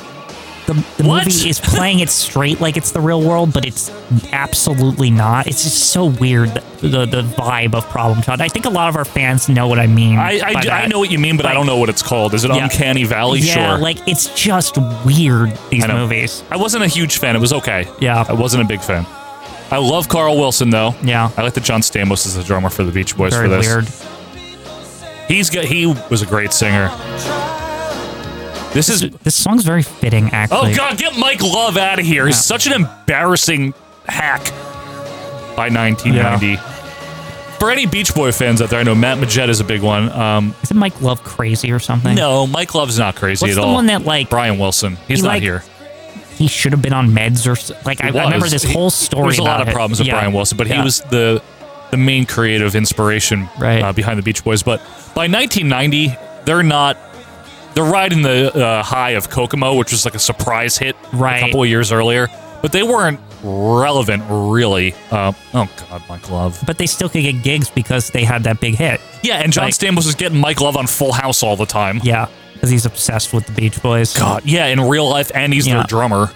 B: The, the
A: What?
B: movie is playing it straight like it's the real world, but it's absolutely not. It's just so weird the the, the vibe of Problem Child. I think a lot of our fans know what I mean.
A: I I,
B: by
A: do- I
B: that.
A: know what you mean, but I
B: Like-
A: don't know what it's called. Is it
B: Yeah.
A: Uncanny Valley?
B: Yeah,
A: sure.
B: like it's just weird these movies.
A: I wasn't a huge fan. It was okay.
B: Yeah.
A: I wasn't a big fan. I love Carl Wilson though.
B: Yeah.
A: I like that John Stamos is the drummer for the Beach Boys
B: Very
A: for this.
B: weird.
A: He's got, he was a great singer. This is
B: This song's very fitting, actually.
A: Oh god, get Mike Love out of here. He's
B: Yeah.
A: such an embarrassing hack by 1990. For any Beach Boy fans out there, I know Matt Majette is a big one. Um,
B: Is it Mike Love crazy or something?
A: no, Mike Love's not crazy
B: What's
A: at
B: the
A: all.
B: one that, like-
A: Brian Wilson? He's
B: He,
A: not
B: like,
A: here.
B: He should have been on meds or s- like I, I
A: was.
B: remember this
A: He-
B: whole story.
A: There was a lot
B: about
A: of
B: it.
A: problems with
B: Yeah.
A: Brian Wilson, but he
B: Yeah.
A: was the the main creative inspiration
B: Right.
A: uh, behind the Beach Boys. But by 1990, they're not. They're riding the uh, high of Kokomo, which was like a surprise hit
B: Right.
A: a couple of years earlier, but they weren't relevant really. Uh, oh God, Mike Love.
B: But they still could get gigs because they had that big hit.
A: Yeah, and John
B: Like-
A: Stamos was getting Mike Love on Full House all the time.
B: Yeah, because he's obsessed with the Beach Boys.
A: God, yeah, in real life, and he's
B: Yeah.
A: their drummer.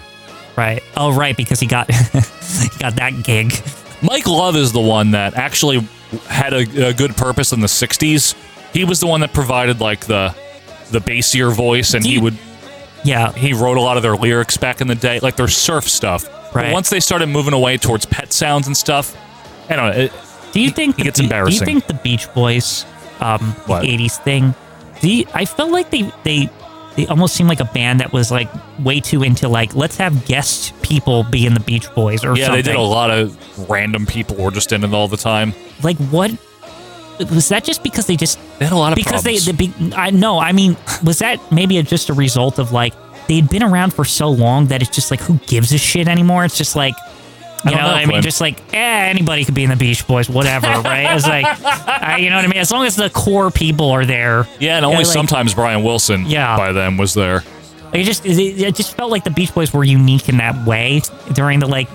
B: Right. Oh, right, because he got he got that gig.
A: Mike Love is the one that actually had a, a good purpose in the '60s. He was the one that provided like the the bassier voice, and he would
B: Yeah.
A: he wrote a lot of their lyrics back in the day, like their surf stuff. But
B: Right.
A: once they started moving away towards pet sounds and stuff, I don't know. It,
B: Do you think
A: it gets
B: Be-
A: embarrassing?
B: Do you think the Beach Boys, um, the
A: What?
B: '80s thing? Do you, I felt like they they they almost seemed like a band that was like way too into like let's have guest people be in the Beach Boys or
A: yeah,
B: something.
A: they did a lot of random people were just in it all the time.
B: Like what was that? Just because they just
A: They had a lot of
B: because
A: problems.
B: they the be, I no I mean was that maybe a, just a result of like they'd been around for so long that it's just like who gives a shit anymore? It's just like. You
A: don't
B: know,
A: know,
B: I mean,
A: Glenn.
B: just like eh, anybody could be in the Beach Boys, whatever, right? It's like, I, you know what I mean. As long as the core people are there,
A: yeah, and only
B: like,
A: sometimes Brian Wilson
B: Yeah.
A: by them was there.
B: It just it, it just felt like the Beach Boys were unique in that way during the like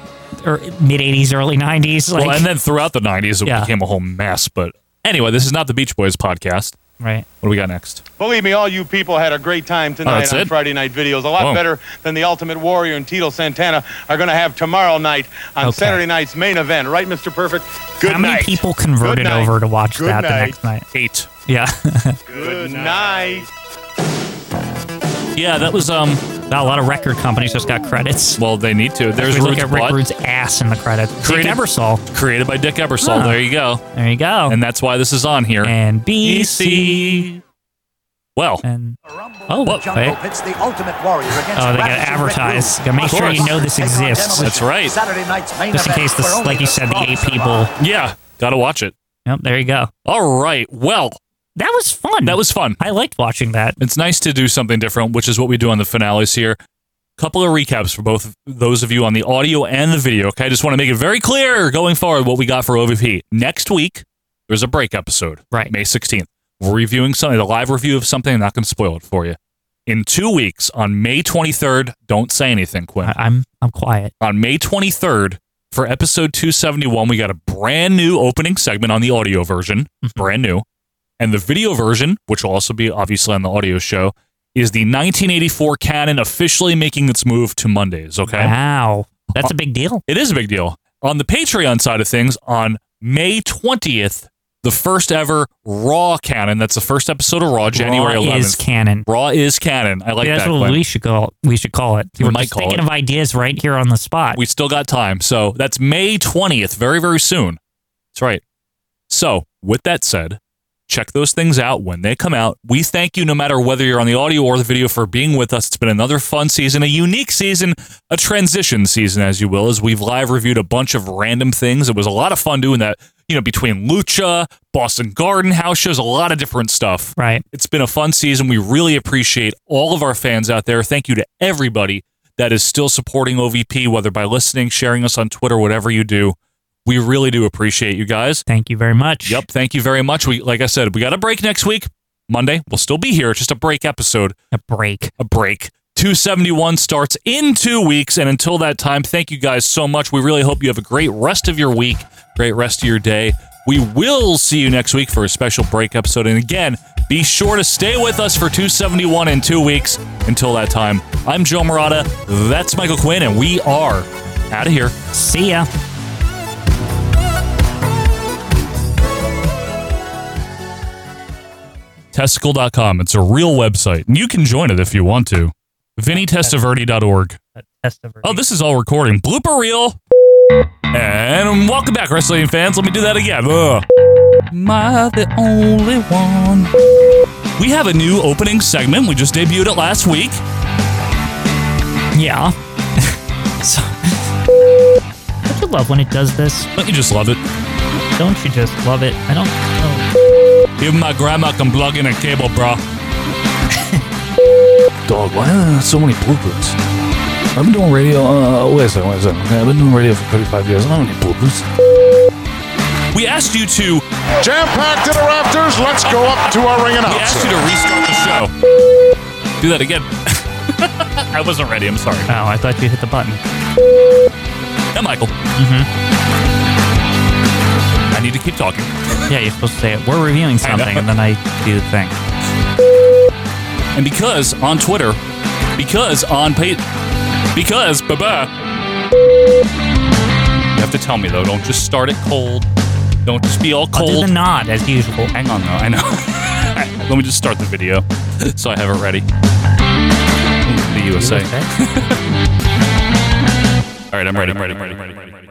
B: or mid '80s, early '90s. Like,
A: well, and then throughout the 90s, it
B: Yeah.
A: became a whole mess. But anyway, this is not the Beach Boys podcast.
B: Right.
A: What do we got next?
M: Believe me, all you people had a great time tonight
A: that's
M: on
A: it?
M: Friday Night Videos. A lot
A: Whoa.
M: better than the Ultimate Warrior and Tito Santana are going to have tomorrow night on
B: Okay.
M: Saturday night's main event. Right, Mr. Perfect? Good
B: how
M: night.
B: many people converted
M: Good night.
B: over to watch
M: Good
B: that the
M: night.
B: next night?
A: Eight.
B: Yeah,
M: Good night.
A: Yeah, that was um.
B: Not a lot of record companies just got credits.
A: Well, they need to. There's
B: we look
A: Ruth's
B: at Rick
A: Butt,
B: Rude's ass in the credits. Dick
A: Created-
B: Ebersol.
A: created by Dick Ebersol.
B: Ah.
A: There you go.
B: There you go.
A: And that's why this is on here. E
B: And BC.
A: Well,
B: And oh, wait.
R: It's the Ultimate Warrior against
B: Oh, they
R: Raptors and
B: gotta
R: Rick
B: advertise.
R: Rude.
B: Gotta make
R: Of
B: sure you
R: course.
B: know this
R: Take on
B: exists.
R: Demolition.
A: That's right.
R: Saturday night's main
B: just in
R: event,
B: case
R: where
B: this,
R: only
B: like you said, the
R: strong
B: eight people.
R: survive.
A: yeah, gotta watch it.
B: Yep, there you go.
A: All right. Well,
B: That was fun.
A: that was fun.
B: I liked watching that.
A: It's nice to do something different, which is what we do on the finales here. Couple of recaps for both of those of you on the audio and the video. Okay, I just want to make it very clear going forward what we got for OVP. Next week, there's a break episode.
B: Right.
A: May 16th. We're reviewing something, a live review of something. I'm not going to spoil it for you. In two weeks, on May 23rd, don't say anything, Quinn.
B: I, I'm I'm quiet.
A: on May 23rd for episode 271. We got a brand new opening segment on the audio version, brand new. And the video version, which will also be obviously on the audio show, is the 1984 canon officially making its move to Mondays. Okay.
B: Wow, that's a big deal.
A: It is a big deal. On the Patreon side of things, on May 20th, the first ever Raw canon. That's the first episode of Raw, January
B: Raw
A: 11th.
B: is canon.
A: Raw is canon. I like
B: That's
A: that.
B: what
A: Glenn.
B: we should call we should call it.
A: We
B: We're
A: might
B: just
A: call
B: thinking
A: it.
B: of ideas right here on the spot.
A: We still got time. So that's May 20th, very, very soon. That's right. So, with that said, Check those things out when they come out. We thank you, no matter whether you're on the audio or the video, for being with us. It's been another fun season, a unique season, a transition season, as you will, as we've live reviewed a bunch of random things. It was a lot of fun doing that, you know, between Lucha, Boston Garden House shows, a lot of different stuff.
B: Right.
A: It's been a fun season. We really appreciate all of our fans out there. Thank you to everybody that is still supporting OVP, whether by listening, sharing us on Twitter, whatever you do. We really do appreciate you guys.
B: Thank you very much.
A: Yep, thank you very much. We like I said, we got a break next week. Monday, we'll still be here. It's just a break episode.
B: A break.
A: A break. 271 starts in two weeks. And until that time, thank you guys so much. We really hope you have a great rest of your week, great rest of your day. We will see you next week for a special break episode. And again, be sure to stay with us for 271 in two weeks. Until that time, I'm Joe Morata. That's Michael Quinn, and we are out of here.
B: See ya.
A: Testicle.com. It's a real website, and you can join it if you want to. VinnyTestaverde.org. Oh, this is all recording. Blooper reel. And welcome back, wrestling fans. Let me do that again. Ugh. Am I the only one? We have a new opening segment. We just debuted it last week.
B: Yeah. so, don't you love when it does this?
A: Don't you just love it?
B: Don't you just love it? I don't know.
A: Even my grandma can plug in a cable, bro.
S: Dog, why are there so many bloopers? I've been doing radio. Uh, wait a second, wait a second. I've been doing radio for 35 years. I don't have any bloopers.
A: We asked you to
T: Jam packed to the rafters. Let's go up to our ring
A: We asked
T: announcer.
A: you to restart the show. Oh, Do that again. I wasn't ready. I'm sorry.
B: Oh, I thought you hit the button.
A: Yeah, Michael.
B: Mm-hmm.
A: I need to keep talking.
B: Yeah, you're supposed to say it. We're reviewing
A: I know.
B: something, and then I do the thing.
A: And because on Twitter, because on pa- because bye bye. You have to tell me though. Don't just start it cold. Don't just be all cold.
B: I'll do the nod as usual.
A: Hang on though. I know. Let me just start the video so I have it ready. Ooh, The USA. all right, I'm ready. I'm ready. I'm ready. I'm ready. I'm ready.